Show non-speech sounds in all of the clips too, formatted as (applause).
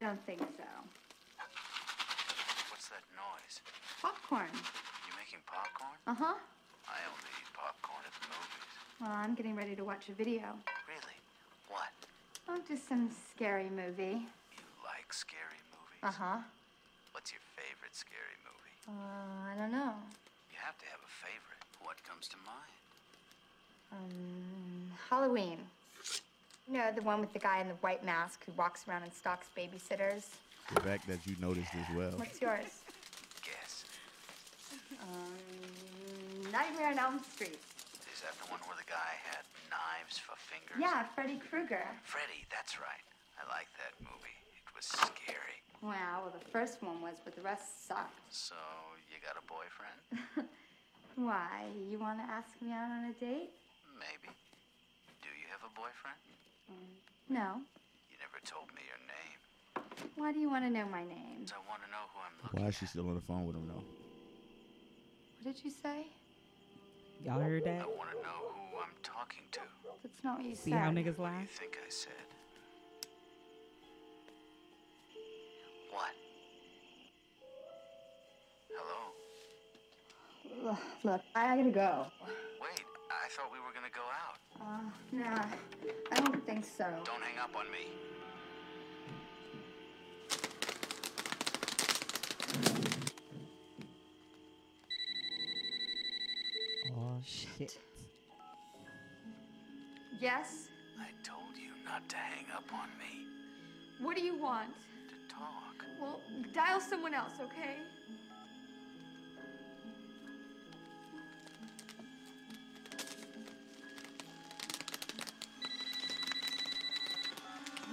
Don't think so. What's that noise? Popcorn. You making popcorn? Uh huh. I only eat popcorn at the movies. Well, I'm getting ready to watch a video. Really? What? Oh, just some scary movie. You like scary movies? huh. What's your favorite scary movie? Uh-huh. Uh, I don't know. You have to have a favorite. What comes to mind? Um, Halloween. You know, the one with the guy in the white mask who walks around and stalks babysitters. The fact that you noticed as (laughs) well. What's yours? Guess. Um, Nightmare on Elm Street. Is that the one where the guy had knives for fingers? Yeah, Freddy Krueger. Freddy, that's right. I like that movie. It was scary. Wow, well, the first one was, but the rest sucked. So, you got a boyfriend? Why? You want to ask me out on a date? Maybe. Do you have a boyfriend? No. You never told me your name. Why do you want to know my name? I want to know who I'm looking Why is she still on the phone with him though? What did you say? Y'all heard I that? want to know who I'm talking to. That's not what you See said. how niggas What do you lie? think I said? What? Hello? Look, I I gotta go. Wait, I thought we were gonna go out. Uh, Nah, I don't think so. Don't hang up on me. Oh (laughs) shit. Yes? I told you not to hang up on me. What do you want? To talk. Well, dial someone else, okay?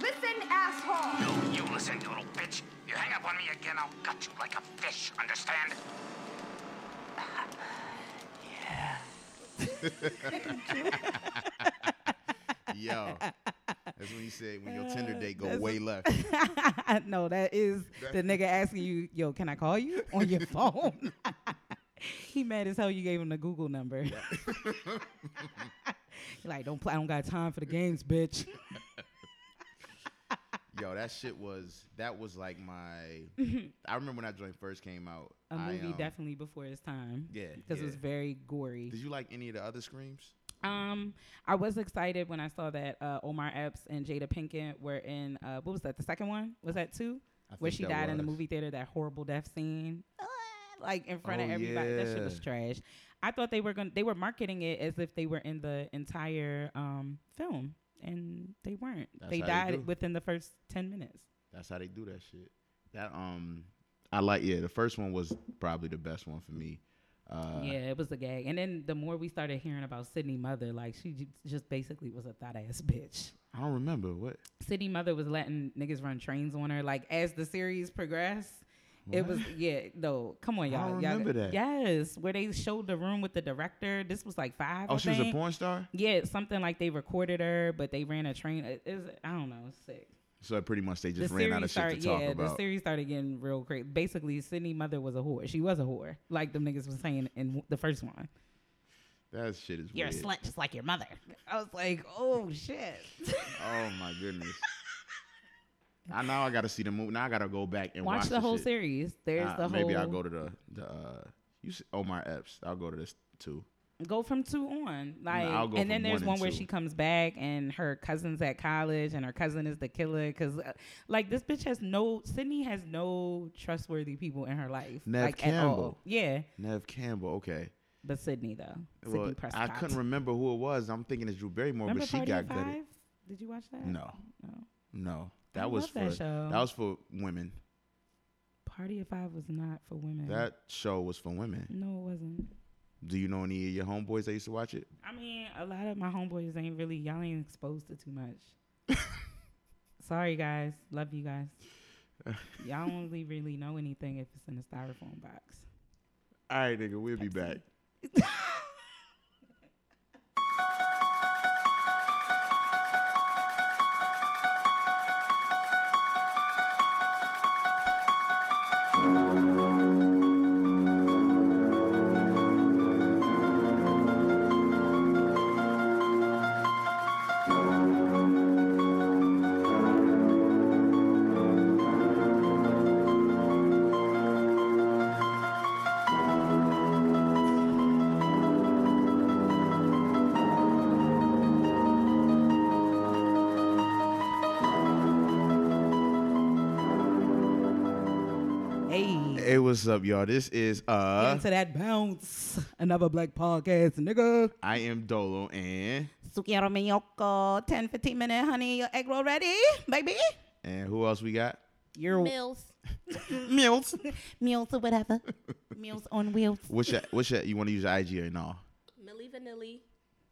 Listen, asshole! You listen, you little bitch. You hang up on me again, I'll gut you like a fish, understand? yeah. (laughs) Yo. That's when you said when your Uh, Tinder date go way left. no, that is the nigga asking you, yo, can I call you (laughs) on your phone? (laughs) he mad as hell you gave him the Google number. (laughs) you like, don't play, I don't got time for the games, bitch. Yo, that shit was that was like (laughs) my I remember when I joined first came out. A movie I, um, definitely before its time. Yeah, Because it was yeah. very gory. Did you like any of the other screams? Um, I was excited when I saw that uh, Omar Epps and Jada Pinkett were in. Uh, what was that? The second one was that two? I Where think she that died in the was. movie theater, that horrible death scene, Ah, like in front of Oh, everybody. That shit was yeah. trash. I thought they were going. to They were marketing it as if they were in the entire um, film, and they weren't. That's they how they died do. within the first ten minutes. That's how they do that shit. That um I like yeah, the first one was probably the best one for me. Uh yeah, it was a gag. And then the more we started hearing about Sydney Mother, like she j- just basically was a thought ass bitch. I don't remember what City Mother was letting niggas run trains on her. Like as the series progressed, it was yeah. No, come on, I y'all. don't y'all- remember that. Yes, where they showed the room with the director. This was like five. Oh, I she was a think. porn star? Yeah, something like they recorded her, but they ran a train. It, it's I don't know, it's sick. So pretty much they just ran the series out of shit started, to talk yeah, the about. series started getting real crazy. Basically, Sydney Mother was a whore. She was a whore, like them niggas was saying in the first one. that shit is You're weird. a slut, just like your mother. I was like, oh shit. Oh my goodness. I now I gotta see the movie. Now I gotta go back and watch, Watch, the whole shit. series. There's Uh, the whole. maybe I'll go to the the uh, you s- Omar Epps. I'll go to this too. go from two on. Like, I'll go and then from one there's and one, where two. she comes back and her cousin's at college and her cousin is the killer because, uh, like, this bitch has no Sydney has no trustworthy people in her life. Nev like, at all. Campbell. Yeah, Nev Campbell. Okay. but Sydney though. Sydney Well, I Prescott. couldn't remember who it was. I'm thinking it's Drew Barrymore, Remember but she Party got of good. at- Five? Did you watch that? No, No. no, I that was love for that that, show. was for women. Party of Five was not for women. That show was for women. no, it wasn't. Do you know any of your homeboys that used to watch it? I mean, a lot of my homeboys ain't really y'all ain't exposed to too much. Sorry guys, love you guys. Y'all only really know anything if it's in a styrofoam box. All right, nigga, we'll be back. Hey, what's up, y'all? This is Get uh, into that bounce. Another black podcast, nigga. I am Dolo, and Sukiara Miyoko, 10, 15 minute, honey. Your egg roll ready, baby? and who else we got? Your Mills. Mills. meals or whatever. meals on wheels. What's that? What's that? You want to use your IG or no? Millie Vanilli.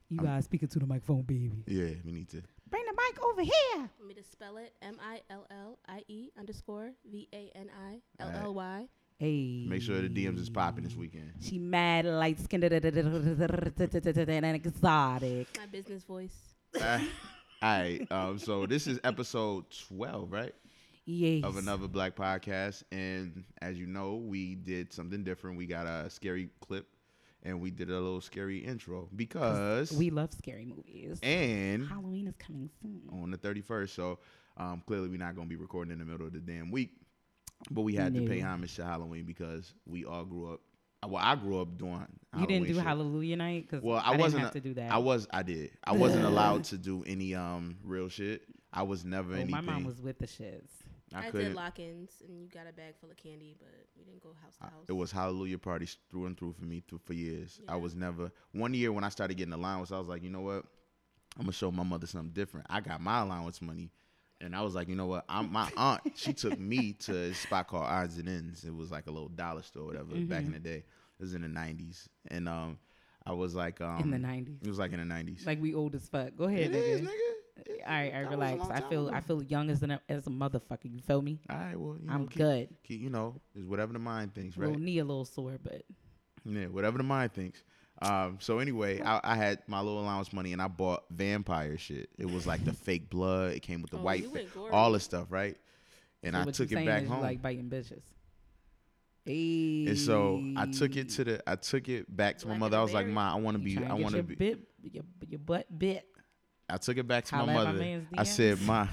You guys speaking to the microphone, baby. Yeah, we need to. Bring the mic over here. Want me to spell it? M I L L I E underscore V A N I L L Y. Hey. Make sure the DMs is popping this weekend. She mad, light skinned, and exotic. My business voice. Uh, all right. Um, so this is episode twelve, right, Yes. of another Black podcast, and as you know, we did something different. We got a scary clip, and we did a little scary intro because We love scary movies. and Halloween is coming soon. on the 31st. So um, clearly, we're not going to be recording in the middle of the damn week. But we had to pay No. homage to Halloween because we all grew up. Well, I grew up doing. Oh, Halloween You didn't do shit. Hallelujah night because Well, I, I, wasn't didn't have to do that. I was. I did. I wasn't (laughs) allowed to do any um real shit. I was never Oh, anything. my mom was with the shits. I, I did couldn't. lock ins and you got a bag full of candy, but you didn't go house to house. It was hallelujah parties through and through for me through, for years. I Yeah. was never one year when I started getting allowance. I was like, you know what? I'm gonna show my mother something different. I got my allowance money, and I was like, you know what? I'm (laughs) my aunt. she took me to a spot called Odds and Ends. It was like a little dollar store, or whatever. Back in Mm-hmm. the day, it was in the '90s, and um, I was like, um, the 90s. It was like in the '90s. Like we old as fuck. Go it ahead, is, nigga. nigga. All right, all That was right, a relax. long I time feel ago. I feel young as an as a motherfucker. You feel me? All right, well, you know, I'm keep- good. keep- you know, it's whatever the mind thinks, right? Little knee a little sore, but Yeah, whatever the mind thinks. Um, so anyway, I, I had my little allowance money and I bought vampire shit. It was like the fake blood. It came with the Oh, white, you fa- went gory. all this stuff, right? And so I what took you it saying back is you home. like biting bitches. and so I took it to the, I took it back to my Black mother. I was like, Berry. Ma, I want to You be, trying I to get want to your be. bit your, your butt bit. I took it back to Holla my at my mother. man's I said, DMs. Ma,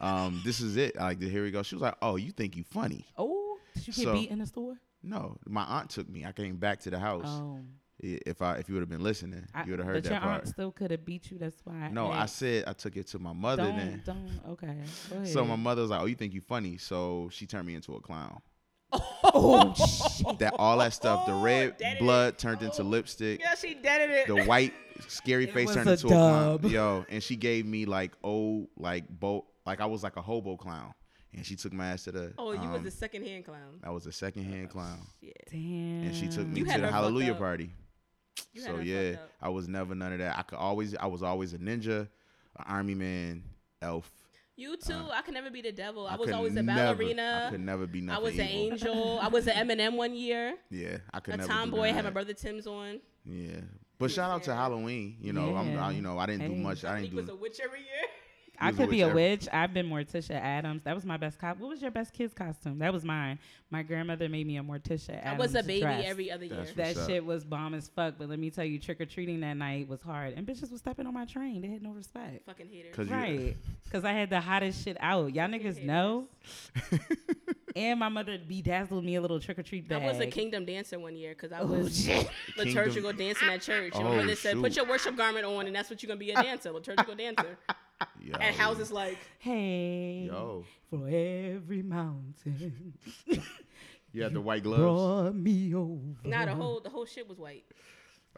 um, this is it. I like, here we go. She was like, Oh, you think you funny? Oh, did you get So- beat in the store? No, my aunt took me. I came back to the house. Oh, I- If I, if you would have been listening, I- you would have but heard that your part. aunt still could have beat you. That's why. I no, I asked. said I took it to my mother. don't then don't. Okay, go (laughs) ahead. So my (laughs) mother was like, "Oh, you think you funny?" So she turned me into a clown. oh (laughs) shit. That all that stuff, the red blood turned into lipstick. Yeah, she deaded it. The white scary face was turned a into a dub. clown. Yo, and she gave me like old like bo like I was like a hobo clown, and she took my ass to the. oh, you was um, the second hand clown. I was a second hand clown, (laughs) Damn. and she took me You to had the her fucked Hallelujah up. party. You had So her yeah, fucked up. I was never none of that. I could always I was always a ninja, an army man, elf. You too. I could never be the devil. I, was could always a never- Uh, I ballerina. could never be I nothing. was an evil. angel. I was an Eminem one year. Yeah, I (laughs) could A never. do tomboy. none of Had my that. brother Tim's on. Yeah, but shout out to Halloween. You know, I'm I, Yeah. you know I didn't do Hey. much. I Dominique didn't was a do. witch every year. I was a could be a witch. witch. I've been Morticia Adams. That was my best cop. What was your best kid's costume? That was mine. My grandmother made me a Morticia Adams. I was a baby dress. every other year. That's That What's up? shit was bomb as fuck. But let me tell you, trick or treating that night was hard, and bitches was stepping on my train. They had no respect. Fucking haters. Cause Right, (laughs) because I had the hottest shit out. Y'all niggas know. and my mother bedazzled me a little trick or treat bag. I was a kingdom dancer one year because I Oh, (laughs) was shit. liturgical dancing at church. And Oh, my mother said, shoot. "Put your worship garment on, and that's what you're gonna be a dancer, (laughs) liturgical dancer." Yo, At houses like, Hey, Yo, for every mountain (laughs) (laughs) you had the white gloves. brought me over. nah, the whole the whole shit was white.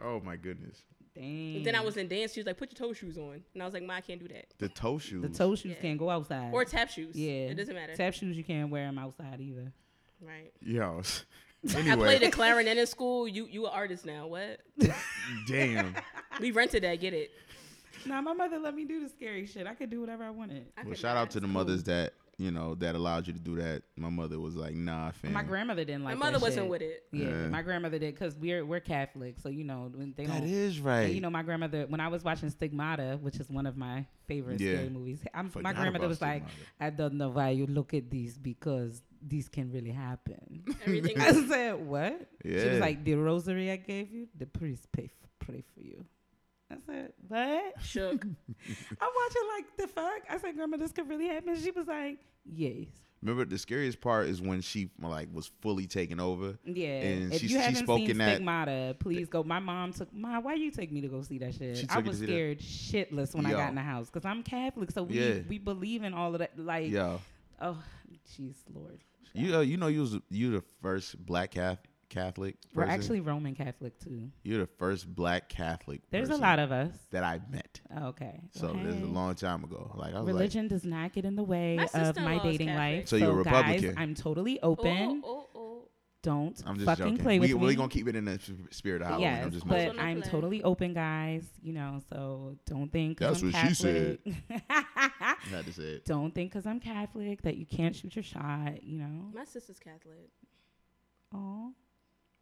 Oh my goodness, Damn. And then I was in dance. She was like, "Put your toe shoes on," and I was like, "Ma, I can't do that." the toe shoes. The toe shoes Yeah. can't go outside. Or tap shoes. yeah, it doesn't matter. Tap shoes you can't wear them outside either. right. Yo. (laughs) I played anyway, (laughs) a clarinet in school. You you an artist now? What? damn. We rented that. Get it? Nah, my mother let me do the scary shit. I could do whatever I wanted. I Well, could shout not. out to the mothers that you know that allowed you to do that. My mother was like, Nah, fam. My grandmother didn't My like. mother that wasn't shit. with it. (laughs) Yeah, Yeah. my grandmother did because we're we're Catholic, so you know when they That don't. is right. And, you know, my grandmother, when I was watching Stigmata, which is one of my favorite Yeah. scary movies, I'm, my Forgot grandmother about was like, Stigmata. I don't know why you look at these because these can (laughs) really happen. (laughs) Everything. I said, What? She Yeah. was like, The rosary I gave you, the priest pay f- pray for you. I said, What? (laughs) Shook. I'm watching like the fuck. I said, Grandma, this could really happen. She was like, Yes. Remember the scariest part is when she like was fully taken over. Yeah. And if she- you she haven't spoke seen in that- Stigmata, please go. My mom took my. Why you take me to go see that shit? She I took you was to see that- scared shitless when I Yo. got in the house because I'm Catholic, so we Yeah. we believe in all of that. Like, Yo, oh, she's Lord. You uh, you know you was you the first black Cath- Catholic. We're person? actually Roman Catholic too. you're the first black Catholic. There's person a lot of us. Oh, that I met. Okay. So Well, this is a hey. long time ago. Like I was like, Religion does not get in the way My of sister-in-law my is dating Catholic. life. So you're a Guys, Republican. I'm totally open. Oh, oh, oh. Don't I'm just fucking joking. play with we, me. We're gonna keep it in the s- spirit of Halloween. yes, I'm just but messing. Also no I'm play. totally open, guys. You know, so don't think That's i what she said. said. I had to say it. (laughs) don't think because I'm Catholic that you can't shoot your shot. You know, My sister's Catholic. oh,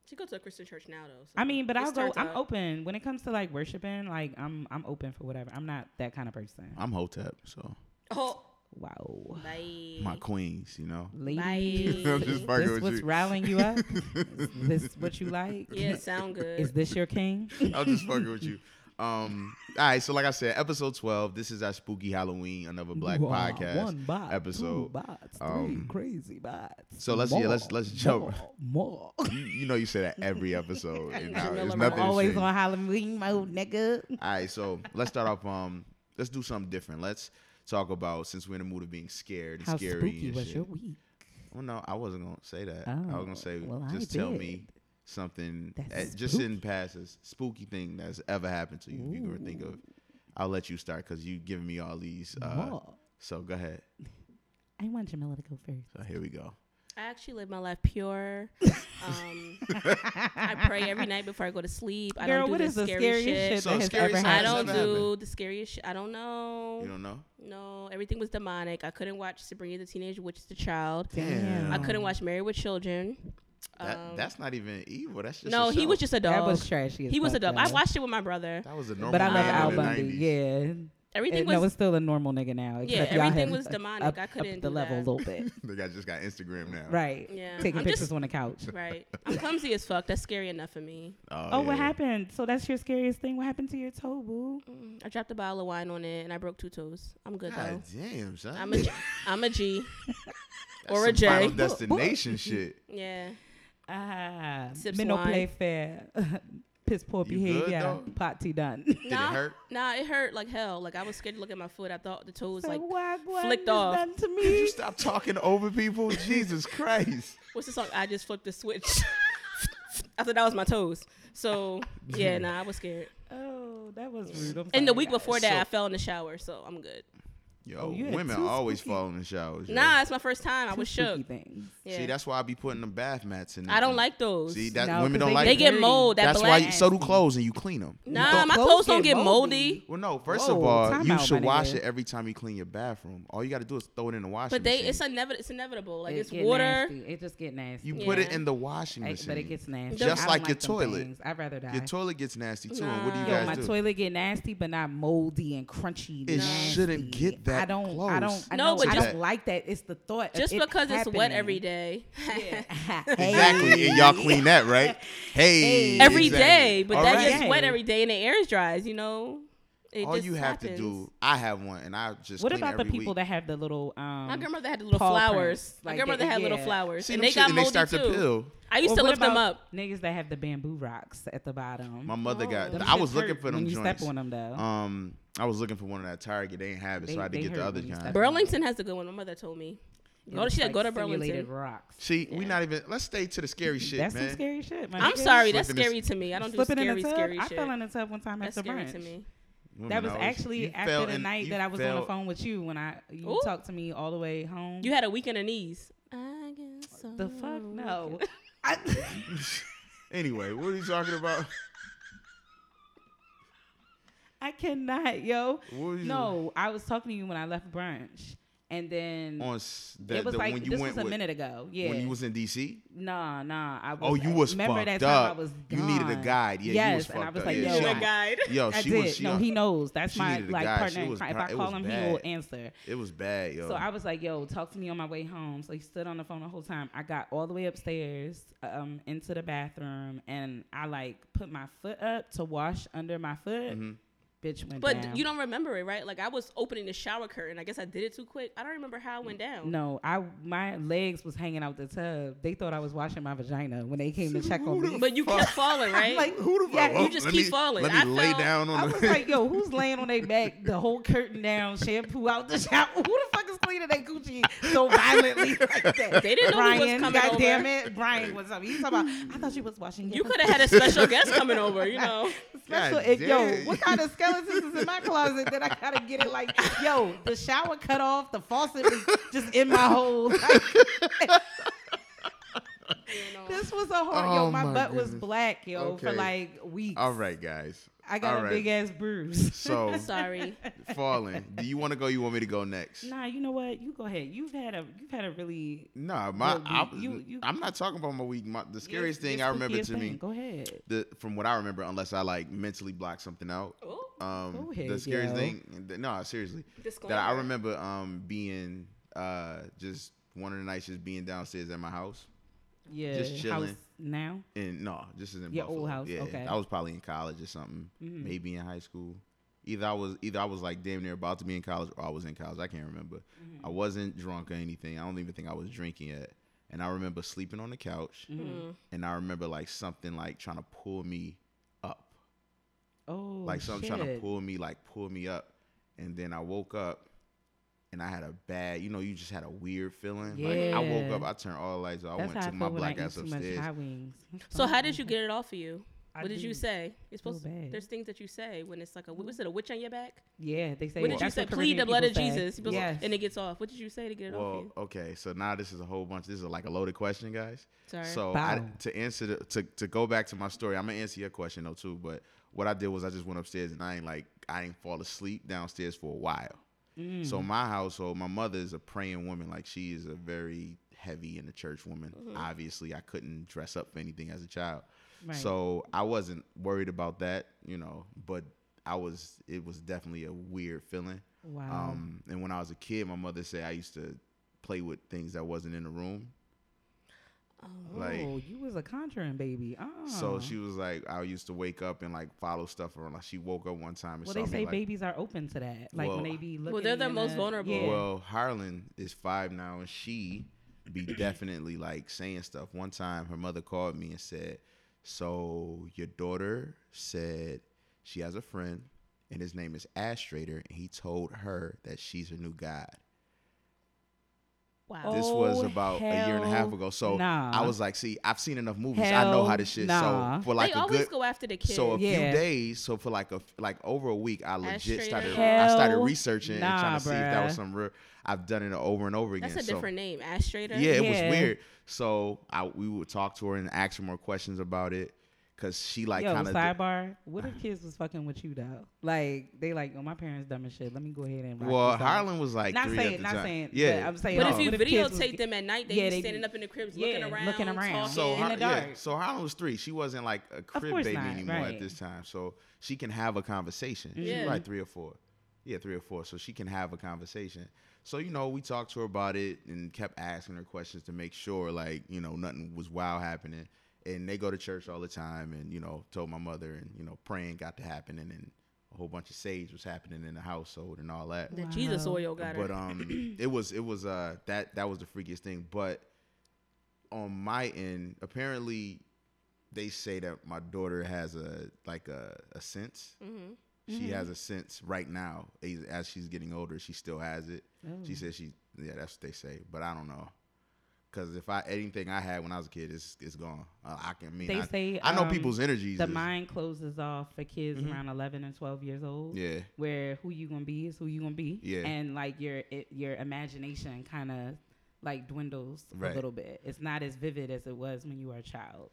She goes to a Christian church now, though. so I mean, but it's I'll go. turned I'm up. open when it comes to like worshiping. Like I'm, I'm open for whatever. I'm not that kind of person. I'm Hotep, so Oh, Wow, bye. my queens, you know. (laughs) ladies, I'm is just fucking this with what's you. riling you (laughs) up? is this what you like? Yeah, it sound good. Is this your king? (laughs) I'm just fucking with you. Um, all right, so like I said, episode 12. This is our spooky Halloween, another black Wow, podcast One bot, two episode. bots, three Um, crazy bots. so let's- yeah, let's- let's jump. (laughs) More. more. you, you know, you say that every episode, and now Miller it's Lite. nothing. Always changed. on Halloween mode, nigga. All right, so let's start off. Um, let's do something different. Let's talk about since we're in the mood of being scared and How scary spooky and was shit. your week? Well, no, I wasn't gonna say that. I was Oh, gonna say well, I just tell did. me something That's that just in passes spooky thing that's ever happened to you. If you can think of, I'll let you start because you giving me all these. Uh, More. so go ahead. Oh, I want Jamila to go first. So here we go. I actually live my life pure. Um, I pray every night before I go to sleep. I Girl, don't do what the is the scary scariest shit. shit So that has scary ever shit I has don't happened? What do happened? the scariest shit. I don't know. You don't know? No, everything was demonic. I couldn't watch Sabrina the Teenage Witch, the child. Damn. I couldn't watch Married with Children. That, Um, that's not even evil. That's just no, a he show. was just a dog. That was trashy. as he was a fuck, dog. I though. watched it with my brother. That was a normal. but I love man Al in the Bundy. 90s. Yeah. Everything And was no, it's still a normal nigga now. Yeah, except y'all everything have, (laughs) was like, demonic. Up, I couldn't up do the level that. a little (laughs) bit. The guy just got Instagram now. Right. Yeah, Taking I'm pictures just- on (laughs) the couch. right. I'm clumsy as fuck. That's scary enough for me. Oh, what yeah. happened? So that's your scariest thing. What happened to your toe, boo? Mm, I dropped a bottle of wine on it and I broke two toes. I'm good God damn, son. though. I'm a G. I'm (laughs) a G. That's or a some J. Final Book, destination shit. Yeah. Ah, Sips men don't wine. play fair. (laughs) Piss poor You good, behavior. though? Pot tea done. (laughs) Did it hurt? Nah, it hurt like hell. Like I was scared to look at my foot. I thought the toe was like, why, why flicked this off. Done (laughs) to Did me. you stop talking over people? Jesus Christ. what's the song? I just flipped the switch. (laughs) I thought that was my toes. So (laughs) yeah, nah, I was scared. Oh, that was rude. I'm And the sorry, week guys. before that, So- I fell in the shower, so I'm good. Yo, Oh, you had women two always spooky- fall in the showers. yo. Nah, it's my first time. I Two was shook. Um, spooky Things. Yeah. See, that's why I be putting the bath mats in. I don't them. like those. See, that No, 'cause women don't they like. they that. get dirty. mold. That That's black. why. You, so do clothes, and you clean them. nah, my clothes clothes don't get get moldy. moldy. Well, no. First Whoa, of all, time you out, should my wash nigga. it every time you clean your bathroom. All you got to do is throw it in the washing. But they, machine. it's inevitable. It's inevitable. Like It it's get water. nasty. It just get nasty. you put it Yeah. in the washing Like, machine. but it gets nasty. Just I don't like your them toilet. things. I'd rather die. Your toilet gets nasty too. And what do you Nah. Yo, guys my do? toilet get nasty, but not moldy and crunchy. It nasty. shouldn't get that I don't. I don't. close. I No, know, but I just- don't like that. It's the thought. Just of it because it's wet happening. (laughs) every day. (laughs) Hey. Exactly, and y'all clean that, right? Hey, (laughs) Hey. every day, exactly. but All that right. gets wet every day and the air dries. You know, it All just you have to happens. do, I have one, and I just. What clean about the every people week. that have the little? Um, My grandmother had the little paw flowers. prints, My like grandmother that, had little yeah. flowers, See and them they shit, got and they moldy start too. to peel? I used or to what lift them about up. Niggas that have the bamboo rocks at the bottom. My mother got. Oh, Them I shits was looking hurt for them when you joints. step on them though. Um, I was looking for one of that Target. They ain't have it, They- so I had to they get the hurt other when you kind. step Burlington has the good one. My mother told me. Go to, It's she said, like go to simulated Burlington. Rocks. See, we not even. Let's stay to the scary shit, That's man. some scary shit. my I'm nigga. sorry, that's Slipping scary is- to me. I don't do Slipping in scary, the tub. scary I shit. fell in the tub one time that's after scary brunch. to me. Women That was always- you actually fell after the in- night you that I was on fell- the phone with you when I you Ooh. talked to me all the way home. You had a weekend in these. I guess the fuck I'm no. okay. I, (laughs) Anyway, what are you talking about? (laughs) (laughs) I cannot, yo. What was you- No, I was talking to you when I left brunch, and then On s- the, it was the- like when you this went was a with- minute ago. Yeah, when you was in (laughs) DC. nah, nah. I was, Oh, you was remember fucked that time up. I was You needed a gone. guide. Yeah, you yes, was and I fucked was up. like, Yeah, yo, she- Your I- guide. Yo, I she did. was. She, no, he knows. That's she my needed a like guide. She partner. in was crime. If bad- I it call was him, he will bad. answer. It was bad, yo. So I was like, yo, talk to me on my way home. So he stood on the phone the whole time. I got all the way upstairs um, Mm-hmm. into the bathroom and I like put my foot up to wash under my foot. bitch went But down. you don't remember it, right? Like I was opening the shower curtain. I guess I did it too quick. I don't remember how it went down. No, I my legs was hanging out the tub. They thought I was washing my vagina when they came to check on (laughs) me. But you kept falling, right? like, Who the Yeah, fuck? you just let keep me, falling. Let me I lay felt- down I on (laughs) was the. like, yo, who's laying on their back, the whole curtain down, shampoo out the (laughs) shower? Who the fuck is cleaning their Gucci so violently like that? They didn't know who was Brian, coming God over. damn it, Brian was up. He's talking about. I thought you was washing. You your could have had a special guest coming over, you know. God (laughs) Special if yo, damn. what kind of skeletons is in my closet that I gotta get it like yo, the shower cut off, the faucet was just in my hole. Like, (laughs) this was a hard Oh, yo, my, my butt was goodness. black, yo, for Okay. like weeks. All right, (laughs) guys. I got All a right. big ass bruise. So Sorry. falling. Do you want to go? You want me to go next? Nah, you know what? You go ahead. You've had a you've had a really Nah, my Well, I, you- you- you- I'm not talking about my week. My, the scariest thing your I remember spookiest to me, thing. Go ahead. the from what I remember, unless I like mentally block something out. Um, Go the ahead, scariest yo. thing, th- no, seriously, that I Disclaimer. remember um being uh just one of the nights just being downstairs at my house Yeah. just chilling. House now. and no, just as in Your Buffalo. old house, Yeah, okay. Mm-hmm. I was probably in college or something, maybe in high school. Either I was either I was like damn near about to be in college or I was in college. I can't remember. Mm-hmm. I wasn't drunk or anything. I don't even think I was drinking yet. And I remember sleeping on the couch, Mm. Mm-hmm. and I remember like something like trying to pull me up Oh, like something trying to shit. pull me, like pull me up. And then I woke up and I had a bad, you know, you just had a weird feeling. Like I woke Yeah. up, I turned all the lights off, I That's went how to I feel my when black I ass eat too much high upstairs. wings. So how did you get it off of you? I What did you do say? You're supposed to. bad. There's things that you say when it's like a. Was it a witch on your back? Yeah, they say. What did you that's say? Caribbean Plead the blood of people say. Jesus. You're supposed to- Yes. And it gets off. What did you say to get it off Well, you? okay, so now this is a whole bunch. This is like a loaded question, guys. Sorry. So I, Bow. to answer the, to to go back to my story, I'm gonna answer your question though too. But what I did was I just went upstairs and I ain't like I didn't fall asleep downstairs for a while. Mm. Mm-hmm. So my household, my mother is a praying woman. Like she is a very heavy in the church woman. Mm-hmm. Obviously, I couldn't dress up for anything as a child, Right. so I wasn't worried about that, you know. But I was. It was definitely a weird feeling. Wow. Um, and when I was a kid, my mother said I used to play with things that wasn't in the room. Like oh, you was a conjuring baby. Oh. so she was like, I used to wake up and like follow stuff around. Like she woke up one time and Well, saw they me say like, babies are open to that. Like Well- when they be looking. they're the in most a- vulnerable. Yeah. Well, Harlan is five now, and she be (clears throat) definitely like saying stuff. One time, her mother called me and said, "So your daughter said she has a friend, and his name is Astrator, and he told her that she's her new god." Wow. This was Oh, about a year and a half hell ago, so nah. I was like, "See, I've seen enough movies. I know how Hell this shit." nah. So for like they a always good, go after the kids. So a few Yeah. days, so for like a like over a week, I legit straight started. up. I started Hell researching and nah, trying to see if that was bruh. some real. I've done it over and over again. That's a so- different name. Astrator. Yeah, it Yeah. was weird. So I we would talk to her and ask her more questions about it, cause she like Yo, kind of. sidebar. (sighs) What if kids was fucking with you though? Like they like, oh my parents dumb as shit. Let me go ahead and. rock Well, this out." Harlan was like Not three saying- at the not time. saying, but yeah, I'm saying, But No. if you But if kids was- videotape them at night, they Yeah, be they standing be- up in the cribs, yeah, looking around, looking around. So talking. in Har- the yeah, dark. so Harlan was three. She wasn't like a crib course baby not, anymore right. at this time. So she can have a conversation. She's Yeah. probably three or four. Yeah, three or four. So she can have a conversation. So you know, we talked to her about it and kept asking her questions to make sure, like you know, nothing was wild happening. And they go to church all the time, and you know, told my mother, and you know, praying got to happening, and a whole bunch of sage was happening in the household and all that the Jesus oil got her. but (clears throat) um it was it was uh that that was the freakiest thing but on my end apparently they say that my daughter has a like a, a sense Mm-hmm. she Mm-hmm. has a sense right now as- as she's getting older she still has it Mm. she says she yeah that's what they say but i don't know because if i anything i had when i was a kid is is gone uh, i can I mean They I, say, i know um, people's energies The is- mind closes off for kids around 11 and 12 years old. Yeah. Where who you gonna be is who you gonna be. Yeah. And like your it, your imagination kind of like dwindles a Right. little bit. It's not as vivid as it was when you were a child.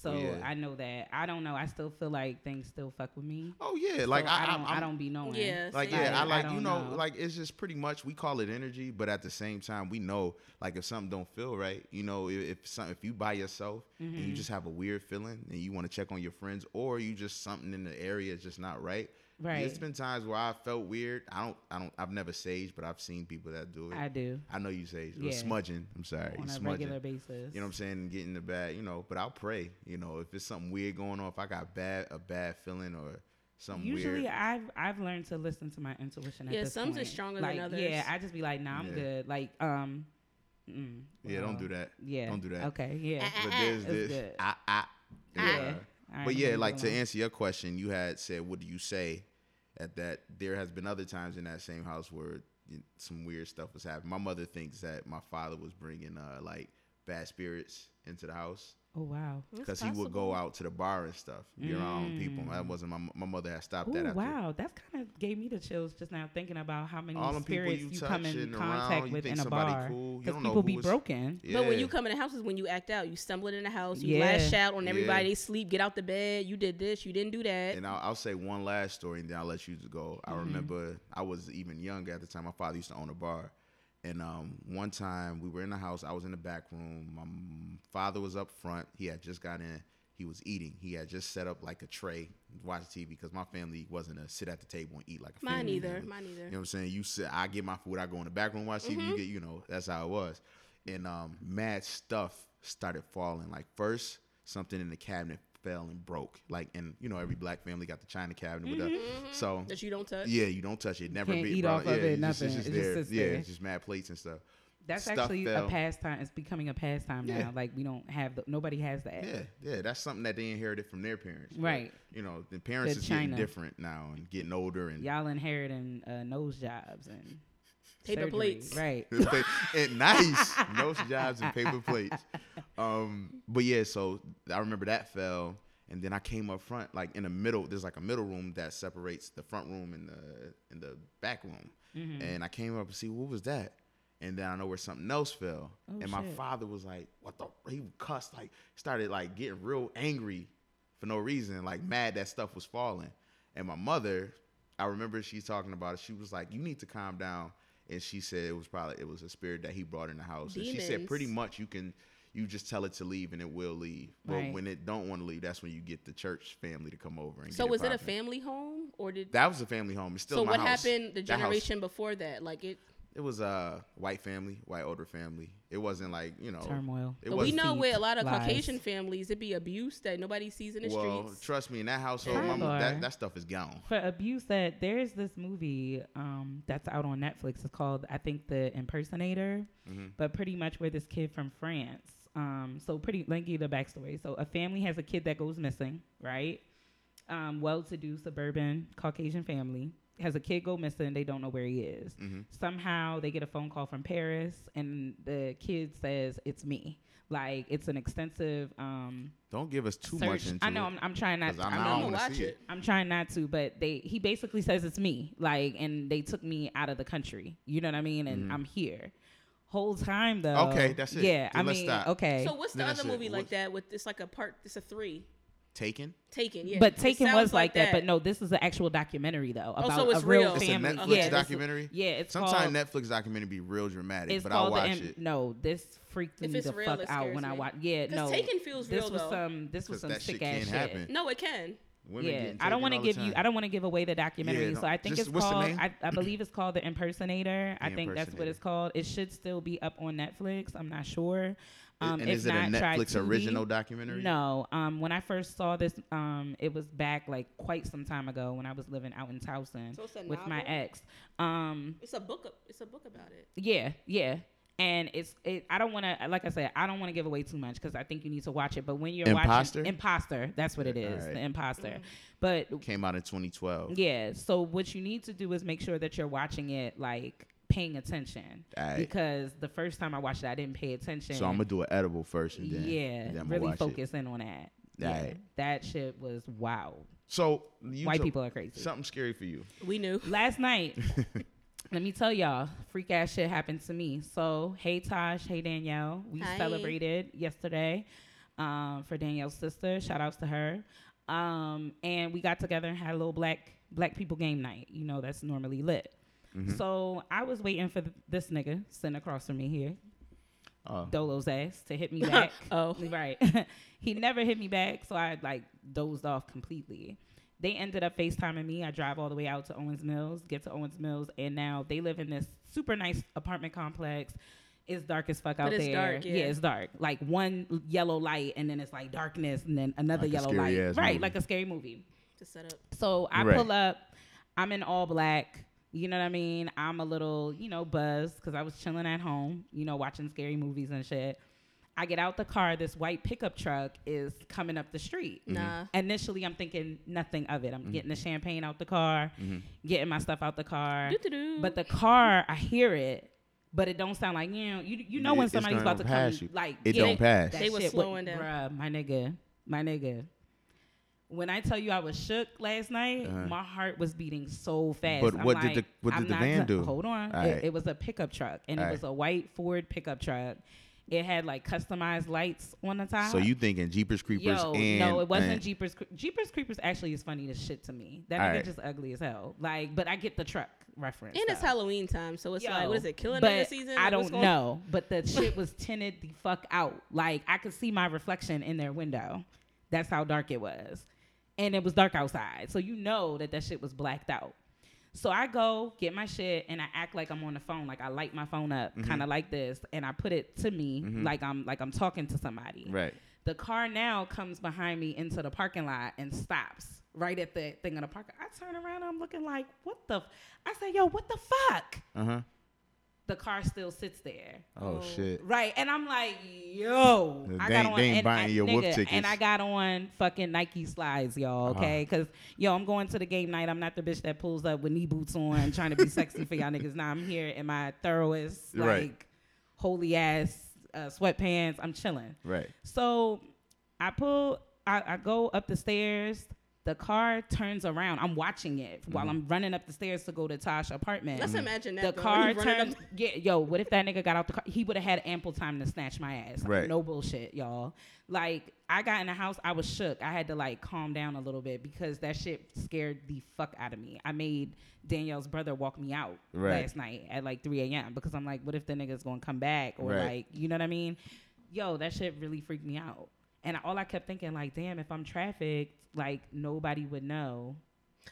So Yeah. I know that. I don't know. I still feel like things still fuck with me. oh yeah like So I, don't. I'm- I don't be knowing. Yeah. like same. Like, yeah, I I like you don't know, know. like it's just pretty much we call it energy, but at the same time we know like if something don't feel right, you know, if, if some if you by yourself and Mm-hmm. you just have a weird feeling and you want to check on your friends or you just something in the area is just not right. It's Right. been times where I felt weird. I don't I don't I've never sage, but I've seen people that do it. I do I know you sage. Or Yeah. smudging. I'm sorry. on a smudging. regular basis. You know what I'm saying? And get in the bad, you know, but I'll pray, you know, if it's something weird going on, if I got bad a bad feeling or Something Usually, weird. I've I've learned to listen to my intuition. At Yeah, this some's point. is stronger like, than others. Yeah, I just be like, nah, I'm Yeah. good. Like, um, mm, yeah, don't well, do that. Yeah, don't do that. Okay, yeah, Ah, But Uh-uh. there's That's this. good. I, I, yeah. All But right, yeah, leave like it to alone. answer your question, you had said, "What do you say?" At that, there has been other times in that same house where you- some weird stuff was happening. My mother thinks that my father was bringing uh like bad spirits into the house Oh wow. because he would go out to the bar and stuff, be around people. That wasn't my my mother had stopped that. Mm. After. Ooh, wow, that's kind of gave me the chills just now thinking about how many All them people spirits you you, come in touching contact around, you with think in a somebody bar. cool, you don't know people who be was- broken. Yeah. But when you come in the house is when you act out. You stumbled in the house, you Yeah. lash out on Yeah. everybody, they sleep, get out the bed, you did this, you didn't do that. And I'll, I'll say one last story, and then I'll let you go. Mm-hmm. I remember I was even younger at the time. My father used to own a bar, and um, one time we were in the house. I was in the back room. My m- father was up front. He had just got in. He was eating. He had just set up like a tray, watch TV, because my family wasn't a sit at the table and eat like a Mine family either, family. mine You either. know what I'm saying? You sit. I get my food. I go in the back room, watch TV. You get. You know, that's how it was. And um, mad stuff started falling. Like first, something in the cabinet fell and broke. Like, and you know, every black family got the china cabinet with that. So that you don't touch. yeah, you don't touch it. Never can't be eat bro- off of yeah, it, it's just- nothing. It's just It just there. sits yeah, there. it's just mad plates and stuff. That's Stuff actually fell. a pastime. It's becoming a pastime Yeah. now. Like we don't have the, nobody has that. Yeah, yeah, that's something that they inherited from their parents. But, Right. you know, the parents The is china. getting different now and getting older and Y'all inheriting uh, nose jobs and Paper surgery. plates. right? and nice nose jobs and paper plates. Um, but yeah, so I remember that fell, and then I came up front, like in the middle. There's like a middle room that separates the front room and the and the back room, and I came up to see what was that. And then I know where something else fell, and my shit. father was like, "What the?" He cussed, like started like getting real angry for no reason, like mad that stuff was falling. And my mother, I remember she talking about it. She was like, "You need to calm down." And she said it was probably it was a spirit that he brought in the house. And she said Demons. pretty much you can you just tell it to leave and it will leave. But Right. when it don't want to leave, that's when you get the church family to come over. And So get was it a popping. family home or did That was a family home. It's still So my what house. happened the That house- generation before that? Like it It was a white family, white older family. It wasn't like you know Turmoil. It but was we know with a lot of Lies. Caucasian families it'd be abuse that nobody sees in the well. streets. Trust me, in that household, Sidebar. mama, that that stuff is gone. For abuse, that there's this movie um, that's out on Netflix. It's called I think The Impersonator, but pretty much where this kid from France. Um, so pretty lengthy the backstory. So a family has a kid that goes missing, right? um, well-to-do suburban Caucasian family has a kid go missing. They don't know where he is. Mm-hmm. Somehow they get a phone call from Paris, and the kid says, "It's me." Like it's an extensive um, Don't give us too search. much into I know. it, I'm, I'm trying not. 'cause To, I'm, I'm, I gonna don't wanna watch see it. it. I'm trying not to, but they he basically says it's me, like, and they took me out of the country. You know what I mean? And I'm here. Whole time though. Mm-hmm. Okay, that's it. Yeah, I Then let's mean, stop. okay. so what's the Then I other said, movie like what's- that with it's like a part it's a three. Taken. Taken, yeah. But It Taken sounds Oh, was like that, but no, this is an actual documentary though so about it's a real real. It's a family. Netflix yeah, this- documentary. yeah, it's called- sometimes Netflix documentary be real dramatic, It's but I called the watch M- it. no. This freaked If me it's the real, fuck it out scares when I me. watched. Yeah, 'Cause no. Taken feels this real, was though. some. This was 'Cause some that shit sick ass can shit. happen. No, it can. Women yeah, getting I don't taken want to all the give you. I time. don't want to give away the documentary, don't- so I think just- it's what's the called. name? I, I believe it's called The Impersonator. I The think that's what Impersonator. it's called. It should still be up on Netflix. I'm not sure. Um, and if is it a not, try Netflix Tubi. original documentary? No. Um, when I first saw this, um, it was back like quite some time ago when I was living out in Towson So it's a with my novel? ex. Um, It's a book it's a book about it. yeah, yeah. And it's it, I don't want to like I said I don't want to give away too much because I think you need to watch it. But when you're Imposter? watching Imposter, that's what it is, alright. the Imposter. Mm-hmm. But Came out in 2012. yeah, so what you need to do is make sure that you're watching it like paying attention Alright. because the first time I watched it I didn't pay attention. So I'm gonna do an edible first, and then yeah, and then I'ma really watch it. focus in on that. Yeah, Alright. that shit was wow. So you White took- people are crazy. Something scary for you. We knew. (laughs) Last night, let me tell y'all, freak ass shit happened to me. So, hey Taj, hey Danielle, we Hi. celebrated yesterday um, for Danielle's sister. Shout outs to her. Um, and we got together and had a little black black people game night. You know that's normally lit. So I was waiting for th- this nigga sitting across from me here, Oh. Dolo's ass, (laughs) to hit me back. Oh. (laughs) right. he never hit me back, so I like dozed off completely. They ended up FaceTiming me. I drive all the way out to Owens Mills, get to Owens Mills, and now they live in this super nice apartment complex. It's dark as fuck out it's there. dark, yeah. it's dark. Like one yellow light, and then it's like darkness, and then another Like a yellow light. scary ass Right, movie. like a scary movie. to set up. So I Right. pull up. I'm in all black. You know what I mean? I'm a little, you know, buzzed because I was chilling at home, you know, watching scary movies and shit. I get out the car. This white pickup truck is coming up the street. Nah. Uh-huh. Initially, I'm thinking nothing of it. I'm Mm-hmm. getting the champagne out the car, getting my stuff out the car. Doo-doo-doo. But the car, I hear it, but it don't sound like you. Know, you you know It- when it's somebody's not about to gonna come, pass you. like It get don't pass. that They was shit would- slowing down. Bruh, my nigga, my nigga. When I tell you I was shook last night, my heart was beating so fast. Uh-huh. But I'm what did like, the- what did I'm the not van done- do? Hold on, All it, right. it was a pickup truck, and All it was right. a white Ford pickup truck. It had like customized lights on the top. So you thinking Jeepers Creepers Yo, and no, it wasn't and- Jeepers. Cre- Jeepers Creepers actually is funny as shit to me. That All nigga right. just ugly as hell. Like, but I get the truck reference. And it's though. Halloween time, so it's like, what Yo, is it, killing but deer season? I Like, what's don't going- know, but the shit was tinted the fuck out. Like I could see my reflection in their window. That's how dark it was, and it was dark outside, so you know that that shit was blacked out. So I go get my shit and I act like I'm on the phone, like I light my phone up, Mm-hmm. kind of like this, and I put it to me like I'm like I'm talking to somebody. Right. The car now comes behind me into the parking lot and stops right at the thing in the parking. I turn around, I'm looking like, what the? F-? I say, yo, what the fuck? Uh huh. the car still sits there. Oh, Oh. shit. Right. And I'm like, yo, They I ain't- got on they ain't and, buying and- your wolf nigga, tickets. Uh-huh. And I got on fucking Nike slides, y'all, okay? Because yo, I'm going to the game night. I'm not the bitch that pulls up with knee boots on trying to be sexy for y'all niggas. Now I'm here in my thoroughest, (laughs) like Right. holy ass uh, sweatpants. I'm chilling. Right. So I pull, I, I go up the stairs. The car turns around. I'm watching it Mm-hmm. while I'm running up the stairs to go to Tasha's apartment. Let's imagine that. Mm. The though. car You running turned. up- Yeah, yo, what if that nigga got out the car? He would have had ample time to snatch my ass. Like, Right. No bullshit, y'all. Like, I got in the house, I was shook. I had to, like, calm down a little bit because that shit scared the fuck out of me. I made Danielle's brother walk me out Right. last night at, like, 3 a.m. because I'm like, what if the nigga's gonna come back? Or, Right. like, you know what I mean? Yo, that shit really freaked me out. And all I kept thinking, like, damn, if I'm trafficked, like, nobody would know.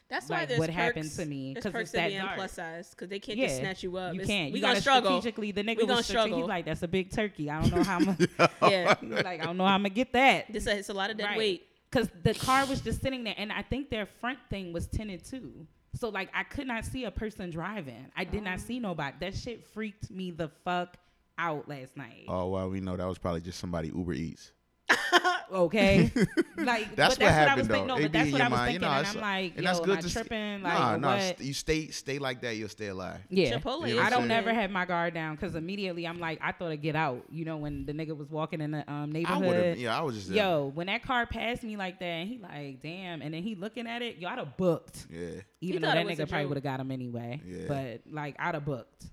That's why like, there's what perks, happened to me, There's 'cause perks it's that to being dark. plus size because they can't just snatch you up. You It's- can't. We You gonna gotta struggle. Strategically, the nigga We gonna was strate- struggle. He like, that's a big turkey. I don't know (laughs) how much. Yeah, like, I don't know how I'm gonna get that. this it's a lot of dead weight. Because the car was just sitting there, and I think their front thing was tinted too. So like, I could not see a person driving. I did Oh. not see nobody. That shit freaked me the fuck out last night. Oh well, we know that was probably just somebody Uber Eats. (laughs) okay, like That's but that's what I was happened though. thinking. No, It but be that's in what your I was mind, thinking, you know, and it's- I'm like, and yo, that's am good I to see- tripping? Like, nah, or nah, what? st- you stay stay like that, you'll stay alive. Yeah. Chipotle. You know is what I I'm don't saying? never have my guard down because immediately I'm like, I thought I'd get out. You know, when the nigga was walking in the um, I neighborhood. would have. Yeah, I was just. there. Yo, when that car passed me like that, and he like, damn, and then he looking at it, y'all have booked. Yeah. Even though thought that it was a nigga probably joke. would have got him anyway. Yeah. But like, I'd have booked.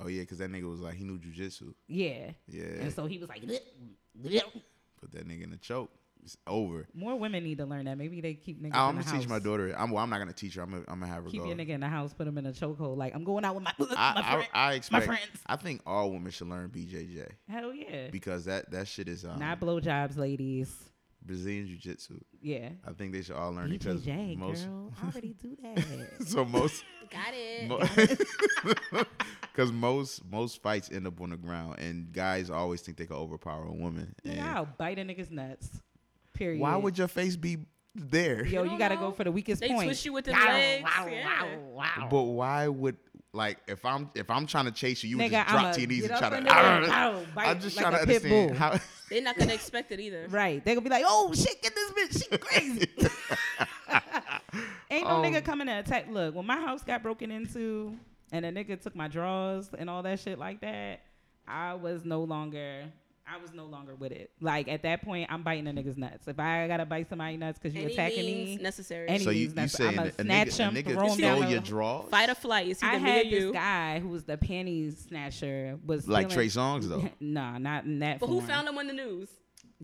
Oh yeah, because that nigga was like he knew jujitsu. Yeah. Yeah. And so he was like, Put that nigga in the choke. It's over. more women need to learn that. Maybe they keep niggas. I'm in the gonna house. teach my daughter. I'm. Well, I'm not gonna teach her. I'm gonna. I'm gonna have her Keep go. your nigga in the house, put him in a chokehold. Like I'm going out with my, (laughs) my I, friend. I, I expect. friends. I think all women should learn BJJ Hell yeah. because that that shit is um, Not blowjobs, ladies. Brazilian jiu-jitsu. Yeah. I think they should all learn because BJJ, most. girl, already do that. (laughs) So most. (laughs) Got it. (laughs) Because most most fights end up on the ground, and guys always think they can overpower a woman. Nigga, and I'll bite a nigga's nuts. Period. why would your face be there? yo? You You, don't gotta know. go for the weakest They point. twist you with the Wow, legs. wow, yeah. wow, wow. But why would like if I'm if I'm trying to chase you, you would Nigga, just drop I'ma to your knees get and try up to. (laughs) in there and bow, bite I'm just like trying to a pit understand bull. how. (laughs) They're not gonna expect it either. Right? They gonna be like, "Oh shit, get this bitch, she (laughs) crazy." Ain't no Um, nigga coming to attack. Look, when my house got broken into and a nigga took my drawers and all that shit like that, I was no longer. I was no longer with it. Like at that point, I'm biting a nigga's nuts. If I gotta bite somebody nuts because you Any attacking means me, necessary. any- so you, means you that's- saying I'ma that a snatch nigga, him, a throw nigga him stole down your the- drawers? Fight or flight. It's either I me or had you. this guy who was the panty snatcher. Was like Trey stealing- Songs (laughs) though. Nah, not in that. But who form. found them on the news?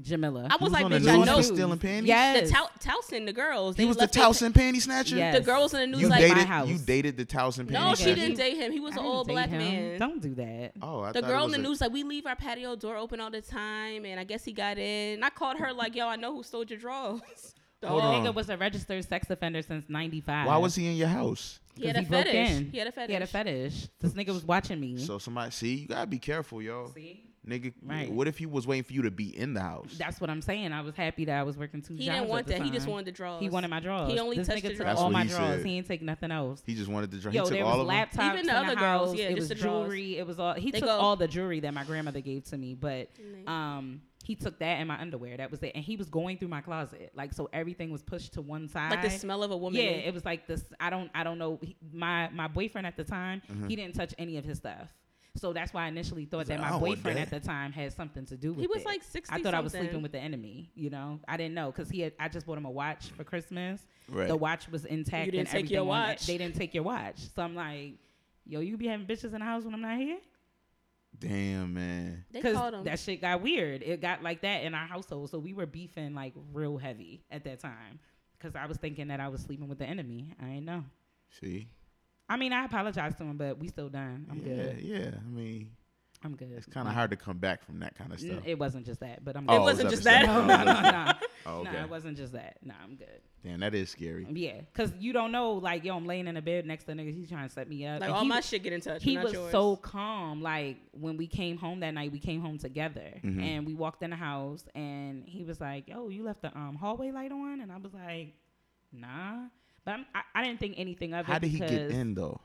Jamila? I was Who's like, on the bitch, news I for know. stealing panties? Yes. The tou- Towson, the girls. He they was the left their- Towson panty snatcher. Yes. The girls in the news You like, dated my house. you dated the Towson panty. no, she snatcher? didn't date him. He was I an didn't old date black him. man. Don't do that. Oh, I the thought it girl in was the a- news like we leave our patio door open all the time, and I guess he got in. And I called her like, yo, I know who stole your drawers. (laughs) Hold The on. nigga was a registered sex offender since '95. Why was he in your house? He had a fetish. He had a He had a fetish. fetish. This nigga was watching me. So somebody see you gotta be careful, yo. Mm-hmm. See, nigga. Right. What if he was waiting for you to be in the house? That's what I'm saying. I was happy that I was working two He jobs. didn't at want the that. He just time. wanted the draws. He wanted my drawers. He only this touched nigga the took drawers. all That's my what he drawers. said. He didn't take nothing else. he just wanted to drink. Yo, he took there all of was them. laptops Even the in other the girls, house. yeah, it just was the drawers. jewelry. It was all. He They took go- Mm-hmm. all the jewelry that my grandmother gave to me, but Nice. um, he took that and my underwear. That was it. And he was going through my closet, like so everything was pushed to one side. like the smell of a woman. Yeah, it was like this. I don't. I don't know. He, my my boyfriend at the time, he didn't touch any of his stuff. So that's why I initially thought that Mm-hmm. like, "I my don't want boyfriend that." at the time had something to do with it. was like 60 I thought I was something. sleeping with the enemy. You know, I didn't know because he had. I just bought him a watch for Christmas. Right. The watch was intact. You and didn't take your everything on it. watch? They didn't take your watch. So I'm like, yo, you be having bitches in the house when I'm not here. Damn man. they Cause called him. that shit got weird. It got like that in our household, so we were beefing like real heavy at that time. Cause I was thinking that I was sleeping with the enemy. I ain't know. See. I mean, I apologize to him, but we still done. I'm yeah. good. Yeah. I mean, I'm good. it's kind of hard to come back from that kind of N- stuff. It wasn't just that, but I'm. Oh, good. wasn't was just that (laughs) that. the No, stuff? (laughs) no, no, no. Oh, (laughs) okay. No, it wasn't just that. No, I'm good. Damn, that is scary. Yeah, cause you don't know, like, yo, I'm laying in the bed next to a nigga. He's trying to set me up. like And all he, my shit get in touch. He not was yours. so calm. Like when we came home that night, we came home together, Mhm. and we walked in the house, and he was like, "Yo, you left the um, hallway light on," and I was like, "Nah." But I'm, I, I didn't think anything of it. How did he get because- in though?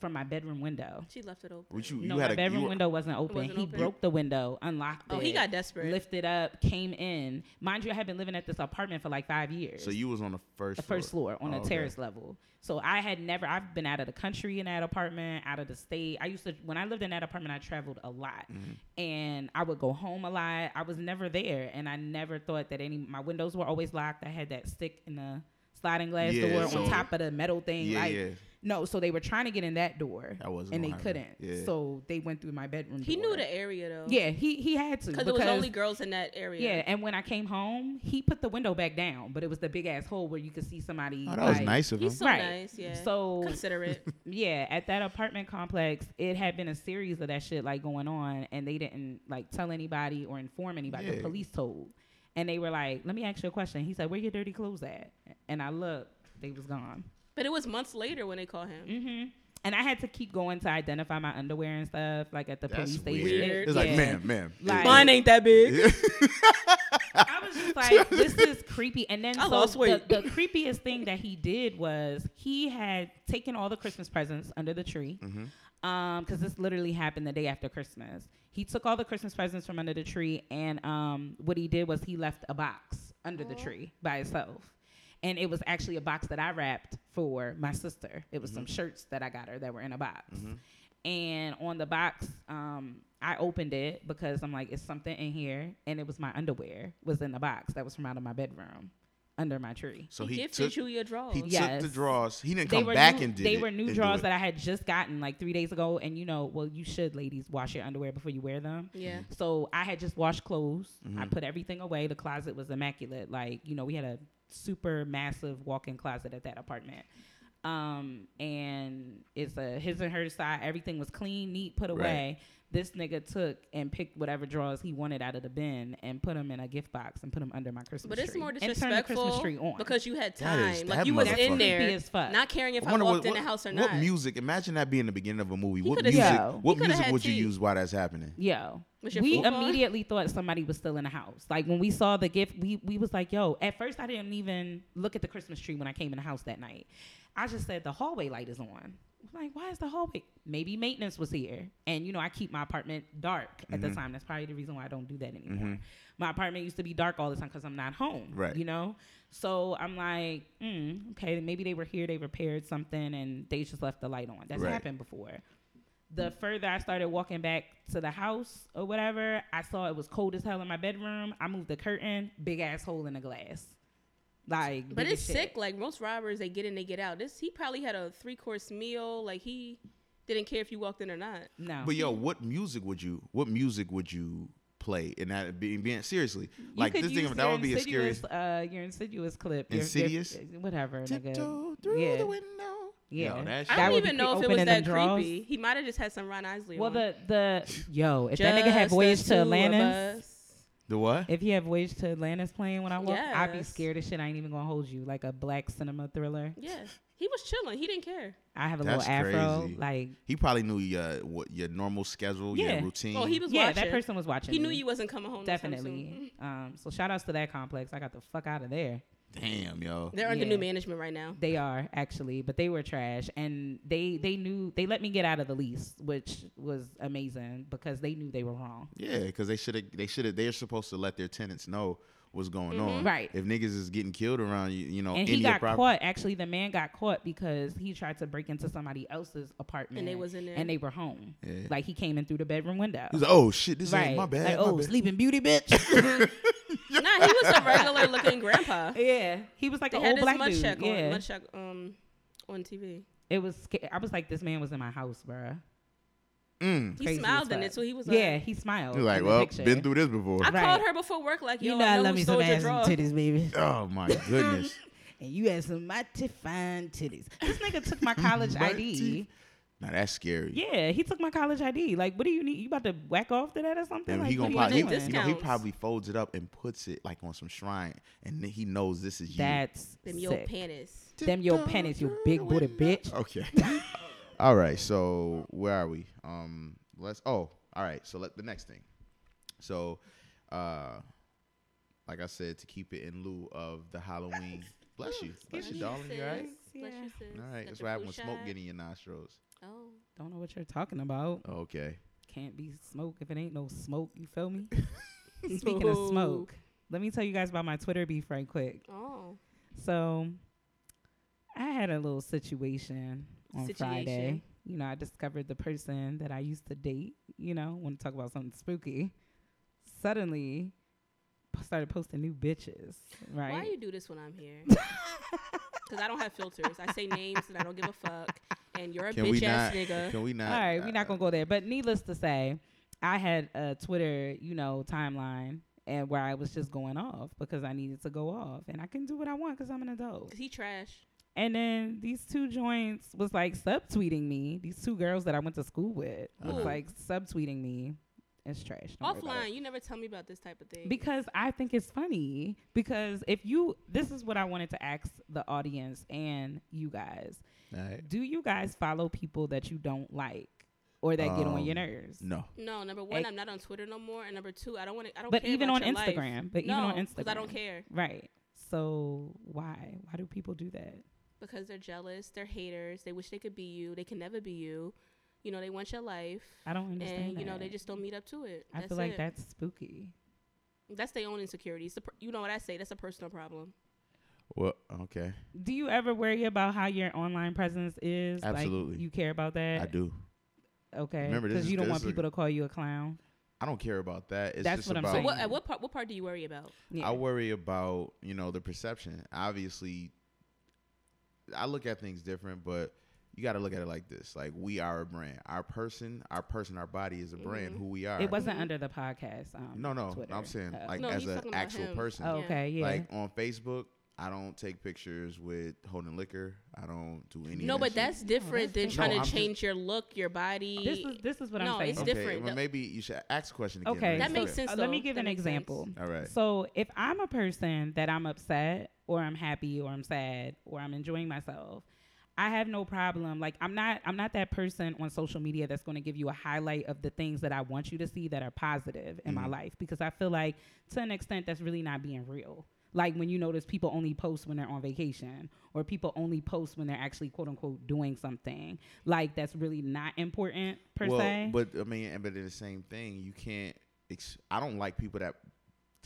From my bedroom window. She left it open. Would you? no, you had my a bedroom you were- window wasn't open. wasn't he open? broke the window, unlocked it. Oh, he got desperate. Lifted up, came in. Mind you, I had been living at this apartment for like five years. So you was on the first. the first floor on Oh, a okay. terrace level. So I had never. I've been out of the country in that apartment, out of the state. I used to when I lived in that apartment, I traveled a lot, Mm-hmm. and I would go home a lot. I was never there, and I never thought that any. My windows were always locked. I had that stick in the sliding glass Yeah, door so- on top of the metal thing. Yeah, like, yeah. no, so they were trying to get in that door, That wasn't and they gonna happen. couldn't. Yeah. So they went through my bedroom. He knew door. the area though. Yeah, he he had to because it was only girls in that area. yeah, and when I came home, he put the window back down, but it was the big ass hole where you could see somebody. Oh, that was like- nice of him. he's so Right. nice. Yeah, So- (laughs) considerate. Yeah, at that apartment complex, it had been a series of that shit like going on, and they didn't like tell anybody or inform anybody. Yeah. The police told, and they were like, "Let me ask you a question." He said, "Where your dirty clothes at?" And I looked, they was gone. but it was months later when they called him. hmm And I had to keep going to identify my underwear and stuff, like at the That's police weird. station. Weird. It's like, Yeah. man, man. Like- Mine ain't that big. I was (laughs) just like, this is creepy. And then I so lost the, weight. the creepiest thing that he did was he had taken all the Christmas presents under the tree. Mm-hmm. Um, because this literally happened the day after Christmas. He took all the Christmas presents from under the tree, and um, what he did was he left a box under Oh. the tree by itself. And it was actually a box that I wrapped for my sister. It was some Mm-hmm. shirts that I got her that were in a box. And on the box, um, I opened it because I'm like, it's something in here. And it was my underwear was in the box that was from out of my bedroom under my tree. So he, he gifted took you your drawers. he Yes. took the draws. He didn't They come were back new, and did they it were new and do drawers it. that I had just gotten like three days ago, and you know, well, you should, ladies, wash your underwear before you wear them. yeah, So I had just washed clothes. I put everything away. The closet was immaculate. Like, you know, we had a super massive walk in closet at that apartment. Um, and it's a his and her side. Everything was clean, neat, put away. This nigga took and picked whatever drawers he wanted out of the bin and put them in a gift box and put them under my Christmas but tree. it's more And turned the Christmas disrespectful tree on. because you had That time. is- that like you was motherfucker. in Creepy there, as fuck. not caring if I, wonder walked what, in the what- house or what not. music? Imagine that being the beginning of a movie. What coulda music? had- What he coulda music had would you tea. use while that's happening? Yo, Was your we food gone? immediately thought somebody was still in the house. Like when we saw the gift, we we was like, "Yo!" At first, I didn't even look at the Christmas tree when I came in the house that night. I just said the hallway light is on. I'm like, why is the hallway? Maybe maintenance was here, and you know, I keep my apartment dark at the time. That's probably the reason why I don't do that anymore. My apartment used to be dark all the time because I'm not home. Right. You know. So I'm like, mm, okay, maybe they were here, they repaired something, and they just left the light on. That's Right. happened before the further I started walking back to the house or whatever, I saw it was cold as hell in my bedroom. I moved the curtain, big ass hole in the glass. Like, But big it's as shit. sick. Like most robbers, they get in, they get out. This he probably had a three course meal. Like he didn't care if you walked in or not. No, But yo, what music would you? What music would you play? And that being, being seriously, like could this thing use that your would be a scary. insidious, Uh, your insidious clip. your- your- Insidious? whatever. Tiptoe Nigga. through yeah. the window. Yeah. Yo, that I shit- don't would be even know if it opening was them that drawers. creepy. He might have just had some Ron Isley. Well, on. the the yo, if that Just nigga had the voyage two to of Atlantis, us. the what? if he had voyage to Atlantis playing when I walk, I'd be Yes. scared as shit. I ain't even gonna hold you like a black cinema thriller. Yeah, He was chilling. He didn't care. I have a That's little afro. crazy. Like, He probably knew your what your normal schedule, Yeah. your routine. Oh, he was yeah, watching. that person was watching. He knew me. you wasn't coming home. anytime soon. Definitely. Um, so shout outs to that complex. I got the fuck out of there. Damn, yo. They're under Yeah. new management (laughs) right now. They are actually, but they were trash, and they they knew they let me get out of the lease, which was amazing because they knew they were wrong. Yeah, because they should have. They should have. They're supposed to let their tenants know what's going Mm-hmm. on. Right. If niggas is getting killed around you, you know, And in he your got property- caught. Actually, the man got caught because he tried to break into somebody else's apartment, And they wasn't there. and they were home. Yeah. Like he came in through the bedroom window. He's like, oh shit, this right. ain't my bad. Like, my oh, bad." sleeping beauty, (laughs) bitch. nah, he was a regular looking grandpa. yeah, he was like They an had old this black mud dude. check yeah, on mud check um on TV. it was. sca- I was like, this man was in my house, bruh. Mm. He Crazy smiled as in fuck. it, so he was yeah, like, he smiled. He's like, Oh, in the well, picture. been through this before. I Right. called her before work, like, yo, You know, I love who me stole some your ass and drawer. (laughs) titties, baby. Oh (laughs) my goodness. And you had some mighty fine titties. This nigga (laughs) took my college ID. Mighty- Now that's scary. Yeah, he took my college ID. Like, what do you need? You about to whack off to that or something? And like, he what gonna are probably, you want he- a doing? you know, he discount. probably folds it up and puts it like on some shrine, and then he knows this is you. That's Them sick. yo panties. Them your panties, you big booty bitch. (laughs) Okay. (laughs) all right. So where are we? Um. Let's. Oh. All right. So let the next thing. So, uh, like I said, to keep it in lieu of the Halloween. Bless you. Bless you, me. darling. You all right? Bless you, sis. All right. Got That's your what happened when food smoke shot. get in your nostrils. Oh. Don't know what you're talking about. Okay. Can't be smoke if it ain't no smoke. You feel (laughs) me? (laughs) Speaking of smoke, let me tell you guys about my Twitter beef right quick. Oh. So I had a little situation on Friday. Situation. You know, I discovered the person that I used to date, you know, want to talk about something spooky. Suddenly p- started posting new bitches, right? Why you do this when I'm (laughs) here? Because I don't have filters. I say names and I don't give a fuck. And you're a Can we bitch ass not? nigga. Can we not? All right, we're uh, not going to go there. But needless to say, I had a Twitter, you know, timeline and where I was just going off because I needed to go off and I can do what I want because I'm an adult. 'Cause he trash. And then these two joints was like subtweeting me. These two girls that I went to school with was Ooh. like subtweeting me. It's trash. Don't worry about it. Offline, you never tell me about this type of thing. Because I think it's funny. Because if you, this is what I wanted to ask the audience and you guys. All right. Do you guys follow people that you don't like or that get on your Um, nerves? No. no, number one, Ex- I'm not on Twitter no more, and number two, I don't want to. I don't. But care even about on your life. Instagram. But even no, on 'cause Instagram. I don't care Right. So why? Why do people do that? because they're jealous. They're haters. They wish they could be you. They can never be you. You know, they want your life, I don't understand. and you know they that. just don't meet up to it. I that's feel like it. that's spooky. that's their own insecurities. The per- you know what I say? That's a personal problem. Well. Okay. Do you ever worry about how your online presence is? Absolutely. Like, you care about that? I do. Okay. Remember, this Because is- you don't this want is a- people to call you a clown. I don't care about that. It's That's just what I'm about saying. What at what part? What part do you worry about? Yeah. I worry about you know the perception. Obviously, I look at things different, but you got to look at it like this: like we are a brand, our person, our person, our body is a brand. Who we are. Mm-hmm. It wasn't under the podcast. Um, No, no. Twitter. I'm saying Uh, like No, as he's an talking about actual him. person. oh, yeah. okay, yeah. Like on Facebook, I don't take pictures with holding liquor. I don't do any. of No, that but shit. that's different than different. trying No, to I'm just- change your look, your body. this is this is what No, I'm saying. it's okay, different. Well, The- maybe you should ask the question again. Okay, That so- makes sense, uh, let me though. give That an makes sense. example. All right. So if I'm a person that I'm upset or I'm happy or I'm sad or I'm enjoying myself, I have no problem. Like I'm not I'm not that person on social media that's going to give you a highlight of the things that I want you to see that are positive in my Mm-hmm. life because I feel like to an extent that's really not being real. Like when you notice people only post when they're on vacation or people only post when they're actually quote unquote doing something like that's really not important per well, se. But I mean, and- but it's the same thing. You can't. Ex- I don't like people that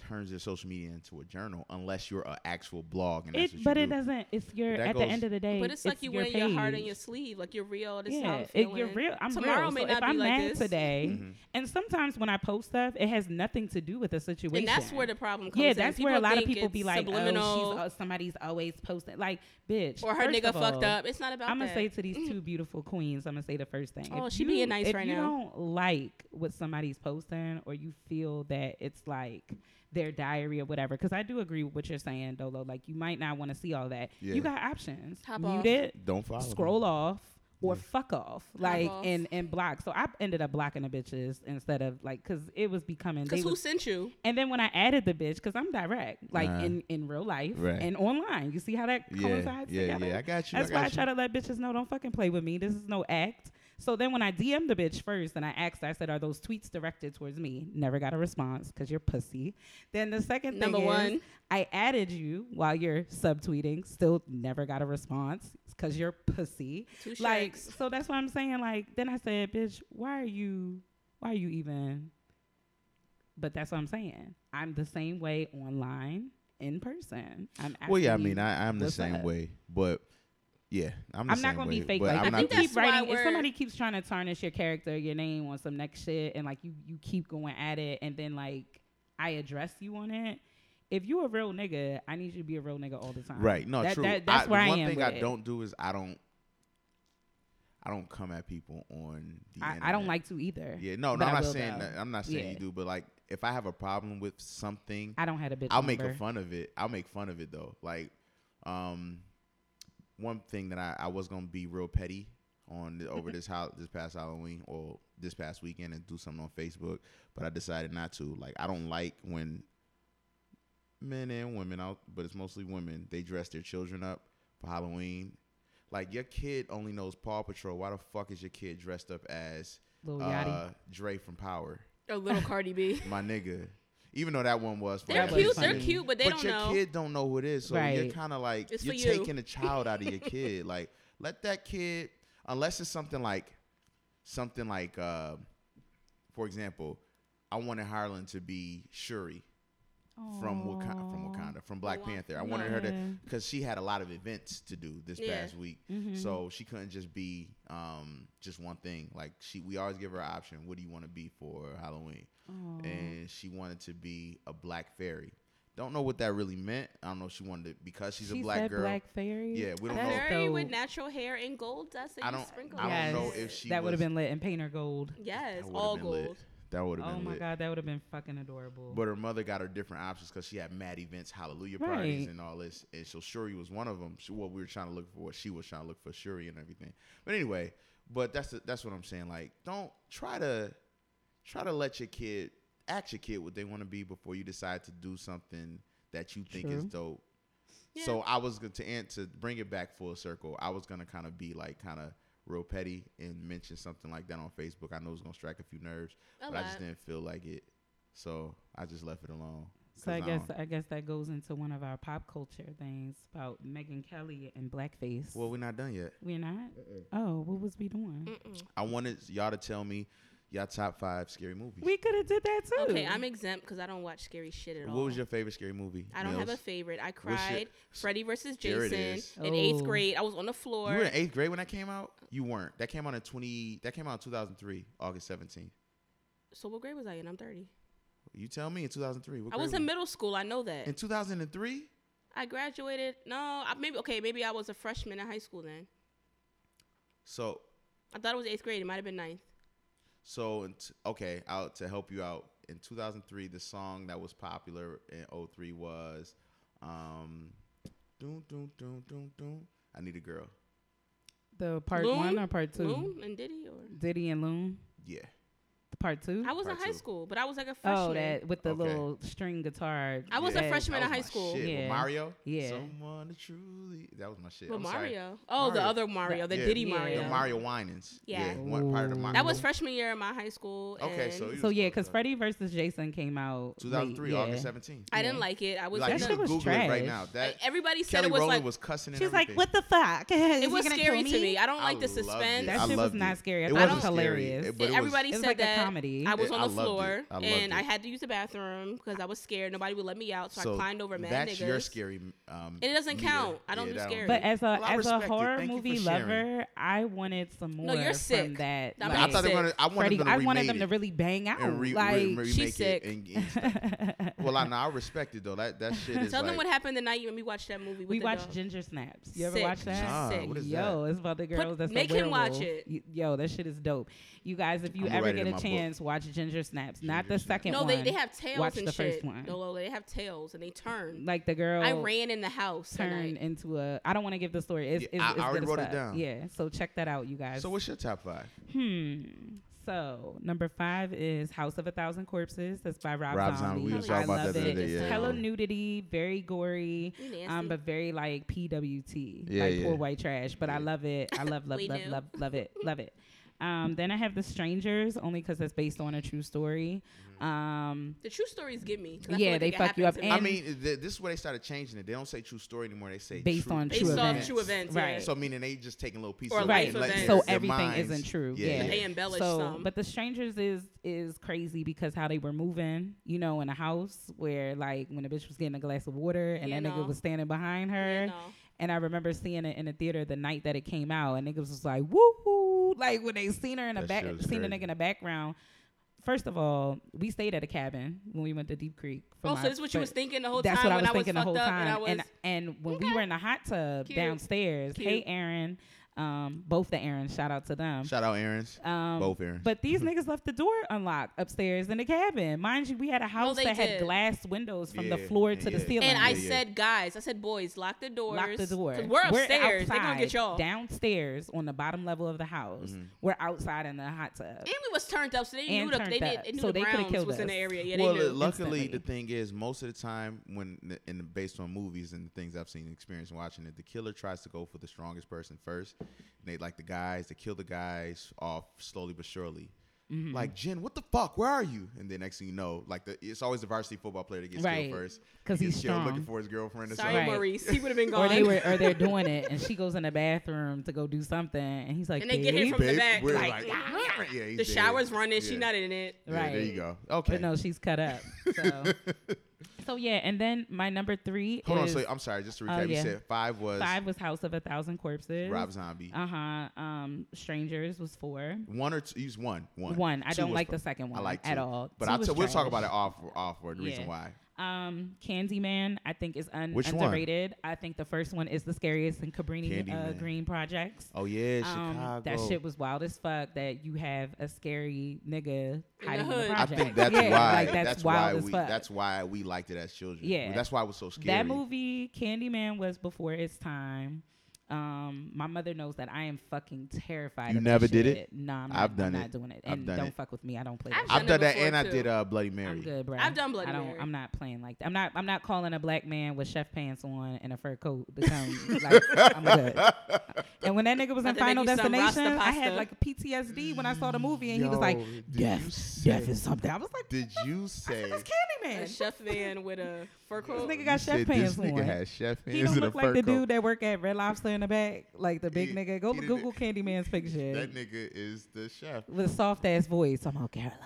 turns their social media into a journal unless you're an actual blog. And that's what it you but it do. doesn't it's your But that at the goes- end of the day But it's, like you your wearing your heart on page. your sleeve. Like you're real. This is how yeah, I'm it, feeling. you're real. I'm Tomorrow real. may so not if be I'm like mad this. today, and sometimes when I post stuff, it has nothing to do with the situation. And that's where the problem comes. yeah, in. that's where a lot of think people it's be like, subliminal, "Oh, she's oh, somebody's always posting like, bitch, or her first nigga of fucked all, up. It's not about. I'm gonna that. say to (clears throat) these two beautiful queens, I'm gonna say the first thing. Oh, If she being you- nice if right you now. don't like what somebody's posting, or you feel that it's like their diary or whatever, because I do agree with what you're saying, Dolo. Like you might not want to see all that. Yeah. You got options. Hop Mute off. it. Don't follow. them. Scroll off. or fuck off, like off. and and block. So I ended up blocking the bitches instead of like because it was becoming. Because they who was- sent you? and then when I added the bitch, because I'm direct, like Right. in in real life Uh-huh. Right. and online, you see how that Yeah, coincides yeah, together. yeah, I got you, I That's got why I you. try to let bitches know, don't fucking play with me. This is no act. So then when I DM'd the bitch first and I asked, her, I said, are those tweets directed towards me? Never got a response because you're pussy. Then the second Number thing one. is, I added you while you're subtweeting. Still never got a response because you're pussy. Two like, strikes. so that's what I'm saying. Like, then I said, bitch, why are you, why are you even but that's what I'm saying. I'm the same way online, in person. I'm Well, yeah, I asking mean, you I, I'm the what's same up. way, but yeah, I'm. The I'm not same gonna way, be fake but like I'm that. not I think the- that's keep why writing. If we're- somebody keeps trying to tarnish your character, your name on some next shit, and like you you keep going at it, and then like I address you on it. If you a real nigga, I need you to be a real nigga all the time. Right. No, That- true. that- that's I, where I one am. thing with I it. don't do is I don't I don't come at people on the I, I internet. don't like to either. Yeah, no, no but I'm I not will, saying though. that, I'm not saying Yeah. you do, but like if I have a problem with something, I don't have a bitch. I'll make a number. fun of it. I'll make fun of it though. Like um one thing that I, I was gonna be real petty on the, Mm-hmm. over this how this past Halloween or this past weekend and do something on Facebook, but I decided not to. Like I don't like when men and women out, but it's mostly women. They dress their children up for Halloween. Like your kid only knows Paw Patrol. Why the fuck is your kid dressed up as Lil Yachty. uh, Dre from Power? A little Cardi B. My nigga. Even though that one was They're That was funny cute. They're funny. cute, but they but don't your know. kid don't know who it is, so you're Right. kind of like It's you're for you. taking the child out of (laughs) your kid. Like let that kid, unless it's something like something like, uh, for example, I wanted Harlan to be Shuri uh, from Wakanda, from Wakanda, from Black Wa- Panther. I wanted her to Yeah. because she had a lot of events to do this Yeah. past week, Mm-hmm. so she couldn't just be um, just one thing. Like she, we always give her an option. What do you want to be for Halloween? Oh. And she wanted to be a black fairy. Don't know what that really meant. I don't know. if She wanted to, because she's she a black said girl. Black fairy. Yeah, we don't A know. That's fairy dope. with natural hair and gold dust that I you don't- sprinkle. I on don't know it. if she that would have was- been lit in paint or gold. Yes, That would've all been gold. lit. That would have Oh been my lit. god, that would have been fucking adorable. But her mother got her different options because she had mad events, hallelujah parties, Right. and all this. And so Shuri was one of them. She, what we were trying to look for, she was trying to look for Shuri and everything. But anyway, but that's the, that's what I'm saying. Like, don't try to try to let your kid ask your kid what they want to be before you decide to do something that you think is True. dope. Yeah. So I was going to an- to bring it back full circle. I was gonna kind of be like kind of real petty and mention something like that on Facebook. I know it's gonna strike a few nerves, A but I just lot. didn't feel like it, so I just left it alone. So I 'Cause um, guess don't- I guess that goes into one of our pop culture things about Megan Kelly and blackface. well, we're not done yet. we're not. Oh, what was we doing? Mm. I wanted y'all to tell me y'all top five scary movies. We could have did that too. Okay, I'm exempt because I don't watch scary shit at all. what was your favorite scary movie? I don't have a Mills? favorite. I your- cried. Freddy versus There it Jason is. in eighth Oh. grade. I was on the floor. You were in eighth grade when that came out. You weren't. That came out in twenty. That came out in two thousand three, August seventeenth. so what grade was I in? I'm 30. You tell me in two thousand three. I was in middle school. I know that. in two thousand and three. I graduated. No, I, maybe okay. Maybe I was a freshman in high school then. So I thought it was eighth grade. It might have been ninth. So in t- okay, out to help you out. In 2003, the song that was popular in 03 was um doom doom doom doom doom I need a girl. the part Loon? one or part two? Loom and Diddy or Diddy and Loon. Yeah. The part two. I was in Part high two. school, but I was like a freshman. oh, that with the Okay. little string guitar. I was a that- freshman That in was high my school. Shit. With Yeah. Mario? Yeah. Someone to truly That was my shit. But I'm sorry. Mario. Oh, the Mario. other Mario, the Yeah, Diddy yeah. Mario. The Mario Winans. Yeah. one part of the Ooh. Mario. That was freshman year in my high school. Okay, so and you- So yeah, close because though. Freddy versus Jason came out. late, 2003, yeah. August 17th. I didn't like it. I was like, you That gonna- shit should was Google it right trash. now. That everybody said Kelly it was Rowland like was cussing. and She's like, everything. "What the fuck? (laughs) Is he it was gonna kill scary to me?" me. I don't like the I loved it. suspense. That I shit was loved not it. scary. I It thought it wasn't was scary, hilarious. it- but it was- everybody It was said like a that comedy. I was Yeah, on I loved the it. floor I loved it. and I had to use the bathroom because I was scared. Nobody would let me out, so, I climbed over mad that's niggas. your scary. Um, And it doesn't meter. count. I don't do that scary. But as a Well, I as a respect it. horror Thank you for movie sharing. lover, I wanted some more No, you're from sick. that. I'm Nah, I like thought they sick. wanted. I wanted Freddie, them to I wanted remade them to it (laughs) really bang out. and (laughs) re- re- like remake she's it sick. and- and stuff. Well, I know I respect it though. That that shit is. (laughs) Tell them like- what happened the night you and me watched that movie. With we the watched dog. Ginger Snaps. You ever Sick. watch that? Nah, what is that? Yo, it's about the girls that's a make him watch werewolf. it. Y- Yo, that shit is dope. You guys, if you I'ma ever write it in get a my book. chance, watch Ginger Snaps. Not Ginger the Snaps. second No, one. they, they have tails Watch and the shit. first one. Lolo, they have tails and they turn. Like the girl I ran in the house. that turned night. into a. I don't want to give the story. It's, Yeah, it's, I- it's I already good as wrote it fuck. down. Yeah, so check that out, you guys. So what's your top five? Hmm. So number five is House of a Thousand Corpses. That's by Rob, Rob Zombie. Zombie. We was talking I about love that the it. other day, It's yeah. hella nudity, very gory, You nasty. um, but very like PWT, Yeah, like yeah. poor white trash. But I love it. I (laughs) love, love, We love, knew. love, love it, love it. Um, then I have The Strangers, only because that's based on a true story. Mm-hmm. Um, The true stories get me. 'cause I Yeah, feel like they it fuck happened you up to I And- me. mean, th- this is where they started changing it. They don't say true story anymore. They say Based on true based off events. true events. Right. yeah. So meaning they just taking little pieces Or of life it and let- events. so their everything minds- isn't true. Yeah, Yeah, yeah. They embellish so, some. But the strangers is is crazy because how they were moving, you know, in a house where like when the bitch was getting a glass of water and Yeah, that nigga no. was standing behind her. Yeah, no. And I remember seeing it in the theater the night that it came out, and niggas was like, "Woo!" Like when they seen her in the That back, shit was seen the crazy. nigga in the background. First of all, we stayed at a cabin when we went to Deep Creek. for Oh, my so this is what you fir- was thinking the whole that's time what I when was I was thinking the fucked whole up time. and I was. and, and when we were in the hot tub Cute. downstairs, Cute. hey Aaron, um, both the Aaron's, shout out to them. Shout out Aaron's. Um, Both Aaron's. But (laughs) these niggas left the door unlocked upstairs in the cabin. Mind you, we had a house they that did. had glass windows from Yeah, the floor yeah, to the yeah. ceiling. and I Yeah, yeah. said, guys, I said, boys, lock the doors. Lock the door. 'Cause We're upstairs. They gonna get outside, y'all. Downstairs on the bottom level of the house. Mm-hmm. We're outside in the hot tub. And we was turned up, so they And knew the, turned they, did, up. they knew So the they coulda Browns killed was in the us. area. Yeah, well, they knew. uh, luckily the instantly. thing is, most of the time when the- in the, based on movies and the things I've seen, experience watching it, the killer tries to go for the strongest person first. And they like the guys, they kill the guys off slowly but surely. Mm-hmm. Like Jen, what the fuck? Where are you? And then next thing you know, like the, it's always the varsity football player that gets Right. killed first 'Cause He gets he's killed strong. looking for his girlfriend. Or Sorry, Right. something. Maurice. He would have been gone. Or they were, or they're doing (laughs) it, and she goes in the bathroom to go do something, and he's like, And they get him "Babe?" from the Babe, back. we're like, Like, "Ah." Yeah, he's the dead. shower's running. She Yeah. not in it. Yeah, there you Right. go. but Okay. no, she's cut up. (laughs) So, so yeah, and then my number three Hold on. is So I'm sorry. Just to Oh, recap, you yeah. said five was five was House of a Thousand Corpses. Rob Zombie. Uh huh. Um, Strangers was four. One or two? Use one. One. One. I Two don't was like per- the second I one like two. at all. But Two I'll was t- we'll talk trash. about it off off for the reason Yeah. why. Um, Candyman, I think is un- Which one? underrated. I think the first one is the scariest in Cabrini uh, Candyman. Green Projects. Oh yeah, Chicago. Um, that shit was wild as fuck. That you have a scary nigga the hiding in the hood. I I project. think that's (laughs) yeah, why. Like, that's, that's wild why as we. fuck. That's why we liked it as children. Yeah. That's why it was so scary. That movie, Candyman, was before its time. Um, my mother knows that I am fucking terrified. You of that never did shit. it? No, I'm not, I've done am it. not doing it. I've And done don't it. fuck with me. I don't play. I've that I've shit. done done it that, and I before, did too. uh, Bloody Mary. (laughs) I'm good, bro. I've done Bloody I don't, Mary. I'm not playing like that. I'm not. I'm not calling a black man with chef pants on and a fur coat (laughs) to come. like, I'm good. And when that nigga was About in to make Final you some Rasta Destination, I had pasta. like PTSD when I saw the movie, and he was Yo, like, did you "Death, death say- is something." (laughs) I was (laughs) like, Did you say? "It's A Candyman." chef man with a fur coat. This nigga got you chef said pants this nigga on. had chef hands He don't and a look fur like the coat. dude that work at Red Lobster in the back, like the big He- nigga. Go he did Google it. Candyman's picture (laughs) That nigga is the chef. with a soft ass voice. I'm (laughs) on Caroline.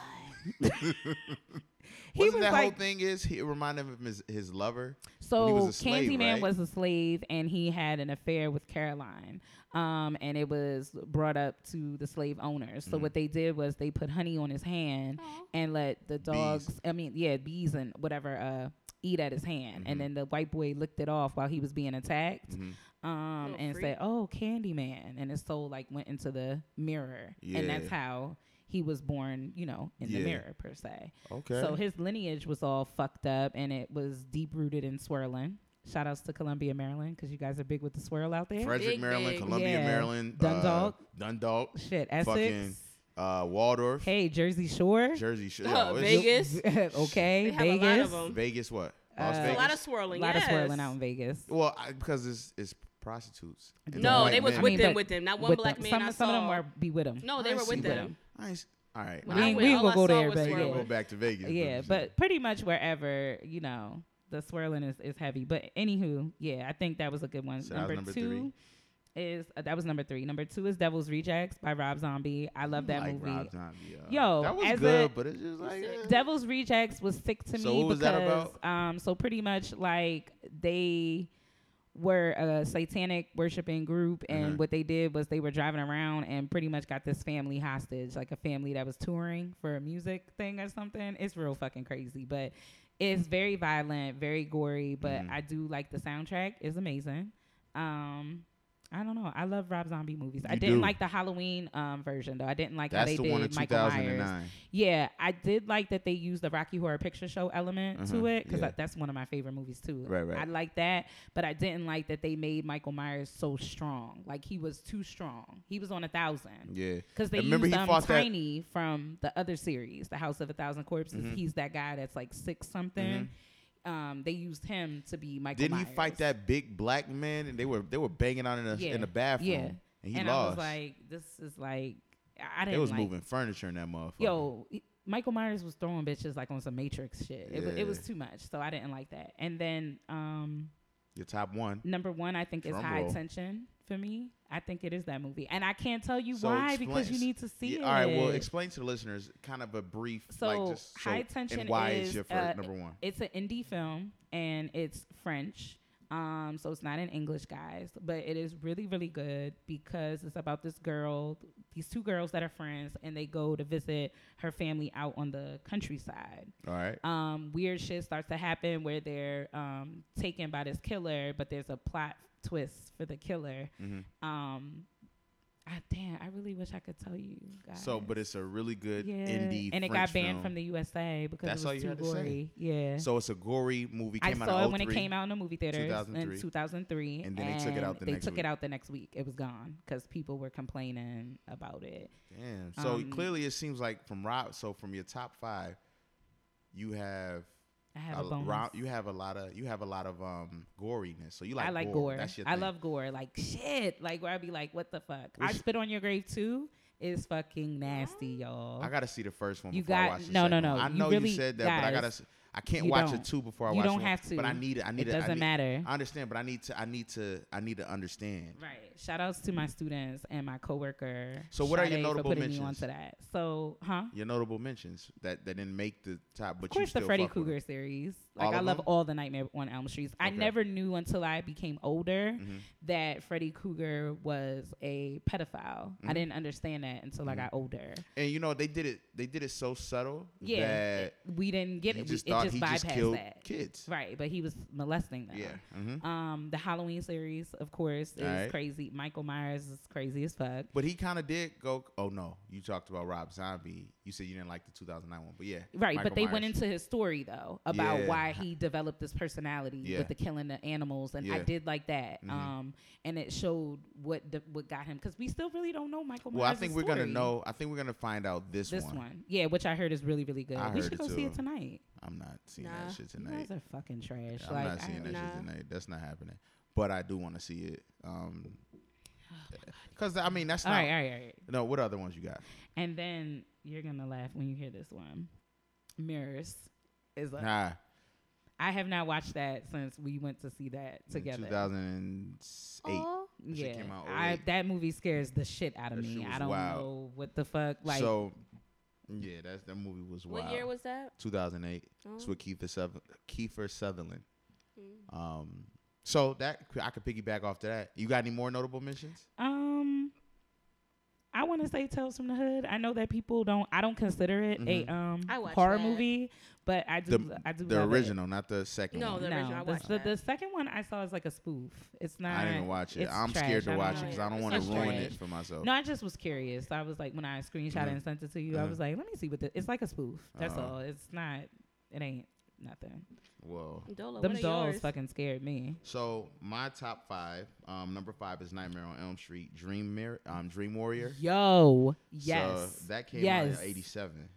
he Wasn't was that whole like, thing is he it reminded him of his, his lover? so when he was a slave, Candyman right? was a slave, and he had an affair with Caroline, um, and it was brought up to the slave owners. Mm-hmm. So what they did was they put honey on his hand and let the dogs, I mean, yeah, bees and whatever, uh, eat at his hand, Mm-hmm. and then the white boy licked it off while he was being attacked. Mm-hmm. um, Little and freak. said, "Oh, Candyman," and his soul like went into the mirror, and that's Yeah. how he was born, you know, in Yeah. the mirror per se. Okay. So his lineage was all fucked up, and it was deep rooted in swirling. Shout outs to Columbia, Maryland, because you guys are big with the swirl out there. Frederick, Big, Maryland, big. Columbia, Yeah. Maryland, Dundalk. uh, Dundalk, Shit, Essex. fucking uh, Waldorf, Hey, Jersey Shore. Jersey, Shore, Uh, it's- Vegas. (laughs) okay, They have a Vegas. lot of 'em. Vegas, what? Las Uh, A Vegas. lot of swirling. lot of yes. swirling out in Vegas. well, I, because it's it's prostitutes. and the No, white they was men. with mean, them, but with them. Not one with black them. man Some, I some of them saw. were be with him. No, I they ain't were see with what them. I ain't, s- all right, When We I ain't- went, we ain't all gonna I go saw there, was but we yeah. gonna swirling. go back to Vegas. yeah, but pretty much wherever you know the swirling is, is heavy. But anywho, yeah, I think that was a good one. So that was number number, two is uh, that was number three. Number two is Devil's Rejects by Rob Zombie. I love that like movie. Rob Zombie, uh, Yo, that was as good, a- but it's just like eh. Devil's Rejects was sick to So me what was that because um so pretty much like they were a satanic worshiping group and Uh-huh. what they did was they were driving around and pretty much got this family hostage like a family that was touring for a music thing or something it's real fucking crazy but It's very violent, very gory, but Mm-hmm. I do like the soundtrack. It's amazing. Um, I don't know. I love Rob Zombie movies. I You didn't do. like the Halloween um, version though. I didn't like That's how they the did one in Michael Myers. 2009. Yeah, I did like that they used the Rocky Horror Picture Show element Uh-huh, to it because yeah. that's one of my favorite movies too. Right, right. I like that, but I didn't like that they made Michael Myers so strong. Like he was too strong. He was on a thousand. Yeah. Because they Remember used he um, fought that- Tiny from the other series, The House of a Thousand Corpses. Mm-hmm. He's that guy that's like six something. Um, they used him to be Michael. Didn't Myers. he fight that big black man? And they were they were banging on in the in the bathroom, Yeah. and he and I lost. was like, this is like, I I they didn't. was like, moving furniture in that motherfucker. Yo, i- Michael Myers was throwing bitches like on some Matrix shit. It, wa- it was Yeah. too much, so I didn't like that. And then um, your top one. number one, I think is Drum High roll. Tension for me. I think it is that movie, and I can't tell you So why explain- because you need to see Yeah, it. All right, well, explain to the listeners kind of a brief, So, like just so, High Tension and why is it's your first uh, number one. It's an indie film and it's French. Um, so it's not in English, guys, but it is really, really good because it's about this girl, these two girls that are friends, and they go to visit her family out on the countryside. All right, Um, weird shit starts to happen where they're um, taken by this killer, but there's a plot twist for the killer. Mm-hmm. Um, I, damn, I really wish I could tell you guys. so but it's a really good indie, and it French got banned film. from the USA because That's it all was you too had to say. gory. Yeah, So it's a gory movie. I Came out saw in it when it 03. came out in the movie theaters 2003. in 2003, And then they took it out and the they next took week. it out the next week. It was gone because people were complaining about it. Damn. So Um, clearly, it seems like from Rob. So from your top five, you have I have a, l- bonus. ro- you have a lot of you have a lot of um goriness. So you like I like gore. gore. That's your I thing. love gore. Like shit. Like where I'd be like, what the fuck? I Which- spit on your grave too. Is fucking nasty, y'all. I gotta see the first one. You before I got- watch the no, no, second no. one. I You know really- you said that, but I gotta. guys, s- I can't you watch don't. it two before I You watch. don't one, have to. But I need. I It need. I doesn't need- matter. I understand, but I need to. I need to. I need to understand. Right. Shout outs to my students and my coworker. So what are your Sade, for notable putting me mentions? onto that. So, huh? Your notable mentions that that didn't make the top, but Of you course, still the Freddy fuck with 'em. Krueger series. Like All I of love them? all the Nightmare on Elm Streets. I Okay. Mm-hmm. never knew until I became older that Freddy Krueger was a pedophile. Mm-hmm. I didn't understand that until I got older. And you know they did it. They did it so subtle. Yeah, that it- we didn't get you it. We- just it thought just he bypassed just killed that. kids. Right, but he was molesting them. Yeah. Mhm. Um, the Halloween series, of course, is Right. crazy. Michael Myers is crazy as fuck. But he kind of did go. Oh no, you talked about Rob Zombie. You said you didn't like the 2009 one, but yeah, Right, Michael but they went Myers. into his story though about Yeah. why he developed this personality Yeah. with the killing the animals, and I Yeah. Mm-hmm. did like that. Um, and it showed what de- what got him because we still really don't know Michael. Well, I Myers' think we're gonna story. know. I think we're gonna find out this, this one. one. yeah, which I heard is really really good. I we heard should it go see it too. tonight. I'm not seeing Nah. that shit You tonight. guys are fucking trash. I'm like, not I seeing that don't- Nah. shit tonight. That's not happening. But I do want to see it. Um, because I mean that's all not. right, all right, all right. No, what other ones you got? And then you're gonna laugh when you hear this one. Mirrors is. up. Nah, I have not watched that since we went to see that together. 2008. That Yeah, shit came out I, 08. that movie scares the shit out of That shit me. was I don't wild. know what the fuck. Like, so, yeah, that's that movie was wild. What year was Oh. that? 2008. It's with Kiefer Suther- Kiefer Sutherland. Mm. Um, so that I could piggyback off to that. You got any more notable mentions? um, I want to say Tales from the Hood. I know that people don't. I don't consider it a um I watched horror that. movie, but I do. Mm-hmm. The, I do. the love it. original, not the second. No, one. Oh, the original. I No, the, watched the, that. the second one I saw is like a spoof. It's not. I didn't even watch it. it's I'm trash. scared to I watch it know. because I don't It's want to such ruin trash. it for myself. No, I just was curious. I was like, when I screenshot it and sent it to you, I was like, let me see what the. It's like a spoof. That's Uh-uh. all. It's not. It ain't nothing. Whoa. Dola, Them what are dolls yours? fucking scared me. So my top five. Um, number five is Nightmare on Elm Street, Dream Mar- um, Dream Warrior. Yo, yes, So that came out yes. in '87.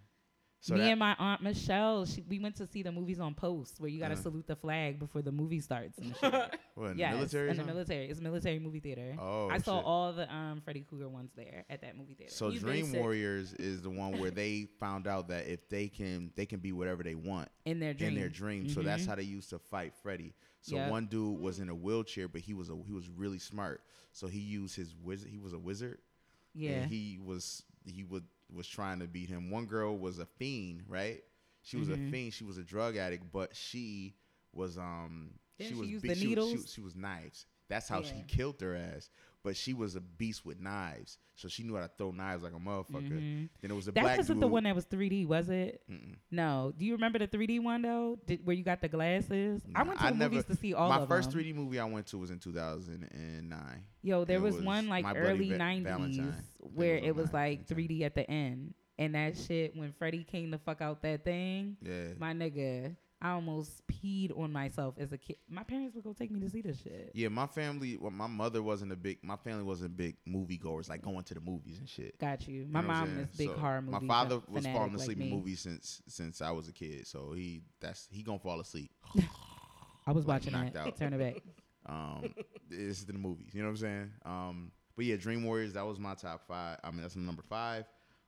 So Me that, and my aunt Michelle, she, we went to see the movies on post where you gotta salute the flag before the movie starts. And shit. what, Uh-huh. (laughs) in yes, the military. or in the something? military. It's a military movie theater. Oh, I saw shit. all the um Freddy Krueger ones there at that movie theater. So You Dream basic. Warriors is the one where they found out that if they can they can be whatever they want in their dream. Mm-hmm. in their dream. So that's how they used to fight Freddy. So Yep. one dude was in a wheelchair, but he was a he was really smart. So he used his wizard. He was a wizard. yeah. And he was he would was trying to beat him. One girl was a fiend, right? She was Mm-hmm. a fiend. She was a drug addict, but she was um Didn't she she was use beat- the she was- she, needles? was- she was knives. That's how she Yeah. killed her ass. But she was a beast with knives, so she knew how to throw knives like a motherfucker. Mhm. Then it was a That black wasn't dude. the one that was 3D, was it? Mm-mm. No. Do you remember the 3D one though, Did, where you got the glasses? I Nah, went to the movies to see all my of first them. 3D movie I went to was in 2009. Yo, there it was, was one like My Bloody early Va- 90s Valentine. I think it where was on it was my- like 3D at the end, and that shit when Freddie came to fuck out that thing, Yeah. my nigga, I almost peed on myself as a kid. My parents would go take me to see this shit. Yeah, my family, well, my mother wasn't a big, my family wasn't big movie goers, like going to the movies and shit. Got you. My You know what I'm mom saying? is big So, horror movie. My father was fanatic falling like asleep me. in movies since since I was a kid, so he that's he gonna fall asleep. I was like, watching knocked that. out. Turn it back. (laughs) Um, it's the movies, you know what I'm saying? Um, but yeah, Dream Warriors that was my top five. I mean, that's my number five.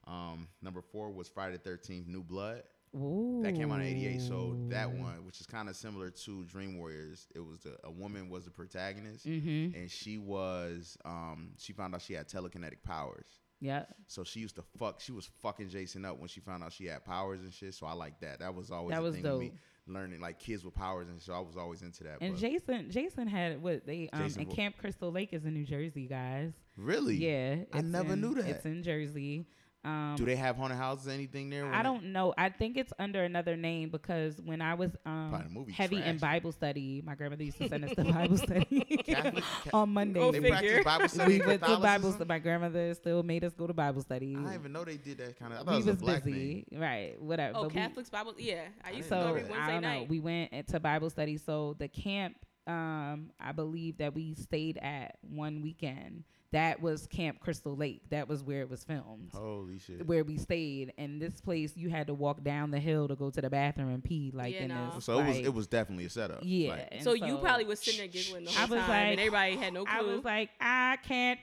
Um, number four was Friday the Thirteenth, New Blood. Ooh. That came out in '88, so that one, which is kind of similar to Dream Warriors, it was the a woman was the protagonist, Mm-hmm. and she was um she found out she had telekinetic powers. Yeah. So she used to fuck. She was fucking Jason up when she found out she had powers and shit. So I like that. That was always That the was thing with me dope. learning like kids with powers and so I was always into that. And but- Jason, Jason had what they um Jason and Wu- Camp Crystal Lake is in New Jersey, guys. really, Yeah, I it's never in- knew that. It's in Jersey. Um, Do they have haunted houses? Anything there? I don't know. I think it's under another name because when I was Probably the um, movie heavy trash. in Bible study, my grandmother used to send us to (laughs) Bible study (laughs) Catholic- Ca- on Monday. Go They practice figure. Bible study. Um, we and went to Bible Catholicism? study. My grandmother still made us go to Bible study. I didn't even know they did that kind of. I thought we it was, was, a black busy, right? Whatever. Oh, but we- Catholics Bible. Yeah, I didn't used to know go so every that. I Wednesday don't know. night. We went to Bible study. So the camp, um, I believe that we stayed at one weekend. That was Camp Crystal Lake. That was where it was filmed. thing. Holy shit! Where we stayed, and this place you had to walk down the hill to go to the bathroom and pee, like Yeah, in no. this. so it was like- it was definitely a setup. yeah. Like, and so, you probably was sitting there giggling the I whole was time, like- and everybody had no clue. I was like, I can't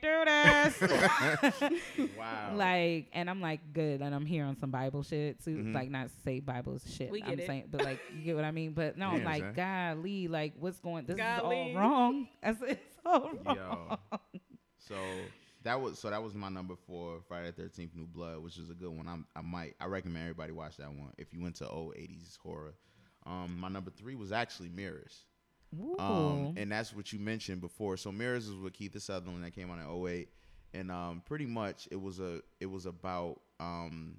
do this. (laughs) wow. Like, and I'm like, good, and I'm here on some Bible shit too. Mhm. Like, not to say Bible is shit. We I'm get it. saying, but like, you get what I mean. But no, I'm Yeah, like, golly, like, what's going? This Golly. is all wrong. (laughs) I said, it's all wrong. Yo. (laughs) So that was so that was my number four, Friday Thirteenth, New Blood, which is a good one. I'm, I might I recommend everybody watch that one if you into old eighties horror. Um, my number three was actually Mirrors, Ooh. um, and that's what you mentioned before. So Mirrors is with Keith Sutherland that came out in 08. and um, pretty much it was a it was about um,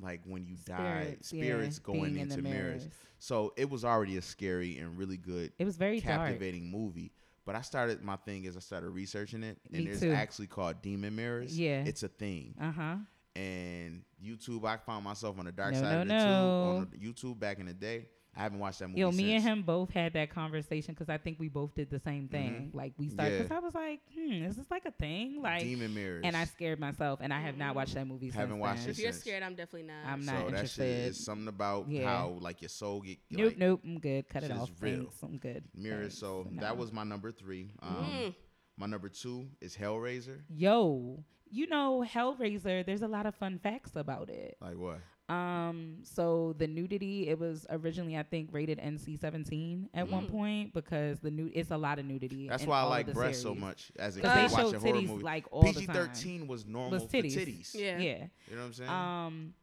like when you die, yeah, spirits going being in the into mirrors. mirrors. So it was already a scary and really good It was very dark. captivating movie. But I started my thing is I started researching it, and Me it's too. actually called Demon Mirrors. Yeah. it's a thing. Uh huh. And YouTube, I found myself on the dark No, side of no, it too. no. On the YouTube back in the day, I haven't watched that movie. Yo, me and since. him both had that conversation because I think we both did the same thing. Like, we started Mm-hmm. Yeah. because I was like, hmm, is this like a thing? Like, Demon Mirrors. and I scared myself, and I have not watched that movie. Haven't since watched then. it if you're sense. scared, I'm definitely not. I'm so not that shit interested. is something about Yeah. how like your soul get Nope, like, nope. I'm good. Cut it shit is off. real. Thanks. I'm good. mirrors. Thanks. So No. that was my number three. Um, Mm. Mm, My number two is Hellraiser. yo. You know, Hellraiser. There's a lot of fun facts about it. Like what? Um, so the nudity. It was originally, I think, rated NC-17 at one point because the new. It's a lot of nudity. Mm. That's in why I all of like the breasts so series. much. As a kid, Because they watching showed horror titties movies. like all the time. PG thirteen was normal for titties. titties. Yeah. Yeah. You know what I'm saying? Um.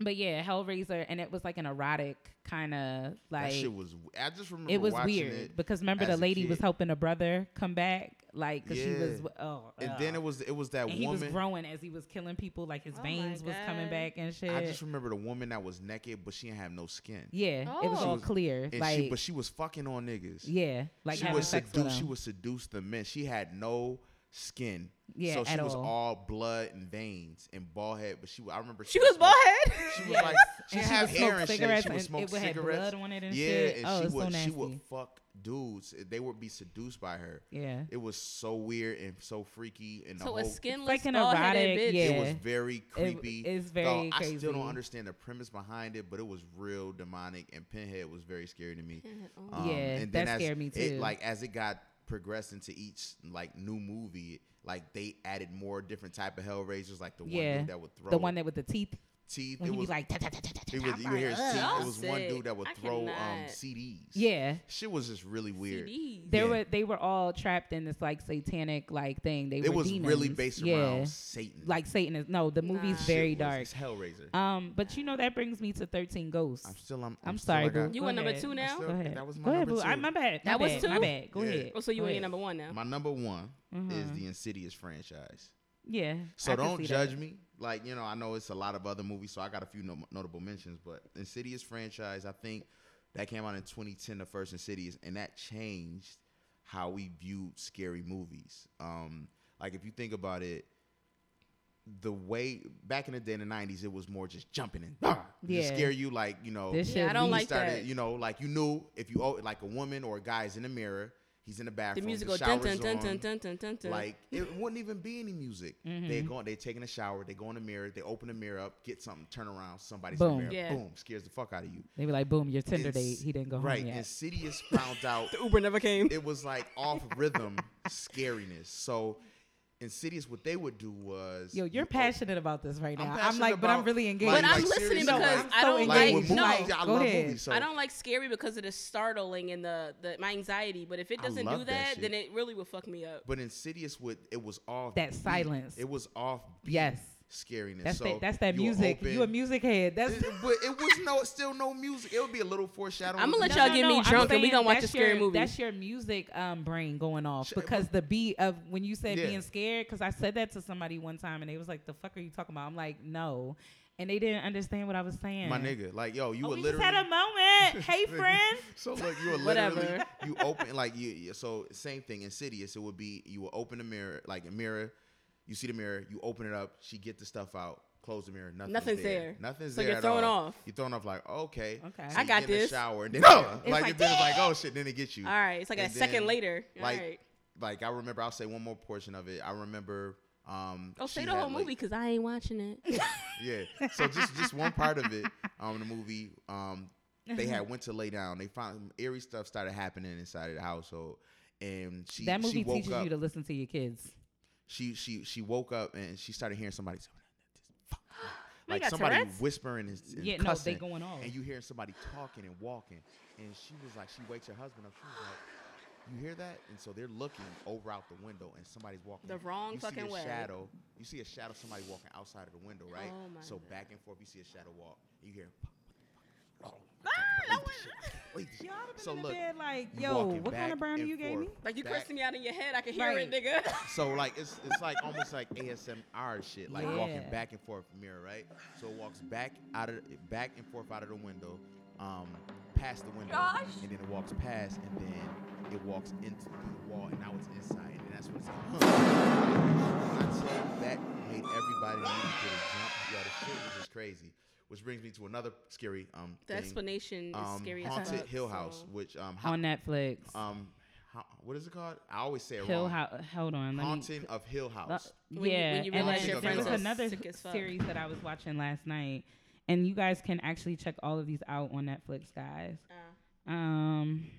But yeah, Hellraiser, and it was like an erotic kind of like that shit was. w- I just remember it was watching weird it, because remember the as a lady was kid. helping a brother come back like because she was Yeah. oh and then it was it was that and he was woman. growing as he was killing people like his Oh my veins was coming God. back and shit I just remember the woman that was naked, but she didn't have no skin. yeah it was Oh. She all was- clear and like she, but she was fucking on niggas. yeah like she having was sex with seduced. She him. was seduced the men. She had no skin. Yeah, so she at was all. blood and veins and bald head. But she, I remember She was bald head. (laughs) (laughs) She was Yes. like, she And didn't she have would hair smoke and shit. cigarettes She and would smoke it would have cigarettes. blood on it and yeah, shit. and Oh, she it's so would she nasty. would fuck dudes. They would be seduced by her. yeah It was so weird and so freaky and the so whole a skinless, like an bald headed erotic- bitch. yeah. It was very creepy. it's Dog, very I still crazy. don't understand the premise behind it, but it was real demonic, and Pinhead was very scary to me. oh. Um, Yeah, and that then as scared me too. It, like as it got progressed into each like new movie, like they added more different type of Hellraisers, like the one Yeah. dude that would throw the one that with the teeth teeth. When it he was be like, "Ta, ta, ta, ta, ta, ta," it was I'm you would hear his like, teeth. "Ugh." It was one Sick. dude that would I throw um cannot. CDs. yeah. shit was just really weird. CDs. They Yeah. were they were all trapped in this like satanic like thing. They It were was really demons. based yeah. around Satan. like Satan is no. The movie's Nah. Shit very was- dark. It's Hellraiser. Um, but you know that brings me to Thirteen Ghosts. I'm still. I'm, I'm still, sorry, I got- boo. You Go want number ahead. two now? still- Go ahead. that was my Go ahead, number boo. I, two. my bad. That my was bad, two? My bad. Go Yeah. ahead. Oh, so you Go ain't ahead. number one now. My number one is Mhm. the Insidious franchise. Yeah. So I can don't see judge that. me. Like you know, I know it's a lot of other movies, so I got a few no- notable mentions. But Insidious franchise, I think that came out in 2010, the first Insidious, and that changed how we viewed scary movies. Um, like if you think about it, the way back in the day in the 90s, it was more just jumping and (laughs) ah, just Yeah. scare you. Like you know, This Yeah, shit I don't leaked. like started, that. you know, like you knew if you oh, like a woman or a guy is in the mirror, he's in the The bathroom, musical shower's dun dun dun on, dun dun dun dun dun. like it wouldn't even be any music. They go, they taking a shower, they go in the mirror, they open the mirror up, get something, turn around, somebody's in Boom. the mirror, Yeah. boom, scares the fuck out of you. They were like, boom, your Tinder Ins- date. He didn't go right, home yet. Insidious found out Uber never came. (laughs) it was like off rhythm scariness. So Insidious, what they would do was Yo, you're you- oh, passionate about this right I'm now. I'm, passionate like, but I'm about- really like, engaged. But I'm like, listening seriously, because like, I so like, don't like- with engaged. movies, no. I go love ahead. movies. So I don't like scary because of the startling and the, the my anxiety. But if it I doesn't love do that that, shit. then it really would fuck me up. but Insidious would it was off That beat. silence. It was off beat Yes. scariness. That's so that. That's that you would music. open- You a music head. That's It- but it was no still no music. It would be a little foreshadowing. I'm gonna let to y'all me. get me I'm drunk and we saying gonna watch a that's scary your- movie. That's your music um, brain going off Sh- because the beat of when you said Yeah. being scared. Because I said that to somebody one time and they was like, "The fuck are you talking about?" I'm like, "No," and they didn't understand what I was (laughs) saying. my nigga. Like yo, you Oh, were we literally just had (laughs) a moment. Hey, friend. So look, you were Whatever. literally you open like you- you. So same thing, insidious. It would be you will open the mirror, like a mirror. You see the mirror, you open it up. She get the stuff out, close the mirror. Nothing's, Nothing's there. there. Nothing's So there. you're at thrown all. off. You're thrown off. Like okay, Okay. So I you got get in the this. shower (laughs) and then It's like, like, and then it's like oh shit, then it gets you. All right, it's like a And second then, later. All like right. like I remember. I'll say one more portion of it. I remember. Um, Oh, she say the had, whole like- movie because I ain't watching (laughs) it. Yeah. So just just one part of it. Um, the movie. Um, they had went to lay down. They found eerie stuff started happening inside of the household, and she that she movie woke teaches up. you to listen to your kids. she she she woke up and she started hearing somebody. say, (gasps) "Fuck." We Like got somebody Tourette's? whispering and, and Yeah, no, they cussing, going off. and you hearing somebody talking and walking, and she was like, she wakes her husband up. She was like, "You hear that?" And so they're looking over out the window, and somebody's walking The wrong you fucking see a way. Shadow. You see a shadow. of Somebody walking outside of the window, right? Oh my so God. back and forth, you see a shadow walk. and You hear. "Fuck, what the that fuck? Oh, leave this shit. Leave this shit." Y'all have been So in the look, bed like, you yo, walking what kind back of brownie and you gave me? forth, Like you back- cursing me out in your head, I can hear Right. it, nigga. (laughs) so like it's it's like almost like ASMR shit, like walking Yeah. back and forth mirror, right? So it walks back out of back and forth out of the window, um, past the window, Josh? and then it walks past, and then it walks into the wall, and now it's inside, and that's what it's like. Huh. When I tell you that made everybody in the movie get a jump. Yo, the shit was just crazy. Which brings me to another scary um The thing. explanation is um, scary as haunted fuck, Hill House, so- which um ho- On Netflix. um ho- what is it called? I always say it Hill wrong. House. Hold on. Let me, Haunting of Hill Uh, House. When you- yeah, when you and realize then your there was friends are another sick as fuck. series that I was watching last night, and you guys can actually check all of these out on Netflix, guys. uh. Uh, Um,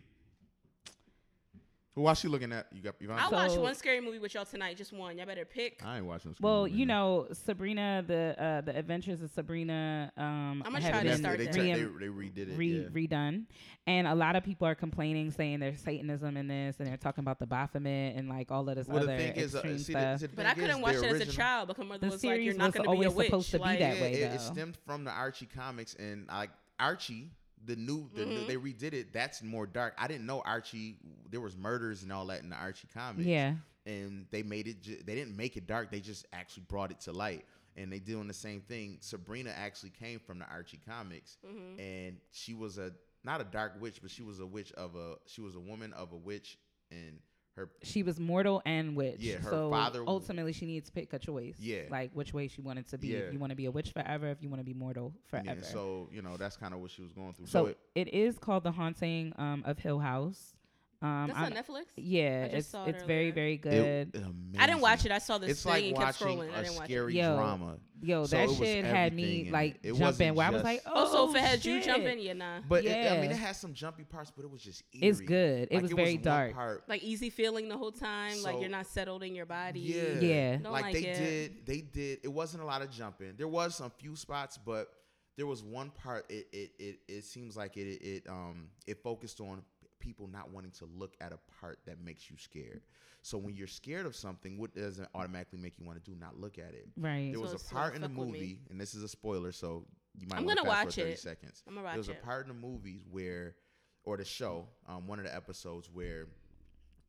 Who why she looking at you? Got you I'll got. So- watch one scary movie with y'all tonight. Just one. Y'all better pick. I ain't watching. well, you know, Sabrina, the uh, the Adventures of Sabrina, um, I'ma have try to been start they, that. check- they, re- they redid it. re- yeah. redone, and a lot of people are complaining, saying there's Satanism in this, and they're talking about the Baphomet and like all of this well, other the thing is, uh, extreme see, the, stuff. see, the But thing I couldn't is, watch the it as a original- child because my The mother was like, "You're series not was going to be a always witch." supposed to be like, that Yeah, way, it, it though. stemmed from the Archie comics, and like Archie, the new, the Mm-hmm. new, they redid it. That's more dark. I didn't know Archie. There was murders and all that in the Archie comics. Yeah. and they made it. Ju- they didn't make it dark. They just actually brought it to light. And they doing the same thing. Sabrina actually came from the Archie comics, mm-hmm. Um, and she was a not a dark witch, but she was a witch of a she was a woman of a witch, and her she was mortal and witch. Yeah, her so father w- ultimately she needs to pick a choice. Yeah. like which way she wanted to be. Yeah. If you want to be a witch forever, if you want to be mortal yeah, forever. so so you know that's kind of what she was going through. So, so it, it is called the haunting um, of Hill House. Um, That's I'm- on Netflix. Yeah, I just it's saw it it's very earlier. very It- good. I didn't watch amazing. it. I saw this It's thing like and kept watching scrolling. I a didn't watch it. scary Yo, drama. Yo, So it that was shit had everything me in like it. It jumping. wasn't Where I was just- like, oh, Also, if it had you shit. jumping, yeah, nah. But it, I mean, Yeah. it has some jumpy parts, but it was just eerie. It's good. It was very one dark. part- Like easy feeling the whole time. like So- you're not settled in your body. yeah, Yeah. Don't Like, like they it. did, they did. It wasn't a lot of jumping. There was some few spots, but there was one part. It it it, it seems like it, it it um it focused on people not wanting to look at a part that makes you scared. So when you're scared of something, what doesn't automatically make you want to do not look at it? Right. There So was it's a gonna part in the fuck with me. movie, and this is a spoiler, so you might I'm wanna gonna fast forward watch 30 it. Seconds. I'm gonna There was watch a it. part in the movies where, or the show, um, one of the episodes where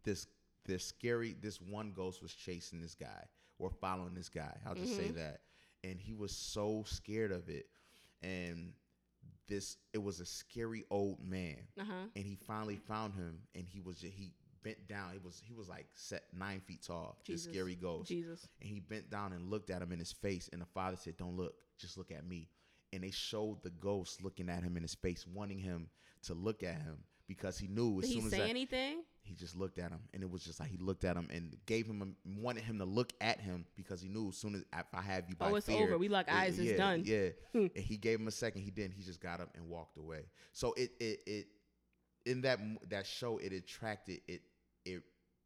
this this scary this one ghost was chasing this guy or following this guy. I'll just Mm-hmm. say that, and he was so scared of it, and this it was a scary old man Uh huh. and he finally found him and he was just, he bent down he was he was like set nine feet tall Jesus. this scary ghost Jesus. and he bent down and looked at him in his face and the father said don't look just look at me and they showed the ghost looking at him in his face wanting him to look at him because he knew as Did he soon as say that, anything? he just looked at him and it was just like he looked at him and gave him a, wanted him to look at him because he knew as soon as if I have you by Oh, it's fear, over. We lock it- eyes, it's yeah, done. Yeah. (laughs) Hmm. And he gave him a second. He didn't. He just got up and walked away. So it it it in that m- that show it attracted it it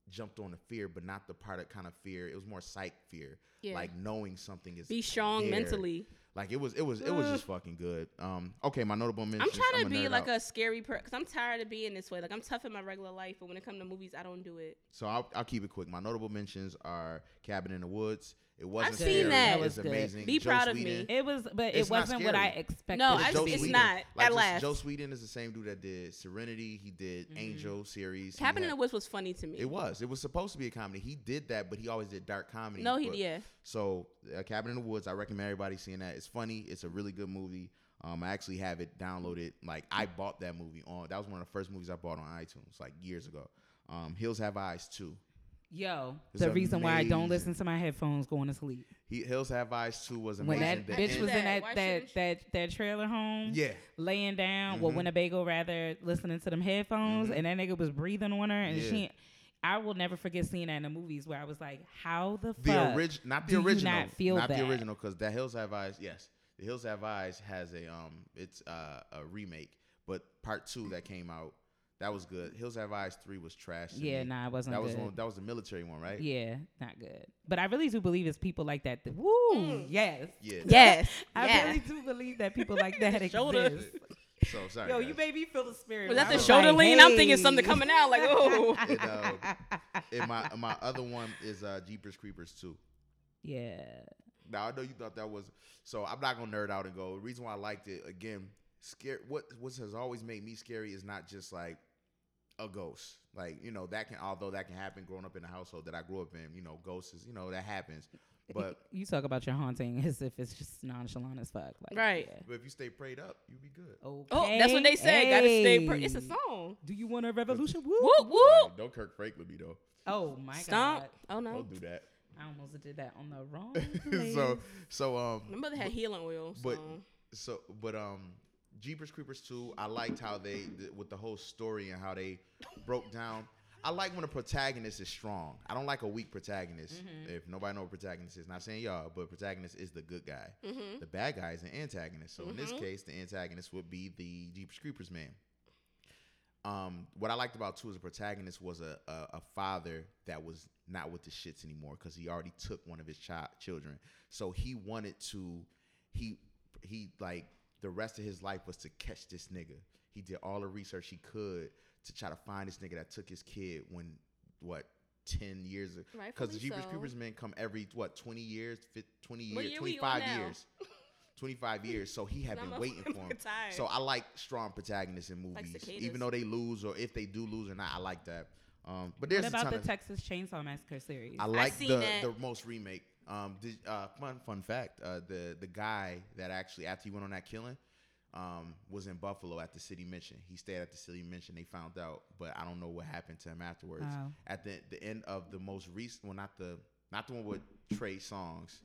jumped on the fear, but not the part of kind of fear. It was more psych fear, Yeah. like knowing something is Be strong there. mentally. Like it was it was it was Uh. just fucking good. Um. Okay, my notable mention. I'm trying to be like a scary person because I'm tired of being this way. Like I'm tough in my regular life, but when it comes to movies, I don't do it. So I'll, I'll keep it quick. My notable mentions are Cabin in the Woods. It wasn't. seen that. It was That was good. amazing. Be proud of Whedon. me. It was, but It's it not wasn't what I scary. expected. No, it I to just- be. it's not. at just- last. Mm-hmm. Joe Sweden is the same dude that did Serenity. He did Angel series. He Cabin in had- the Woods was funny to me. It was. It was supposed to be a comedy. He did that, but he always did dark comedy. No, he but- (laughs) yeah. So, uh, Cabin in the Woods. I recommend everybody seeing that. It's funny. It's a really good movie. Um, I actually have it downloaded. Like I bought that movie on. That was one of the first movies I bought on iTunes like years ago. Um, Hills Have Eyes too. Yo, It's the reason why I don't amazing. listen to my headphones going to sleep. He, Hills Have Eyes too was When amazing. that The bitch end- was in that Why shouldn't that, that that trailer home, (laughs) Yeah. laying down. Well, Winnebago rather listening to them headphones, and that nigga was breathing on her, and Yeah. she. I will never forget seeing that in the movies where I was like, "How the fuck?" the original, not the do you original, not feel not that? the original, because that Hills Have Eyes, yes, the Hills Have Eyes has a um, it's uh, a remake, but part two that came out, that was good. Hills Have Eyes three was trash. to Yeah, me. nah, it wasn't that was good. one, that was the military one, right? Yeah, not good. But I really do believe it's people like that. that woo, yes. yeah. Yes. I Mm. yeah. really do believe that people (laughs) like that Shoulder. (laughs) exist. So sorry. Yo, you guys. made me feel the spirit. Was that I the was shoulder like, lean? I'm thinking hey. (laughs) something coming out. Like, oh, (laughs) And, uh, and my my other one is uh, Jeepers Creepers two. Yeah. Now I know you thought that was so. I'm not gonna nerd out and go. The reason why I liked it again, scare. What what has always made me scary is not just like a ghost. Like you know that can although that can happen. Growing up in a household that I grew up in, you know, ghosts is you know that happens. But (laughs) you talk about your haunting (laughs) as if it's just nonchalant as fuck. Like, Right. yeah. but if you stay prayed up, you be good. Okay. oh, that's what they say. Gotta stay. Per- Hey. it's a song. Do you want a revolution? Woo. Whoop whoop. Don't Kirk Franklin me though. Oh my Stomp. god. Oh no. Don't do that. (laughs) I almost did that on the wrong. so place. so um. My mother had healing oil. So. but- So, but um, Jeepers Creepers two, I liked how they th- with the whole story and how they broke down. I like when a protagonist is strong. I don't like a weak protagonist. If nobody know what protagonist is, not saying y'all, but protagonist is the good guy. Mm-hmm. The bad guy is an antagonist. So in this case, the antagonist would be the Jeepers Creepers man. Um, what I liked about too is the protagonist was a, a, a father that was not with the shits anymore because he already took one of his child children. So he wanted to, he he like the rest of his life was to catch this nigga. He did all the research he could to try to find this nigga that took his kid when what ten years because Rightfully Jeepers so. Creepers men come every what twenty years, fif- twenty What years, year twenty we on five now? years. 25 years, so he had I'm been a- waiting I'm for him. tired. So I like strong protagonists in Like movies, even cicadas. though they lose or if they do lose or not. I like that. Um, but there's What a about ton the of Texas Chainsaw Massacre series? I like seen the that. the most remake. Um, did, uh, fun fun fact: uh, the the guy that actually after he went on that killing, um, was in Buffalo at the city mission. He stayed at the city mission. They found out, but I don't know what happened to him afterwards. Oh. At the the end of the most recent, well, not the not the one with Trey songs,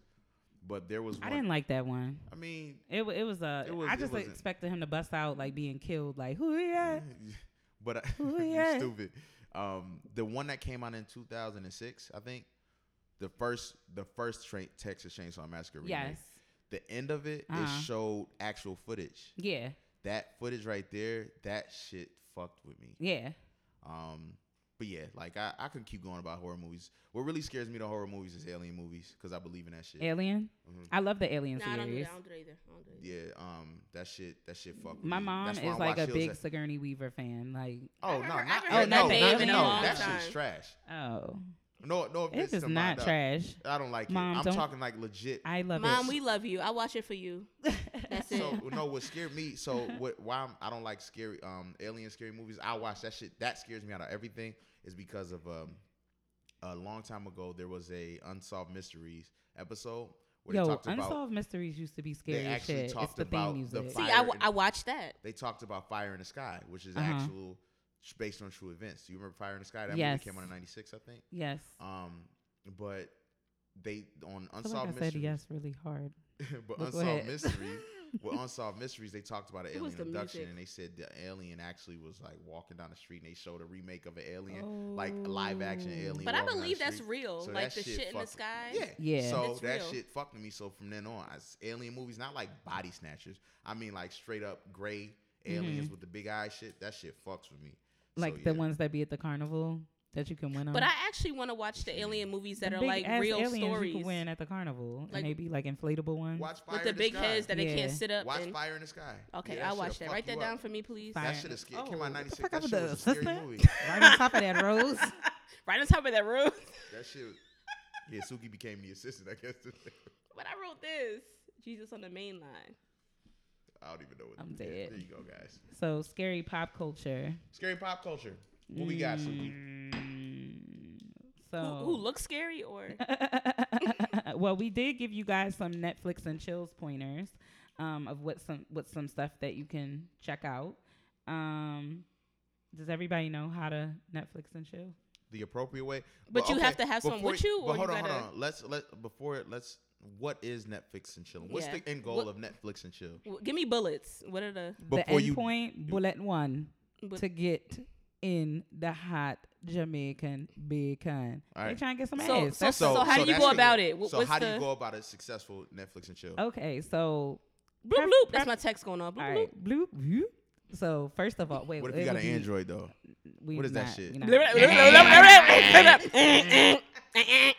but there was. One, I didn't like that one. I mean, It, wa- it was a. It was- I it just wasn't- expected him to bust out like being killed, like who yeah. (laughs) but I, Ooh, you yeah. stupid. Um, the one that came out in 2006, I think. The first, the first tra- Texas Chainsaw Massacre. remake. Yes. The end of it, Uh-huh. it showed actual footage. Yeah. That footage right there, that shit fucked with me. Yeah. Um, but yeah, like I, I could keep going about horror movies. What really scares me to horror movies is alien movies because I believe in that shit. Mm-hmm. Alien. I love the Alien Nah, I don't do series. that. I don't do that either. I don't do that. either. yeah, um, that shit, that shit fuck. With My me. mom Mm, That's why I is like watch a Hills big Have- Sigourney Weaver fan. Like, oh I've no, heard- not, I've yeah, heard no, that not- name in a no, long that time. shit's trash. oh, No, no, it offense is to my not dog. trash. I don't like Mom, it. I'm don't- talking like legit. I love Mom, it. we love you. I watch it for you. (laughs) That's it. so no, what scared me? So what? Why I'm, I don't like scary, um, alien scary movies? I watch that shit. That scares me out of everything. Is because of um, a long time ago there was a unsolved mysteries episode where they Yo, talked about Unsolved Mysteries used to be scary They as actually shit. It's talked the about theme the music. See, fire I, w- and- I watched that. they talked about Fire in the Sky, which is Uh-huh. actual sh- based on true events. Do you remember Fire in the Sky? That Yes. movie came out in '96, I think. yes. Um, but they on I feel like I unsolved said mysteries. yes really hard. (laughs) but But go unsolved ahead. (laughs) mysteries with unsolved mysteries they talked about an What was alien the abduction music? and they said the alien actually was like walking down the street and they showed a remake of an Oh, alien like a live action Oh. alien But I walking down the believe that's street. real, like the shit in the fucked- sky. yeah Yeah. so That's that real. shit fucked with me so from then on I s alien movies not like body snatchers i mean like straight up gray aliens with the big eye shit that shit fucks with me So, Mm-hmm. Like yeah. the ones that be at the carnival that you can win on. But I actually want to watch the alien movies that The are big like ass real aliens You stories can win at the carnival. Like- and they be like inflatable ones. watch fire with the in big sky. heads that they Yeah. can't sit up. watch in. fire in the sky Okay, Yeah, I'll shit'll watch that. fuck Write you that up. down for me, please. Fire. that shit is came out in What the 96 fuck that up with shit the was a scary assistant? movie right on top of that rose. (laughs) Right on top of that room. (laughs) That shit. Yeah, Suki became the assistant. I guess. (laughs) but I wrote this. Jesus on the main line. I don't even know what. I'm yeah, dead. There you go, guys. So scary pop culture. Scary pop culture. What we got, Suki? Mm, Who, so who looks scary or (laughs) well, we did give you guys some Netflix and chills pointers um, of what some what some stuff that you can check out. Um, does everybody know how to Netflix and chill? The appropriate way. But you have to have someone before- with you, But or you hold on, gotta- hold on. Let's let before it. Let's. What is Netflix and chilling? What's Yeah. the end goal What- of Netflix and chill? Well, give me bullets? What are the the end point bullet one But- to get in the hot Jamaican bacon. All They right. trying to get some So- ass. so- That's- so how do you that's go the- about it? Wh- so what's how do the- you go about a successful Netflix and chill? okay, so bloop Pref- bloop? pref- That's my text going on. Bloop all bloop. right, bloop. whoop. So first of all, wait. What if you it got an would be- Android though? we What is that not- shit? we Bloop, bloop, not- bloop, bloop, bloop, bloop, bloop.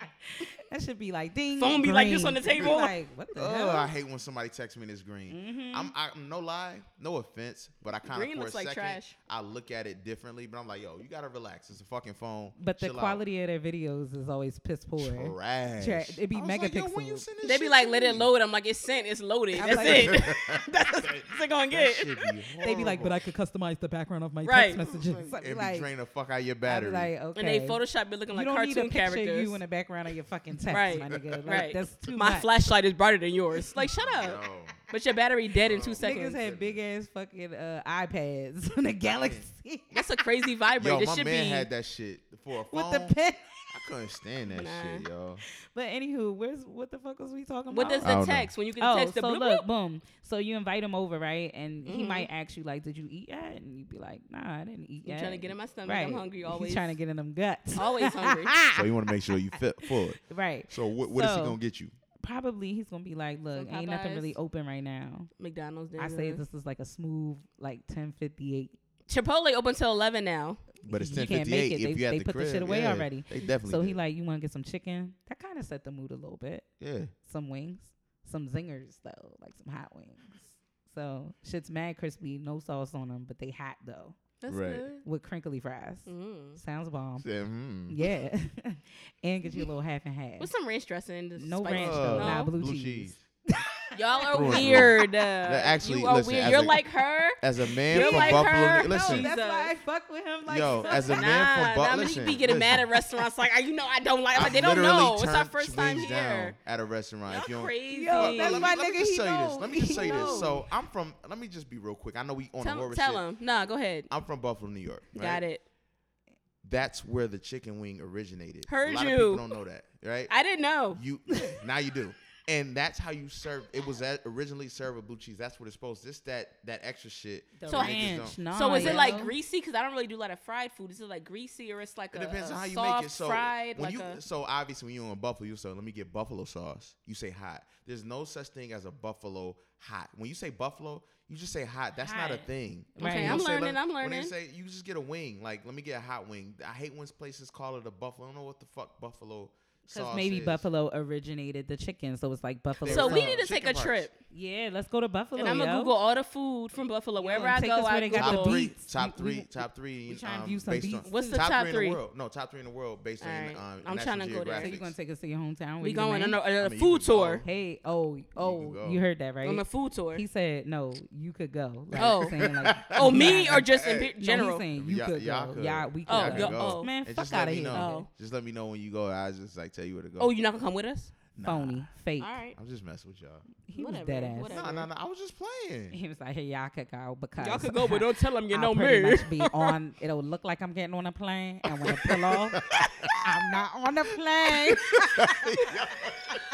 That should be like ding. Phone be like this green. on the table. Like what the Oh, hell? I hate when somebody texts me this green. I'm, I'm no lie, no offense, but I kind of Mm-hmm. Green for a looks like second trash. I look at it differently. But I'm like, yo, you gotta relax. It's a fucking phone. But the Chill out. quality of their videos is always piss poor. trash. Tra- it be I was Like, yo, when you megapixels. send this They be shit like, to let it me?" load. I'm like, it's sent. It's loaded. I'm That's like- it. (laughs) That's what it That gonna get. shit be (laughs) They be like, but I horrible. could customize the background of my Right. text messages. I'd It be be like, drain the fuck out your I'd battery. be like, okay. And they Photoshop it looking you like don't need a cartoon picture of characters. you in the background of your fucking text, Right. my nigga. Like, Right. That's too My much. flashlight is brighter than yours. Like, shut "Oh, up. Yo. But your battery dead in two Niggas seconds. Niggas had big ass fucking uh, iPads (laughs) on the Galaxy (laughs) That's a crazy vibrator. Yo, This my should man be. had that shit for a phone. with the pen. (laughs) I couldn't stand that Nah. shit, yo. But anywho, where's what the fuck was we talking What about? does I the don't know. text when you can Oh, text the Mm-hmm. so bloop, look, bloop? boom. So you invite him over, right? And he might ask you, like, did you eat yet? And you'd be like, nah, I didn't eat I'm yet. trying to get in my stomach. Right. I'm hungry always. He's trying (laughs) to get in them guts. Always hungry. (laughs) So you want to make sure you fit full. right. So what, what is So- he gonna get you? Probably he's going to be like, look, Some ain't nothing really Popeyes? open right now. McDonald's. I say nigga. this is like a smooth, like 1058. Chipotle open till eleven now. But it's You ten can't fifty make eight. it. If They- you at they the put the crib, shit away yeah, already. They definitely. So he did. like, you want to get some chicken? That kind of set the mood a little bit. yeah. Some wings. Some zingers, though. Like some hot wings. So shit's mad crispy. No sauce on them, but they hot, though. That's Right. good. With crinkly fries. Mm. Sounds bomb. Said, hmm. Yeah. (laughs) and get you a little half and half. With some ranch dressing. and just no spice. ranch, Uh, though. Nah, No? blue, Blue cheese. cheese. Y'all are Blue- weird. Uh, actually, you are listen, weird. as You're a- like her. As a man You're from like Buffalo, her. Ni- No, listen. that's- why I fuck with him. like, Yo, so as a Nah, man from nah, Bu- many listen, people getting mad listen. at restaurants. Like, I- you know, I don't like. Like, I they don't literally know. It's our turned first time wings here. down at a restaurant. if you Y'all don't, crazy. Yo, that's let, my me, let me nigga, just he tell you knows. this. Let me just He tell you this. knows. So I'm from. Let me just be real quick. I know we on Tell, horror tell shit. him. Nah, go ahead. I'm from Buffalo, New York. Right? Got it. That's where the chicken wing originated. Heard a lot you. Of people don't know that, right? I didn't know. you (laughs) now you do. And that's how you serve. It was that originally served with blue cheese. That's what it's supposed. This that that extra shit. The So- that niggas ranch, don't- nah, so is it yo. like greasy? Because I don't really do a lot of fried food. Is it like greasy or it's like It a, depends a on how you soft make it. So fried? when like you a, so obviously when you're on buffalo, you say, "Let me get buffalo sauce." You say hot. There's no such thing as a buffalo hot. When you say buffalo, you just say hot. That's not a Hot. thing. Right. Okay, You don't I'm say, "Let learning, me-" I'm When learning. they say you just get a wing, like let me get a hot wing. I hate when places call it a buffalo. I don't know what the fuck buffalo Because sauce maybe is. buffalo originated the chicken, so it's like buffalo. There so was we a need to take chicken a parts. trip. yeah, let's go to Buffalo. And I'm gonna yo. Google all the food from Buffalo wherever I take go. us where I they got the Google. Top three, beats. top We- three, we- top three. we trying to um, view some based beats. on- What's the top in three? the world? No, top three in the world based on. Alright, Um, National I'm tryna go there. So you're Geographic. gonna take us to your hometown? We you going on mad? a, a I mean, you food could go. tour. Hey, oh, oh, go. you heard that right? On a food tour. He said, "No, you could go." Like, Oh. saying, (laughs) like, Oh, yeah, me or just in Hey. pe- no, general? He's saying you Y'all- could y'all go. could. Yeah, we could. Oh, go. y'all could go. Man, And fuck just let out of me here. know. Oh. Just let me know when you go. I just like tell you where to go. oh, you're not gonna come with us? Phony, fake. All right. I'm just messing with y'all. He Whatever, was dead ass. whatever. No, no, no. I was just playing. (laughs) He was like, "Hey, y'all could go because Y'all could (laughs) go, but don't tell them you I'll know pretty me. (laughs) much be on. It'll look like I'm getting on a plane, and when I pull off, (laughs) I'm not on a plane.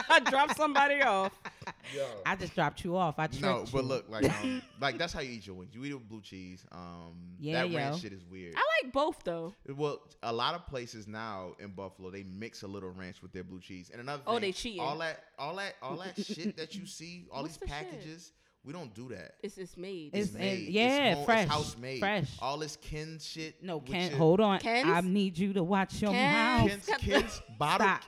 I dropped somebody off. I just dropped you off. I tricked No, but you. look, like, um, like that's how you eat your wings. You eat it with blue cheese. Um, Yeah, that ranch yo. shit is weird. I like both though. Well, a lot of places now in Buffalo they mix a little ranch with their blue cheese. And another Oh, thing, they cheating. All that, all that, all (laughs) that shit that you see, all What's these the shit? packages, we don't do that. It's it's made. It's- It's and- made. It's yeah, home- it's fresh, house made. fresh. All this kin shit. no, with Kent, your- hold on. Ken's? I need you to watch your Ken's? mouth. Ken's, Ken's bottled. Stop.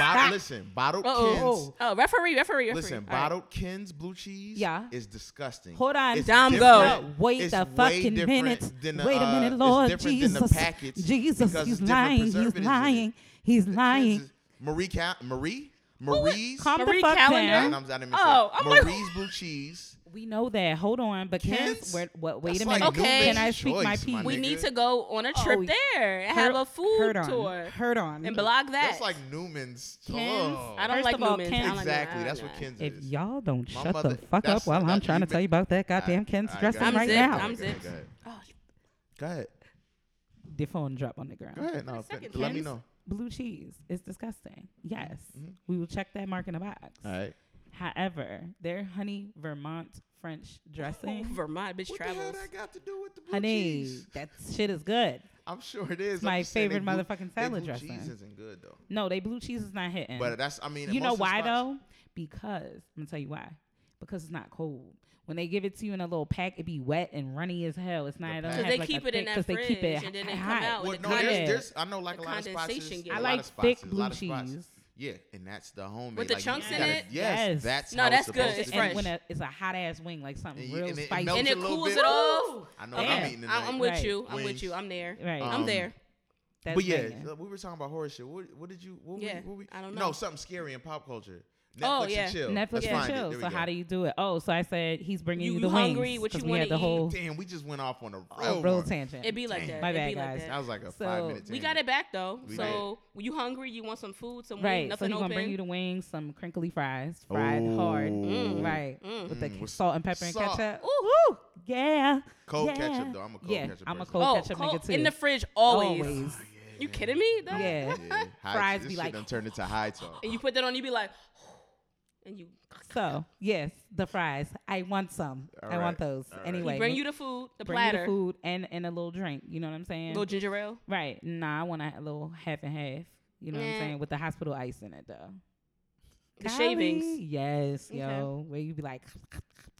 Bottled. Listen, bottled oh, Ken's. oh, referee, referee, referee. Listen, All right. bottled Ken's blue cheese. Yeah. is disgusting. Hold on. It's Dom, different- go. Wait it's a way fucking different minute. than the, Wait a uh, minute, it's Lord different than the Jesus. packets Jesus, because he's it's different lying. He's preservatives in it. lying. He's The Ken's lying. is- Marie, Ca- Marie, Marie's. Calm Marie the fuck Callender? And down. I'm, I didn't Oh, oh, I'm like- Marie's blue cheese. We know that. Hold on, but Ken's. Ken's? Wait, what, wait a That's minute. like Okay. Newman's Can I speak my Choice, my piece? we nigga. need to go on a trip Oh, there and have Heard- a food heard on, tour Heard on. and blog that. That's like Newman's. Ken's. Oh. I don't First like of all, Newman's. Ken's- I don't like exactly. Newman's. That's I don't what like Ken's If is. y'all don't My shut mother- the fuck up that's- while I'm that- trying to you tell you been- about that goddamn Alright, Ken's alright, dressing go I'm ahead, right go zipped. ahead, now. I'm go ahead, zipped. Oh, go ahead. Go ahead. the phone drop on the ground. Go ahead. No, second let me Ken's. know. Blue cheese is disgusting. Yes, we will check that mark in a box. Mm-hmm. All right. However, their honey Vermont French dressing, Oh, (laughs) Vermont bitch What the hell travels. that got to do with the blue honey, cheese? that shit is good. I'm sure it is. my I'm just saying they favorite blue- motherfucking they salad blue dressing. Cheese isn't good though. No, they blue cheese is not hitting. But that's I mean. you most know of the why spots- though? Because I'm gonna tell you why. Because it's not cold. When they give it to you in a little pack, it be wet and runny as hell. It's not. The it don't pack. Because have they like a keep it in thick- that 'cause they keep fridge it and then it come hot. out Well, with no, the there's, Yeah. there's, I know like The a lot of spots. condensation is- get a I lot like of spots thick is a blue lot of spots. cheese. Yeah, and that's the homemade. With the like, you chunks in gotta- it? Yes, Yes. that's No, how that's it's good. supposed It's to be. fresh. And when a, it's a hot ass wing, like something And you- real and it spicy, melts And it a little cools bit. it off. I know what Yeah. I'm eating tonight. I'm, I'm with Right. you. I'm with Wings. you. I'm there. Right. I'm Um, there. that's but yeah, banging. uh, we were talking about horror shit. What, what did you? What Yeah, we, what we, I don't no, know. something scary in pop culture. Netflix Oh, yeah. and chill. Netflix Let's and find it. chill. There we So how go. do you do it? Oh, so I said he's bringing You- you, you the hungry? wings, What you 'cause we wanna had the whole Damn, we just went off on a real, oh, real one. tangent. It'd be like that. My It'd bad, be guys. like That that. was like a So, five minute. We got it back though. We so when you hungry, you want some food, some right. wings, so nothing he's gonna open. bring you the wings, some crinkly fries, fried hard, Ooh. right, with the Mm, with salt and pepper and salt. ketchup. Ooh, yeah. Cold yeah. ketchup, though. I'm a cold yeah, ketchup I'm a person. cold oh, ketchup cold- nigga too. in the fridge always. always. You kidding me? Dog? Yeah. Yeah, high, Fries this be shit like- done turned into high talk. And you put that on, you be like, (sighs) and you So yes, the fries. I want some. All I want right. those. All right. Anyway, bring you the food, the bring you platter, the food and and a little drink. You know what I'm saying? little ginger ale. Right. Nah, I want a little half and half. You know what Yeah. I'm saying? With the hospital ice in it though. The Golly, shavings. Yes, Okay. yo. Where you be like (laughs)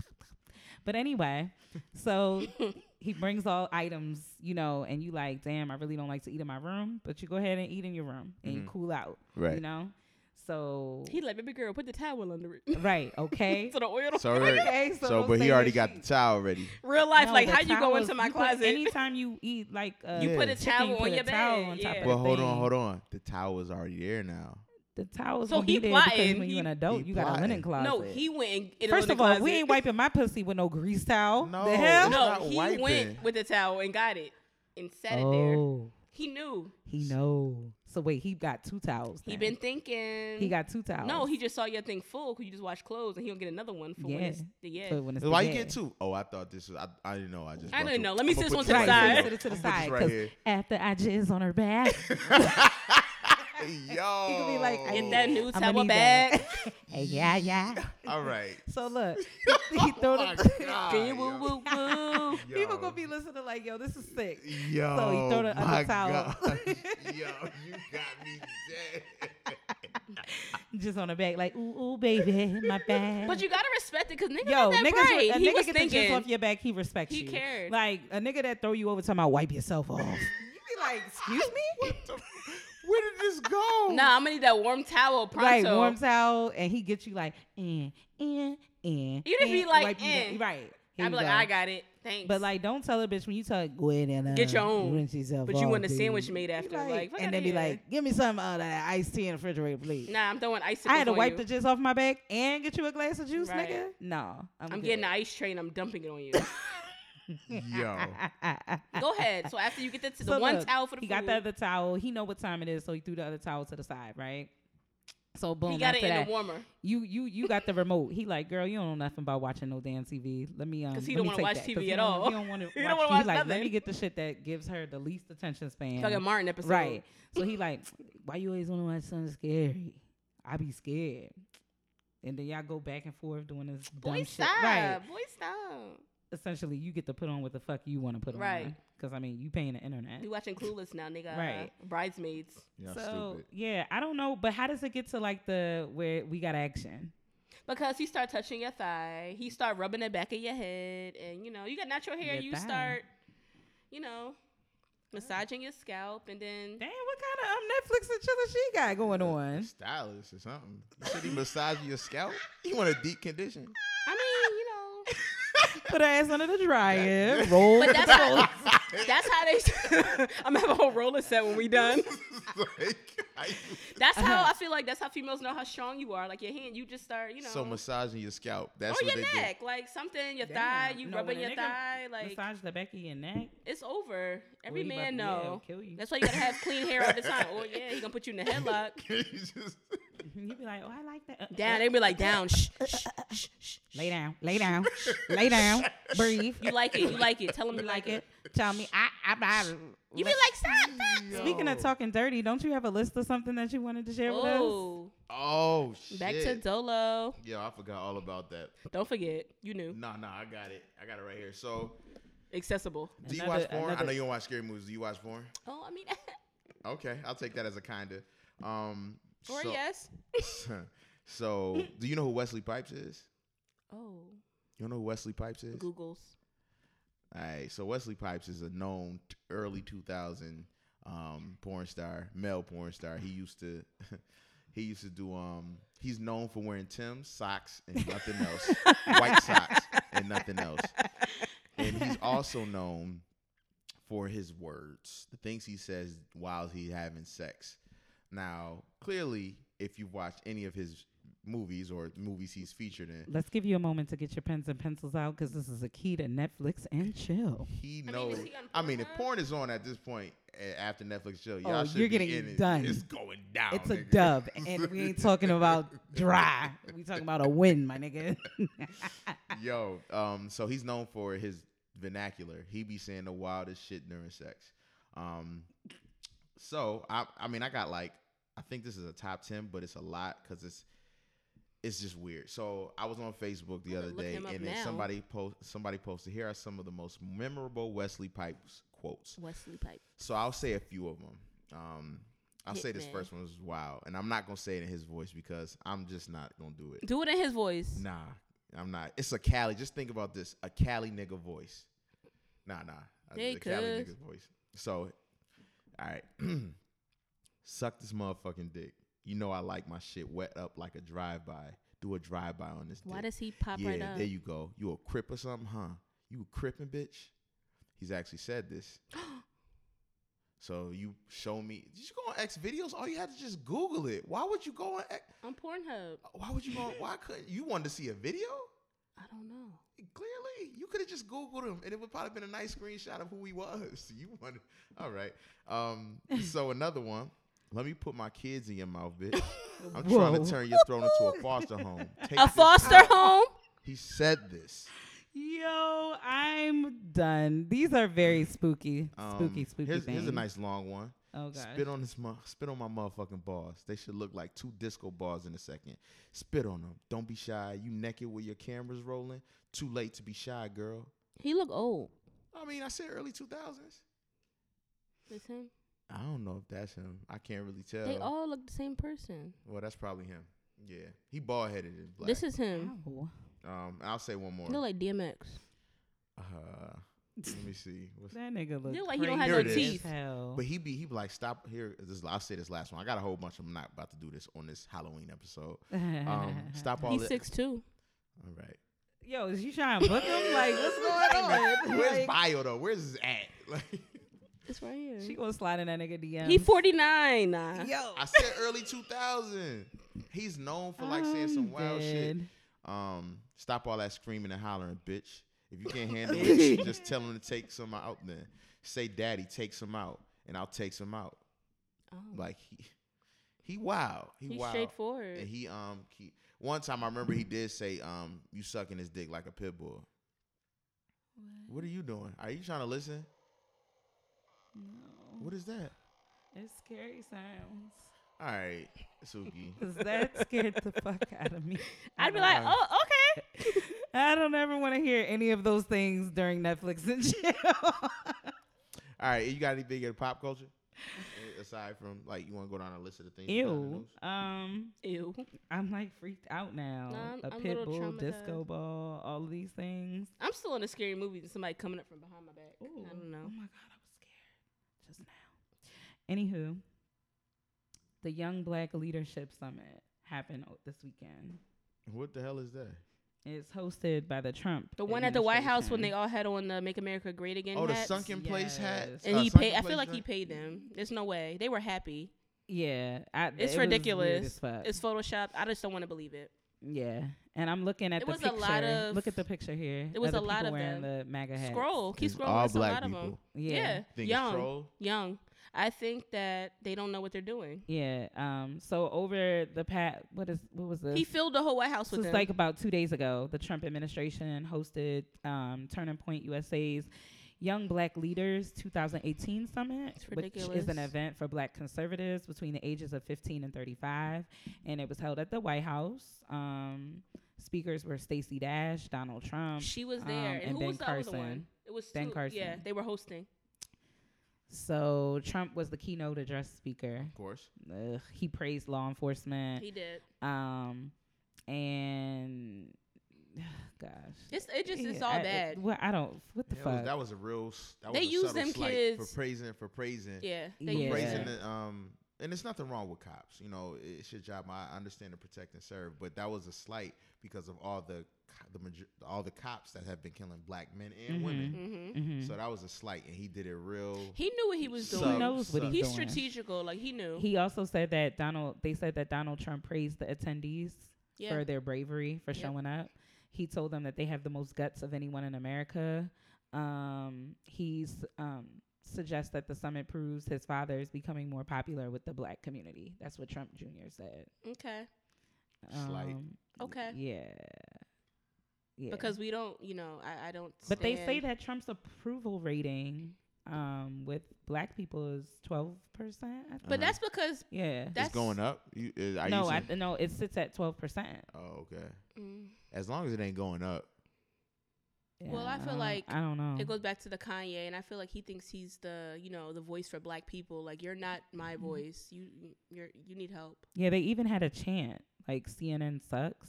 But anyway, (laughs) so he brings all items, you know, and you like, damn, I really don't like to eat in my room, but you go ahead and eat in your room and you cool out. You Mm-hmm. Right. know? So He like, baby girl, put the towel under it. (laughs) Right, okay. so the oil. So, okay, Okay, so, so don't but say he that already shit. got the towel ready. (laughs) Real life, No, like the how you go towels- into my you put- closet. anytime you eat (laughs) like uh, You put Yeah. a chicken, towel you on put a your towel bed. on top yeah. of But hold thing. on, hold on. The towel is already there now. the towel's So gonna be he there because plotting. when you in He- an adult, he you got a linen plotting. closet. (laughs) No, he went. And it was First in of the all, closet. we (laughs) ain't wiping my pussy with no grease towel. No. the hell? It's No, not he wiping. went with the towel and got it and sat it there. Oh, He knew. he know. So wait, he got two towels. He then. been thinking. He got two towels. No, he just saw your thing full because you just wash clothes and he'll get another one for when Yeah. it's the yeah. So when it's Why the you get head. two? Oh, I thought this was. I, I didn't know. I just. I brought didn't you- know. Let me I'ma sit put (laughs) this this one right to the side. here. Sit it to the I'ma put this side. (laughs) right 'cause here. after I jizz on her back, (laughs) Yo. (laughs) He could be like, I Get that need- new I'ma towel need bag. that. (laughs) Hey, yeah, yeah. All right. So look, (laughs) he throw (laughs) Oh my the, God, Then yo. woo woo woo. people Yo. gonna be listening like, yo, this is (laughs) sick. Yo, (laughs) So he throw the other my towel. God. (laughs) Yo, you got me dead. Just on the back, like, ooh, ooh, baby, (laughs) my bag. But you gotta respect it, cause nigga Yo, did that niggas, right. a he nigga was get the jizz thinking. off your back, he respects He you. cared. Like a nigga that throw you over talking about wipe yourself off. (laughs) you be like, excuse me? Where did this go? Nah, I'm gonna need that warm towel Right, pronto. warm towel, and he gets you like, eh, eh, eh. You just be like, eh. right. Here I'd be you like, go. I got it. Thanks. But like, don't tell a bitch when you tell her, go ahead and uh, Get your own. rinse yourself But you off, want the baby." sandwich made Be after, like, fuck and outta then be here. like, give me some uh, that iced tea in the refrigerator, please. nah, I'm throwing icicles. I had to on wipe you. the jizz off my back and get you a glass of juice, Right. nigga. No, I'm, I'm good. getting the ice tray and I'm dumping it on you. Yo. (laughs) Go ahead. So after you get the, the So one look, towel for the he food, got the other towel. He know what time it is, so he threw the other towel to the side, right? So boom, he got it after in that, the warmer you you you got the remote. He like, girl, you don't know nothing about watching no damn TV. Let me um, 'Cause he let don't me wanna take watch that, TV 'cause he at don't- all. He don't want to (laughs) He don't watch. wanna TV. watch like, let me nothing. get the shit that gives her the least attention span. fucking Martin episode. Right. So he like, why you always want to watch something scary? I be scared. And then y'all go back and forth doing this dumb Boy, shit. stop. Right. Boy, stop. Essentially, you get to put on what the fuck you want to put on. Right. Because I mean, you paying the internet. You watching Clueless now, nigga? Right. Bridesmaids. Y'all so stupid. yeah, I don't know, but how does it get to like the where we got action? Because he start touching your thigh, he start rubbing the back of your head, and you know you got natural hair. Your you thigh. start, you know, massaging your scalp, and then Damn, what kind of um, Netflix and chill she got going on? Stylist or something. Should he massage your scalp? You want a deep condition? (laughs) I mean, you know, (laughs) Put her ass under the dryer, roll. but (laughs) that's how that's how they. (laughs) I'm gonna have a whole roller set when we done. Like, I- That's how Uh-huh. I feel like that's how females know how strong you are. Like your hand, you just start, you know, So massaging your scalp. That's or what Oh, your they do. neck, like something, your Damn. thigh, you No, when rubbing a your nigga thigh, like massage the back of your neck. it's over. Every he about man to- yeah, it'll know. kill you. That's why you gotta have clean hair all the time. Oh yeah, he gonna put you (laughs) in the headlock. (laughs) (laughs) You'd be like, oh, I like that. Uh, uh, Down, they be like down. Shh, shh, shh, shh. Lay down, lay down, lay down, breathe. You like it. You like it. Tell them you like like it. it? Tell me, I, I, I You be like, stop. stop." Speaking of talking dirty, don't you have a list of something that you wanted to share with us? Oh, oh shit. back to Dolo. Yo, I forgot all about that. Don't forget, you knew. Nah, nah, I got it. I got it right here. So, Accessible. do you Another- watch porn? I another- know you don't watch scary movies. Do you watch porn? Oh, I mean, (laughs) Okay, I'll take that as a kinda. Um, or so, yes. (laughs) so, do you know who Wesley Pipes is? Oh, You don't know who Wesley Pipes is? Google's. All right, so Wesley Pipes is a known t- early 2000 um, porn star, male porn star. He used to (laughs) he used to do um he's known for wearing Tim's socks and nothing else. White socks and nothing else. And he's also known for his words, the things he says while he's having sex. Now, clearly, if you've watched any of his movies or movies he's featured in, Let's give you a moment to get your pens and pencils out because this is a key to Netflix and chill. He I mean, knows. I is mean, he on if Pornhub? porn is on at this point a- after Netflix show, y'all Oh, should you're be getting in it. done. It's going down. It's a nigga. dub, (laughs) and we ain't talking about dry. We talking about a win, my nigga. (laughs) Yo, um, so he's known for his vernacular. He be saying the wildest shit during sex. Um, so I, I mean, I got like, I think this is a top ten, but it's a lot because it's, it's just weird. So I was on Facebook the I'm other gonna look day, him up and then now. somebody post, somebody posted. Here are some of the most memorable Wesley Pipes quotes. Wesley Pipe. So I'll say a few of them. Um, I'll say this Hitman. first one was wow, and I'm not gonna say it in his voice because I'm just not gonna do it. Do it in his voice. Nah, I'm not. It's a Cali. Just think about this: a Cali nigga voice. Nah, nah, a- They a Cali could. nigga voice. So, all right, (clears throat) suck this motherfucking dick. You know I like my shit wet up like a drive by. Do a drive by on this. Why dick does he pop yeah, right up? there you go. You a crip or something, huh? You a crippin' bitch? He's actually said this. (gasps) so you show me. Did you go on X videos? All you had to just Google it. Why would you go on? X, on Pornhub. why would you go? On, why couldn't you wanted to see a video? I don't know. Clearly, you could have just Googled him, and it would probably been a nice screenshot of who he was. (laughs) You wanted. All right. Um. (laughs) So another one. Let me put my kids in your mouth, (laughs) bitch. I'm trying Whoa. to turn your throat into a foster home. Take A this foster out. home. He said this. Yo, I'm done. These are very spooky, Um, spooky, spooky here's, things. here's a nice long one. Oh gosh. Spit on this mu- spit on my motherfucking balls. They should look like two disco balls in a second. Spit on them. Don't be shy. You naked with your cameras rolling. Too late to be shy, girl. He look old. I mean, I said early two thousands. It's him. I don't know if that's him. I can't really tell. They all look the same person. well, that's probably him. Yeah, he bald headed and black. This is him. Ow. um, I'll say one more. He look like DMX. uh, let me see. What's, That nigga look Look like he don't crazy have no as teeth. Hell. (laughs) but he be he be like stop here. This is- I'll say this last one. I got a whole bunch. I'm not about to do this on this Halloween episode. Um, stop all He's this. six two. All right. Yo, is you trying to book him? Like, what's going (laughs) on? Where's Like, bio though? Where's his at? (laughs) Like It's right here. she gonna slide in that nigga DM. he forty nine. Nah. Yo. I said, early 2000. He's known for like saying some wild shit. Um, stop all that screaming and hollering, bitch. If you can't handle it, just tell him to take some out. Then say, "Daddy, take some out," and I'll take some out. Oh. Like he, he wild. He He's wild. straightforward. And he um, he, one time I remember he did say, "Um, you sucking his dick like a pit bull." What, are you doing? Are you trying to listen? No. What is that? It's scary sounds. All right, Suki. Cause that scared the fuck out of me. (laughs) I'd be like, Wow. oh, okay. I don't ever want to hear any of those things during Netflix and chill. All right, you got anything in pop (laughs) culture? Eh, Aside from like, you want to go down a list of the things? you got in the Ew. news? Um, Ew. I'm like freaked out now. No, I'm- A I'm a pit little bull, traumatized. disco ball, all of these things. I'm still in a scary movie. and Somebody coming up from behind my back. Ooh. I don't Oh know. my god, I was scared just now. Anywho, the Young Black Leadership Summit happened o- this weekend. What the hell is that? It's hosted by the Trump. The one at the White House when they all had on the "Make America Great Again" oh, the hats. sunken place hat. Yes. And uh, he sunken paid. I place feel like he drink? paid them. There's no way they were happy. Yeah, I, It's it was weird ridiculous. as fuck. It's photoshopped. I just don't want to believe it. yeah, and I'm looking at It the was a picture. lot of- Look at the picture here. It was the a lot people of wearing them. the MAGA hats. Scroll, keep It's scrolling. all It's black a lot people. of them. Yeah. Yeah, Think it's young, troll? young. I think that they don't know what they're doing. Yeah. Um. So over the pat, what is what was this? He filled the whole White House So with it's them. like about two days ago, the Trump administration hosted um, Turning Point USA's Young Black Leaders 2018 Summit, It's which is an ridiculous. event for black conservatives between the ages of 15 and 35. And it was held at the White House. Um, speakers were Stacey Dash, Donald Trump. she was um, there, and, and who Ben was the Carson. other one? It was Ben two- Carson. Yeah, they were hosting. So Trump was the keynote address speaker. Of course. Ugh, he praised law enforcement. He did. Um, and (sighs) gosh, It's it just it's Yeah, all I- it- bad. well, I don't. What the That fuck? was, that was a real. s- That They was a use subtle them slight kids- for praising for praising. yeah, they Yeah. used Raising it. the, um, and it's nothing wrong with cops. You know, i- it's your job. I understand to protect and serve, but that was a slight because of all the co- the major, all the cops that have been killing black men and Mm-hmm. women. Mhm. Mhm. So that was a slight, and he did it real. He knew what he was He doing. He knows what so- he's, He's doing. strategical. Like he knew. He also said that Donald. They said that Donald Trump praised the attendees Yeah. for their bravery for Yep. showing up. He told them that they have the most guts of anyone in America. Um, he's um, suggests that the summit proves his father is becoming more popular with the black community. That's what Trump Jr. said. okay. Slight. Um, Okay. Yeah. Yeah. Because we don't, you know, I, I don't. But they say stand- that Trump's approval rating um, with black people is twelve percent. But that's because yeah. that's Uh-huh. it's going up. You, is, are no, you I, saying- no, it sits at twelve percent. oh, okay. Mm. As long as it ain't going up. Well, I feel like Uh, I don't know. It goes back to the Kanye, and I feel like he thinks he's the, you know, the voice for Black people. Like you're not my Mm-hmm. voice. You, you're, you need help. yeah, they even had a chant like CNN sucks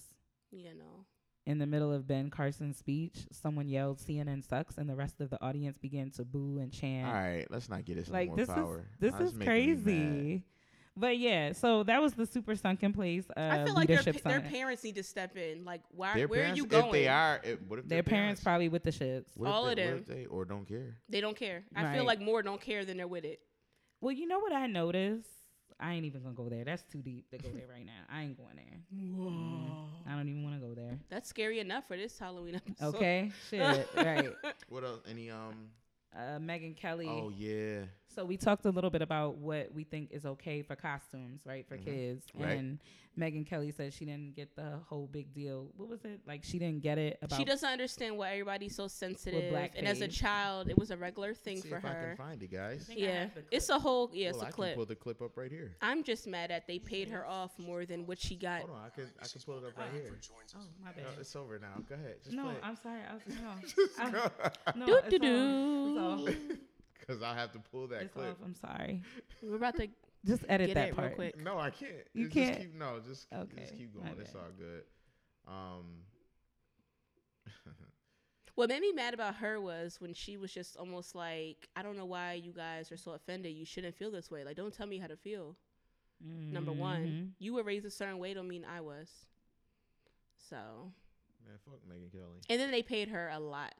You know. in the middle of Ben Carson's speech. Someone yelled CNN sucks, and the rest of the audience began to boo and chant. All right, let's not get this no like more this power. is Nah, this is making me mad. crazy. But yeah, so that was the super sunken place. Uh, I feel like their, leadership pa- their summit. parents need to step in. Like, why? Their where parents, are you going? If they are, if, what if Their parents probably with the shits. what if all they- what of them. if they or don't care. They don't care. I Right. feel like more don't care than they're with it. Well, you know what I noticed? I ain't even gonna go there. That's too deep to go there right now. I ain't going there. Mm-hmm. I don't even want to (laughs) go there. That's scary enough for this Halloween episode. Okay, shit, right? What else? Any um? Uh, Megan Kelly Oh yeah. So we talked a little bit about what we think is okay for costumes, right, for kids. Mm-hmm. Right. And Megan Kelly said she didn't get the whole big deal. What was it? Like she didn't get it about she doesn't understand why everybody's so sensitive. And as a blackface. child, it was a regular thing See for if I her. can find it, guys. think I Yeah, have the clip. it's a whole yeah, it's well, a I clip. can pull the clip up right here. I'm just mad that they paid her off more than what she got. Hold on, I can I can pull it up right here. Oh, my bad. Oh, it's over now. Go ahead. Just no, play it. I'm sorry. I was (laughs) no. I'm, (laughs) no Doo, it's doo, off. It's off. (laughs) Cause I have to pull that It's clip. off. I'm sorry. We're about to Just edit get that it part. real quick. No, I can't. You It can't? Just keep, no, just just Okay, keep my going. It's bad. all good. Um, (laughs) What made me mad about her was when she was just almost like, I don't know why you guys are so offended. You shouldn't feel this way. Like, don't tell me how to feel. Number Mm-hmm. one, you were raised a certain way, don't mean I was. So, man, fuck Megan Kelly. and then they paid her a lot,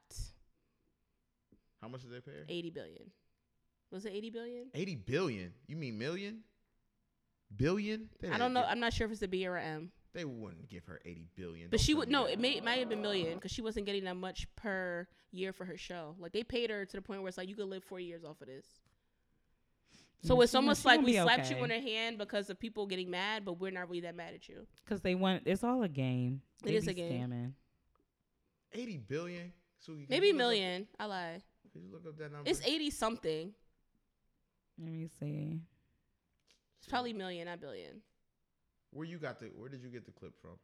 How much did they pay her? eighty billion. Was it eighty billion? Eighty billion. You mean million? Billion? They I didn't don't know. give- I'm not sure if it's a B or a M, they wouldn't give her eighty billion. but Don't she tell would. me No, that. it may it might have been um, million because she wasn't getting that much per year for her show. Like they paid her to the point where it's like you could live four years off of this. So Yeah, it's Mm, she- no, almost she like gonna we be slapped you okay. on the hand because of people getting mad, but we're not really that mad at you. because they want. It's all a game. It They is be a game. Scamming. eighty billion. So you- could Maybe you look a up- million. I lie. Could you look up that number? It's eighty something. Let me see. It's probably million, not billion. Where you got the? Where did you get the clip from?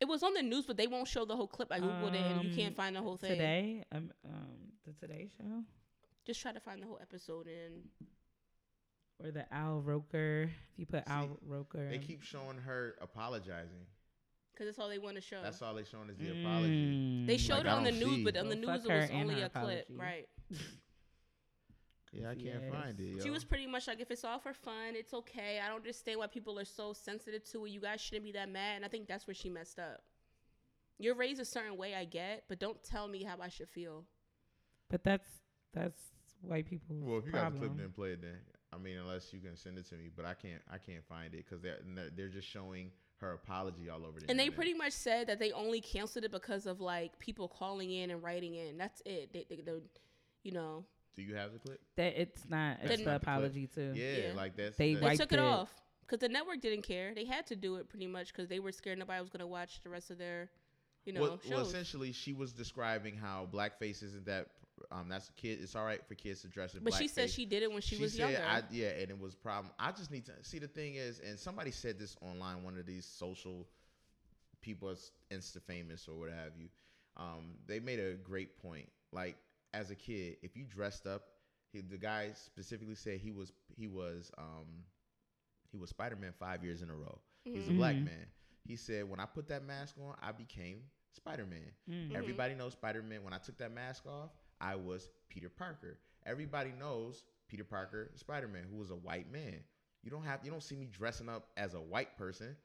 It was on the news, but they won't show the whole clip. I googled it, and you Um, can't find the whole thing. Today, um, um, the Today Show Just try to find the whole episode. And or the Al Roker. If you put Al See, Roker, They um, keep showing her apologizing. because that's all they want to show. That's all they showing is the apology. They Mm. showed Like, it I on the don't news, see. but on the Well, news fuck it was her and only her a clip, apology. right? Yeah, I can't Yes. find it. Yo. She was pretty much like, if it's all for fun, it's okay. I don't understand why people are so sensitive to it. You guys shouldn't be that mad. And I think that's where she messed up. You're raised a certain way, I get, but don't tell me how I should feel. But that's that's white people's Well, if you got the clip, problem. then play it. Then I mean, unless you can send it to me, but I can't. I can't find it because they're n- they're just showing her apology all over. The And they internet. pretty much said that they only canceled it because of like people calling in and writing in. That's it. They, they, they you know, Do you have the clip? that it's not. That's It's the not the clip. apology too. Yeah, Yeah. like that's They that- they Wiped took it, it. off because the network didn't care. They had to do it pretty much because they were scared nobody was going to watch the rest of their, you know, well, shows. well, essentially, she was describing how blackface isn't that. Um, that's kid. It's all right for kids to dress in. but she said blackface. she did it when she, was said, younger. I, yeah, and it was problem. I just need to see the thing is, and somebody said this online. One of these social people, that's insta famous or what have you. Um, they made a great point. Like as a kid, if you dressed up, he, the guy specifically said he was he was um, he was Spider Man five years in a row. Mm-hmm. He's a black Mhm. man. He said when I put that mask on, I became Spider Man. Mm. Mhm. Everybody knows Spider Man. When I took that mask off, I was Peter Parker. Everybody knows Peter Parker, Spider Man, who was a white man. You don't have you don't see me dressing up as a white person.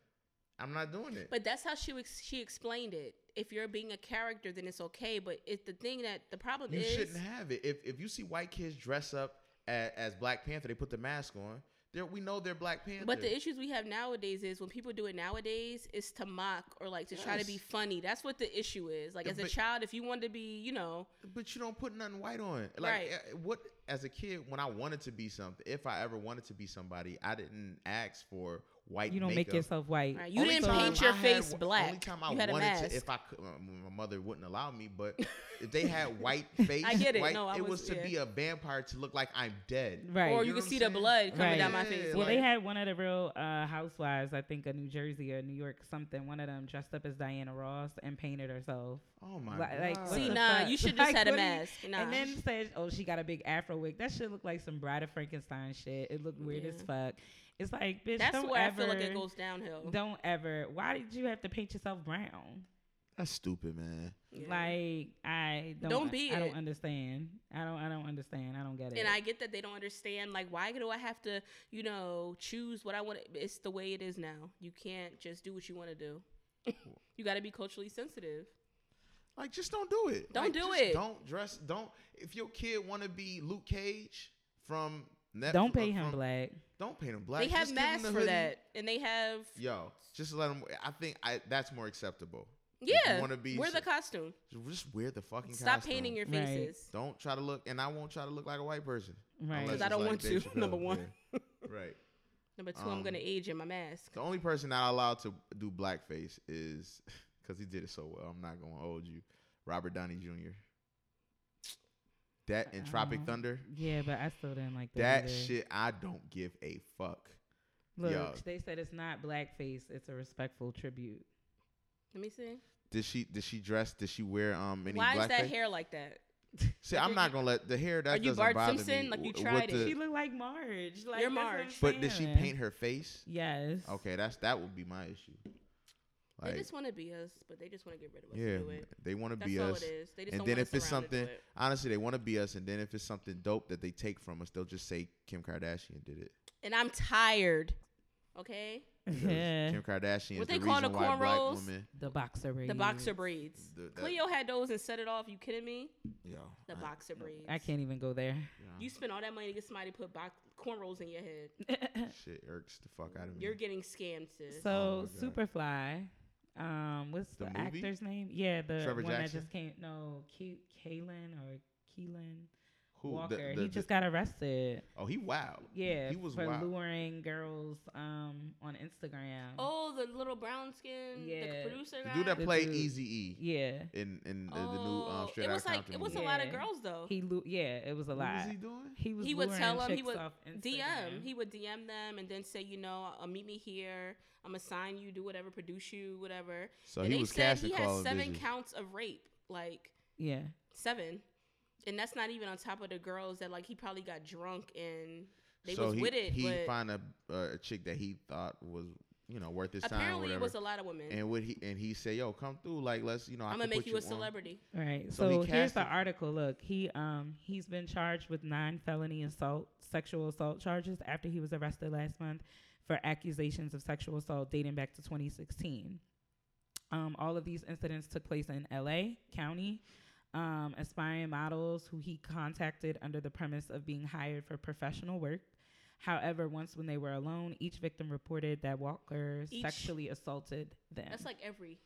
I'm not doing it. But that's how she ex- she explained it. If you're being a character, then it's okay. But it's the thing that the problem you is. shouldn't have it. If if you see white kids dress up as, as Black Panther, they put the mask on. There we know they're Black Panther. but the issues we have nowadays is when people do it nowadays is to mock or like to try to be Yes. funny. That's what the issue is. Like Yeah, as a but- child, if you wanted to be, you know, But you don't put nothing white on. Like Right. eh, what as a kid when I wanted to be something, if I ever wanted to be somebody, I didn't ask for white You don't makeup. make yourself white. Right, you Only didn't time paint your I had face wa- black. Only time I You had a wanted mask. to, if I could, uh, my mother wouldn't allow me, (laughs) but if they had white face, get it. white- No, I it was- was to yeah. be a vampire to look like I'm dead. Right. You or you, know can what see I'm the saying? blood coming Right. down my Yeah, face. Well, like- they had one of the real uh, housewives, I think, of New Jersey or New York, something. One of them dressed up as Diana Ross and painted herself. Oh my Li- like, god! what see, the nah, fuck? (laughs) you should just had a what do you- mask. Nah. And then says, "Oh, she got a big Afro wig. That shit looked like some Bride of Frankenstein shit. It looked weird as fuck. It's like, bitch, that's don't where ever, I feel like it goes downhill. Don't ever. Why did you have to paint yourself brown? That's stupid, man. Yeah. Like, I don't. Don't be I, don't it. understand. I don't. I don't understand. I don't get it. And I get that they don't understand. Like, why do I have to, you know, choose what I want? It's the way it is now. You can't just do what you want to do. (laughs) you got to be culturally sensitive. Like, just don't do it. Don't Like, do just it. Don't dress. Don't. If your kid want to be Luke Cage from Netflix, don't pay him from- black. Don't paint him black. they have Just give him masks the for hoodie. that, and they have Yo, just let him. I think I, that's more acceptable. Yeah, wanna be wear the so- costume. Just wear the fucking Stop costume. painting your Right. faces. Don't try to look, and I won't try to look like a white person. Right. Unless 'Cause I it's don't like want Dave to, Chappelle, (laughs) number one. yeah. right. Number two, I'm Um, gonna age in my mask. The only person not allowed to do blackface is (laughs) because he did it so well. I'm not going to hold you. Robert Downey Jr. That and Tropic Uh-huh. Thunder. Yeah, but I still didn't like that. That either. shit, I don't give a fuck. Look, yo. they said it's not blackface; it's a respectful tribute. Let me see. Did she? Did she dress? Did she wear um any Why blackface? is that hair like that? See, I'm not gonna let the hair that Are you doesn't Bart bother Simpson? me. Like, you w- tried with it. the- She looked like Marge. Like You're that's what I'm Marge. but did she saying. paint her face? Yes. (laughs) Okay, that's that would be my issue. they Like, just want to be us, but they just want to get rid of us. yeah, to do it. they want to That's be all us. it is. They just and don't then want if us it's around to do something, it. honestly, they want to be us. And then if it's something dope that they take from us, they'll just say Kim Kardashian did it. and I'm tired. Okay, 'Cause (laughs) Kim Kardashian is What the they call reason the why black cornrows? women. the boxer braids. the boxer braids. The- that- Cleo had those and set it off. You kidding me? Yo, The boxer braids. I can't even go there. You spend all that money to get somebody to put box cornrows in your head. Mm. shit irks the fuck out of me. You're getting scammed, sis. (laughs) So Oh my God. Superfly, um, what's the, The movie? actor's name? Yeah, the Trevor one Jackson? that just came. No, Ke- Kalen or Keelan Who, the- Walker. the- he the- just got arrested. oh, he wild. Yeah, he was for wild. luring girls um on Instagram. Oh, the little brown skin, Yeah. the producer The guy. dude that The played dude. Easy E yeah, in in the, oh, the new um, Straight it was Outta like Compton it was movie. a lot of Yeah. girls though. he lu- yeah, it was a What lot. was he doing? He was He would luring tell 'em, he chicks would off DM. Instagram. He would DM them and then say, you know, uh, meet me here. I'm gonna sign you, do whatever, produce you, whatever. So and he they was said casting he Call has of seven Duty. counts of rape, like yeah. seven, and that's not even on top of the girls that like he probably got drunk and they so was he, with it. he but find a uh, a chick that he thought was you know worth his time. or apparently, whatever. it was a lot of women. and would he and he say, "Yo, come through, like let's you know." I I'm can gonna make put you on." a celebrity. Right. So he So, here's the casted- article. Look, he um he's been charged with nine felony assault, sexual assault charges after he was arrested last month for accusations of sexual assault dating back to 2016. Um, all of these incidents took place in L.A. County. Um, aspiring models who he contacted under the premise of being hired for professional work. However, once when they were alone, each victim reported that Walker Each? sexually assaulted them. That's like every.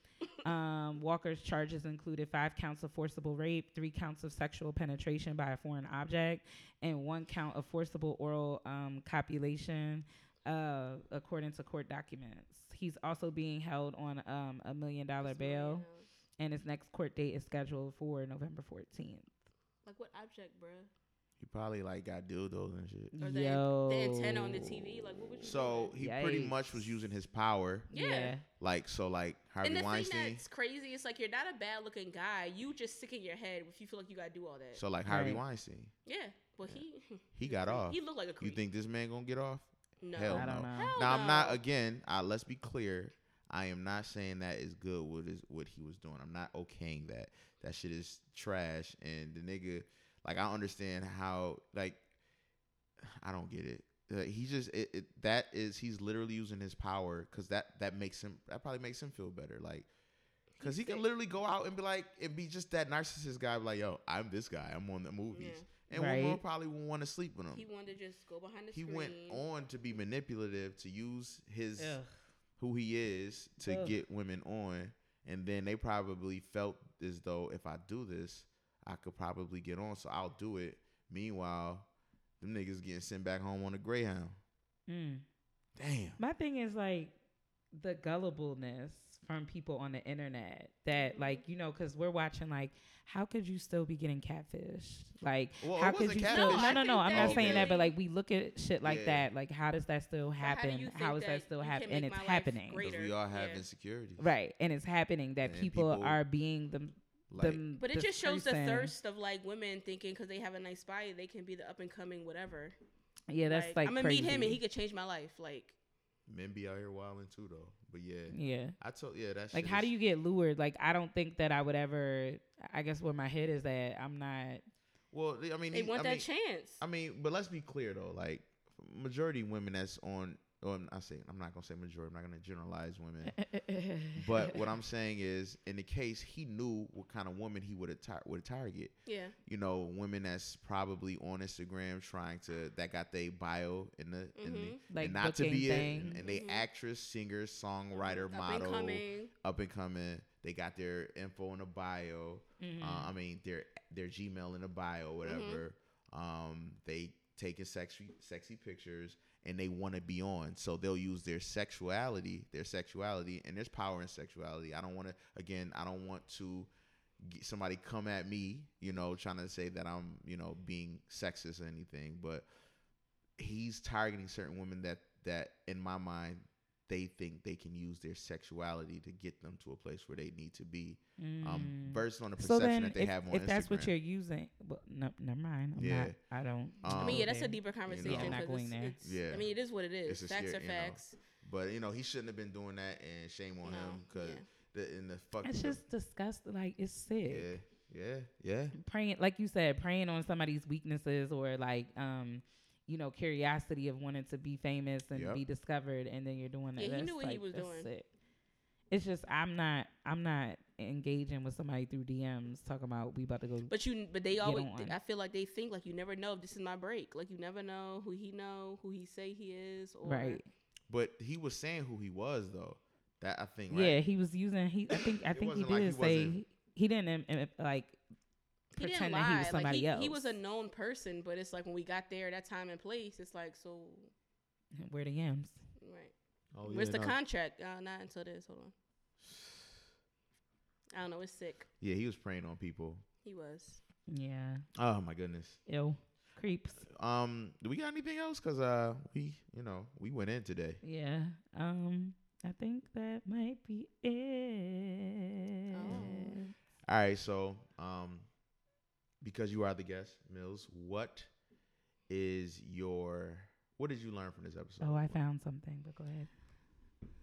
Um, Walker's charges included five counts of forcible rape, three counts of sexual penetration by a foreign object, and one count of forcible oral um, copulation, uh, according to court documents. He's also being held on um, a million dollar bail, and his next court date is scheduled for November 14th. Like what object, bruh? He probably like got dildos and shit. Or the, Yo. the antenna on the TV. Like what would you? So he pretty Yikes. much was using his power, Yeah. like so, like Harvey and the thing Weinstein. that's crazy is like you're not a bad looking guy. You just sick in your head if you feel like you gotta do all that. So like Harvey Right. Weinstein, yeah, but he he (laughs) got off. he looked like a you creep. think this man gonna get off? no. Hell I no. don't know. Hell Now I'm not no. again. Uh, let's be clear. I am not saying that is good. What is what he was doing? I'm not okaying that. That shit is trash. And the nigga, like, I understand how. Like, I don't get it. Uh, he just it, it that is he's literally using his power because that that makes him that probably makes him feel better. Like, because he can sick. literally go out and be like and be just that narcissist guy. Like, yo, I'm this guy. I'm on the movies, and Right. women probably will want to sleep with him He wanted to just go behind the he screen. went on to be manipulative to use his Ugh. who he is to Ugh. get women on and then they probably felt as though if i do this i could probably get on so i'll do it meanwhile them niggas getting sent back home on a greyhound Mm. damn My thing is like the gullibleness from people on the internet Mm-hmm. that like you know because we're watching like how could you still be getting catfished like Well, how it could wasn't you still catfish. no no No, no I I'm not think saying that- that but like we look at shit like Yeah. that like how does that still how do happen you how think is that that still you can happening make and it's my life happening great? because we Later, all have yeah. insecurities right and it's happening that And people, people- are being them like them But it just shows the person. thirst of like women thinking because they have a nice body, they can be the up and coming whatever. yeah that's like I'm gonna meet him and crazy. he could change my life. Like men be out here wilding too though but yeah yeah i told yeah that's like how do you get lured like I don't think that I would ever I guess where my head is at I'm not well i mean they he- want I that mean, chance. I mean, but let's be clear though, like majority women that's on Oh, I'm, I say I'm not gonna say majority. I'm not gonna generalize (laughs) women. but what I'm saying is, in the case, he knew what kind of woman he would attar- would target. Yeah. You know, women that's probably on Instagram trying to that got their bio in the, in the Mhm. Mm-hmm. Like and not to be booking a, thing. and they actress, singer, songwriter, Mm-hmm. Up and model, coming. up and coming. They got their info in the bio. Mhm. Mm-hmm. Uh, I mean, their their Gmail in the bio, whatever. Um, they taking sexy sexy pictures and they want to be on, so they'll use their sexuality, their sexuality, and there's power in sexuality. I don't want to again. I don't want to get somebody come at me, you know, trying to say that I'm, you know, being sexist or anything, but he's targeting certain women that that in my mind they think they can use their sexuality to get them to a place where they need to be um Mm-hmm. Mm. versus on the so perception then, that they if, have on if Instagram. that's what you're using, well, no, never mind. I'm Yeah. not, I don't. I I Um, mean, yeah, that's a there. deeper conversation. I'm not 'cause going it's, there. It's, Yeah. I mean, it is what it is. It's a facts scare- are you know. facts. but you know, he shouldn't have been doing that and shame on No, him cuz yeah. the in the fucking It's just disgusting. Like it's sick. yeah, yeah, yeah. Preying, like you said, preying on somebody's weaknesses or like, um, you know, curiosity of wanting to be famous and Yep. be discovered, and then you're doing that. Yeah, he That's, knew what he like, was that's doing. sick. It's just I'm not I'm not engaging with somebody through DMs talking about we about to go. But you, but they always. on. I feel like they think like you never know. if This is my break. Like you never know who he know, who he say he is, or right. But he was saying who he was though. That I think right. Yeah, he was using. He I think I It think he wasn't like did he say wasn't- he, didn't um, um, like he pretend that didn't lie. he was somebody like, he, else. he was a known person, but it's like when we got there, that time and place, it's like so. where the yams. Right. Oh, Where's yeah, the no. contract? Uh, not until this. Hold on. I don't know. It's sick. Yeah, he was preying on people. He was. Yeah, Oh my goodness. ill creeps. Um, do we got anything else? Cause uh, we you know we went in today. Yeah. Um, I think that might be it. Oh. All right, so um, because you are the guest, Mills, what is your what did you learn from this episode? Oh, I found something, but go ahead.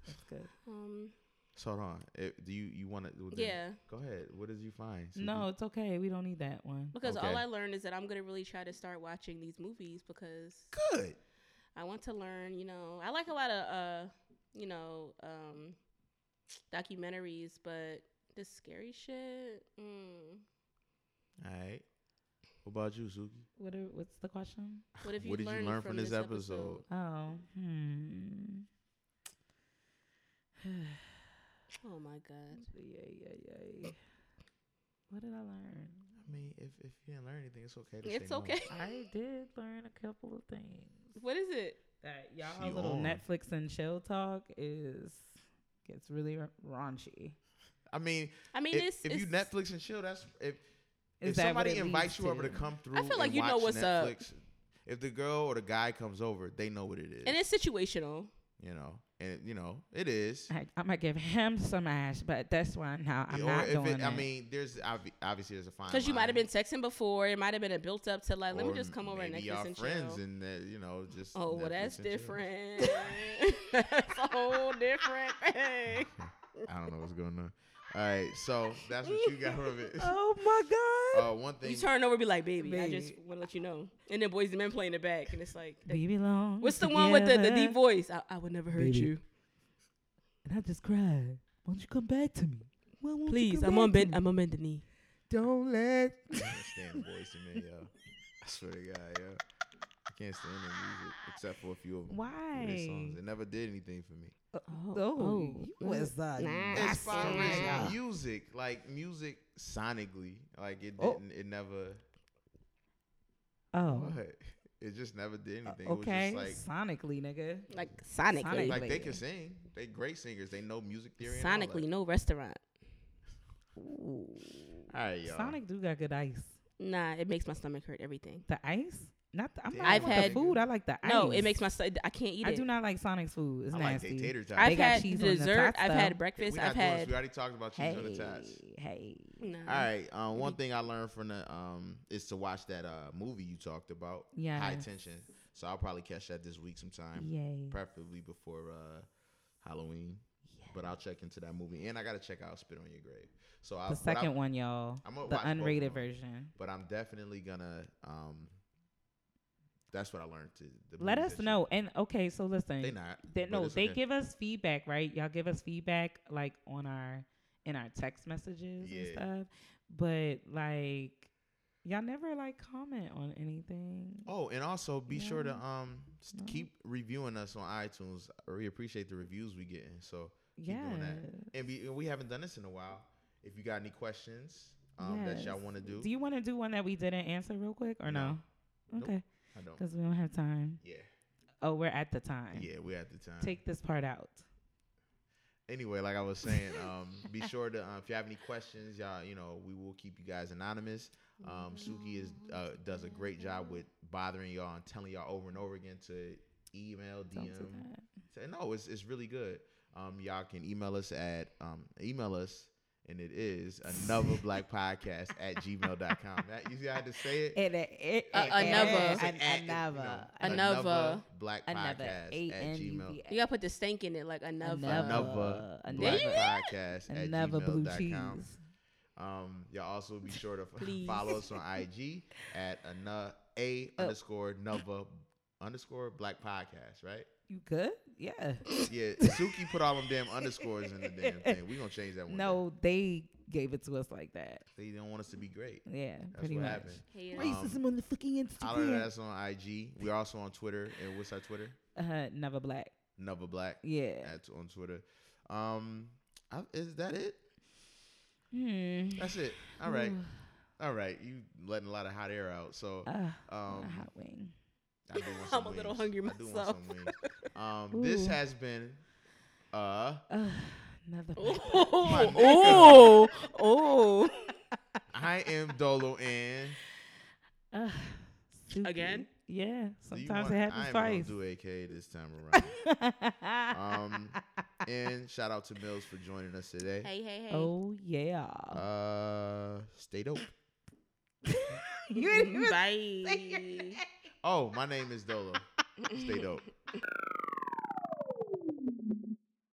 That's good. Um. So hold on. Eh, do you you want to? Yeah. Go ahead. What did you find? Suki? No, it's okay. We don't need that one. Because Okay. all I learned is that I'm gonna really try to start watching these movies because Good. I want to learn. You know, I like a lot of uh, you know, um, documentaries, but this scary shit. Mm. All right. What about you, Suki? What are, what's the question? What have you What did you learned learn from, from this, this episode? Oh, hmm. Oh my god. Yeah, yeah, yeah. What did I learn? I mean, if if you didn't learn anything, it's okay. It's okay. I did learn a couple of things. What is it? That She y'all little on. Netflix and chill talk is gets really ra- raunchy. I mean, I mean, if, it's, if you it's- Netflix and chill, that's if Is if that what somebody it invites leads you over to to? come through, feel like and you know watch what's up. Netflix, If the girl or the guy comes over, they know what it is. and it's situational. you know, and you know it is. I, I'm gonna give him some ass, but that's why now I'm or not if doing it, that. I mean, there's obvi- obviously there's a fine Because you might have been line. texting before. It might have been a built up to like, let me Or just come over and maybe Netflix y'all and friends chill. and that you know just. oh, well, Netflix that's and chill. different. (laughs) that's a whole different thing. I don't know what's going on. All right, so that's what you got from it. (laughs) oh my (laughs) god, Uh, one thing. You turn over, and be like, baby, I just Baby. want to let you know. And then boys and men playing it back, and it's like, Uh, they- baby long. what's the one with the, the deep together, voice? I, I would never hurt Baby. you. And I just cried. Won't you come back to me? Well, won't you Please, come I'm on back to bend. me? I'm on bended knee. Don't let. I can't stand boys to men, yo. I swear to God, yo. I can't stand their music except for a few of them. Why? songs. It never did anything for me. Oh, oh, you was uh, It's nasty. fine Yeah. with music, like music sonically, like it Oh. didn't. It never. Oh, Uh, What? It just never did anything. okay. It was just like Sonically, nigga. Like sonically. Sonically. like they Like- can sing. They great singers. They know music theory. and all that. Sonically, no restaurant. Ooh. All right, y'all. Sonic do got good ice. Nah, it makes my stomach hurt. Everything. The ice? Not. The, I'm not. I've with the had- food. I like the ice. No, it makes my stomach. I can't eat I it. do not like Sonic's food. It's I like nasty. they tater tots. I've got had cheese on the dessert. tots, I've though. had We breakfast. not I've doing this. had. We already talked about cheese Hey, on the tots. hey. Nah. All Mm-hmm. right. Um, one thing I learned from the um is to watch that uh movie you talked about. High Yes. tension. So I'll probably catch that this week sometime, Yay. preferably before uh Halloween. But I'll check into that movie, and I gotta check out "Spit on Your Grave." So I, The but I- second one, y'all. I'm gonna the watch both of unrated them. version. but I'm definitely gonna um That's what I learned. To the Let movies us that you- know. And okay, so listen. They not. They, but no, it's they okay. give us feedback, right? Y'all give us feedback like on our in our text messages and Yeah. stuff. But like y'all never like comment on anything. Oh, and also be sure to No. um s- No. keep reviewing us on iTunes. We appreciate the reviews we get. So yeah. keep doing that. and we, and we haven't done this in a while. If you got any questions um, that y'all Yes. want to do, Do you want to do one that we didn't answer real quick or no? No. Nope. Okay. I don't. Cuz we don't have time. Yeah, Oh, we're at the time. yeah, we at the time. Take this part out. anyway, like I was saying, um, be sure to um, if you have any questions, y'all, you know, we will keep you guys anonymous. Um, Suki is uh, does a great job with bothering y'all and telling y'all over and over again to email, Don't DM. do that. Say, no, it's it's really good. Um, y'all can email us at um, email us. And it is another black podcast at gmail.com. That, you see, I had to say it. It, it, it, Uh, it- another. Say an- at, you know, another, Another. black another, E podcast at gmail. A-N-U-V-A. You gotta put the stank in it, like another. Another Another. black There podcast at Another blue gmail.com. cheese. Um, y'all also (laughs) be sure to Please. follow us on IG at ana, a Oh. underscore nova underscore black podcast, right? You good? Yeah. Yeah, Suki put all them damn underscores in the (laughs) damn thing. We're gonna change that one. no, they gave it to us like that. day. they don't want us to be great. Yeah, That's pretty what much. happened. Hater. Wait. Racism on the fucking Holler at us on IG. We're also on Twitter. And what's our Twitter? Uh, never black. Nova Black. Yeah. At on Twitter. Um, I, is that it? Hmm. That's it. All (sighs) right. All right. You letting a lot of hot air out. So Uh, um, hot wing. I do (laughs) want I'm some a wings. little hungry I do want myself. some (laughs) wings. Um, this Ooh. has been uh Uh, (laughs) never black. Oh, oh, oh. I am Dolo and Uh, Suki. Again? Yeah. Do you Sometimes want- it I happens am gonna twice. do AK this time (laughs) around. (laughs) um and shout out to Mills for joining us today. Hey, hey, hey. oh yeah. Uh stay dope. you didn't even Bye. Oh, my name is Dolo. Stay dope.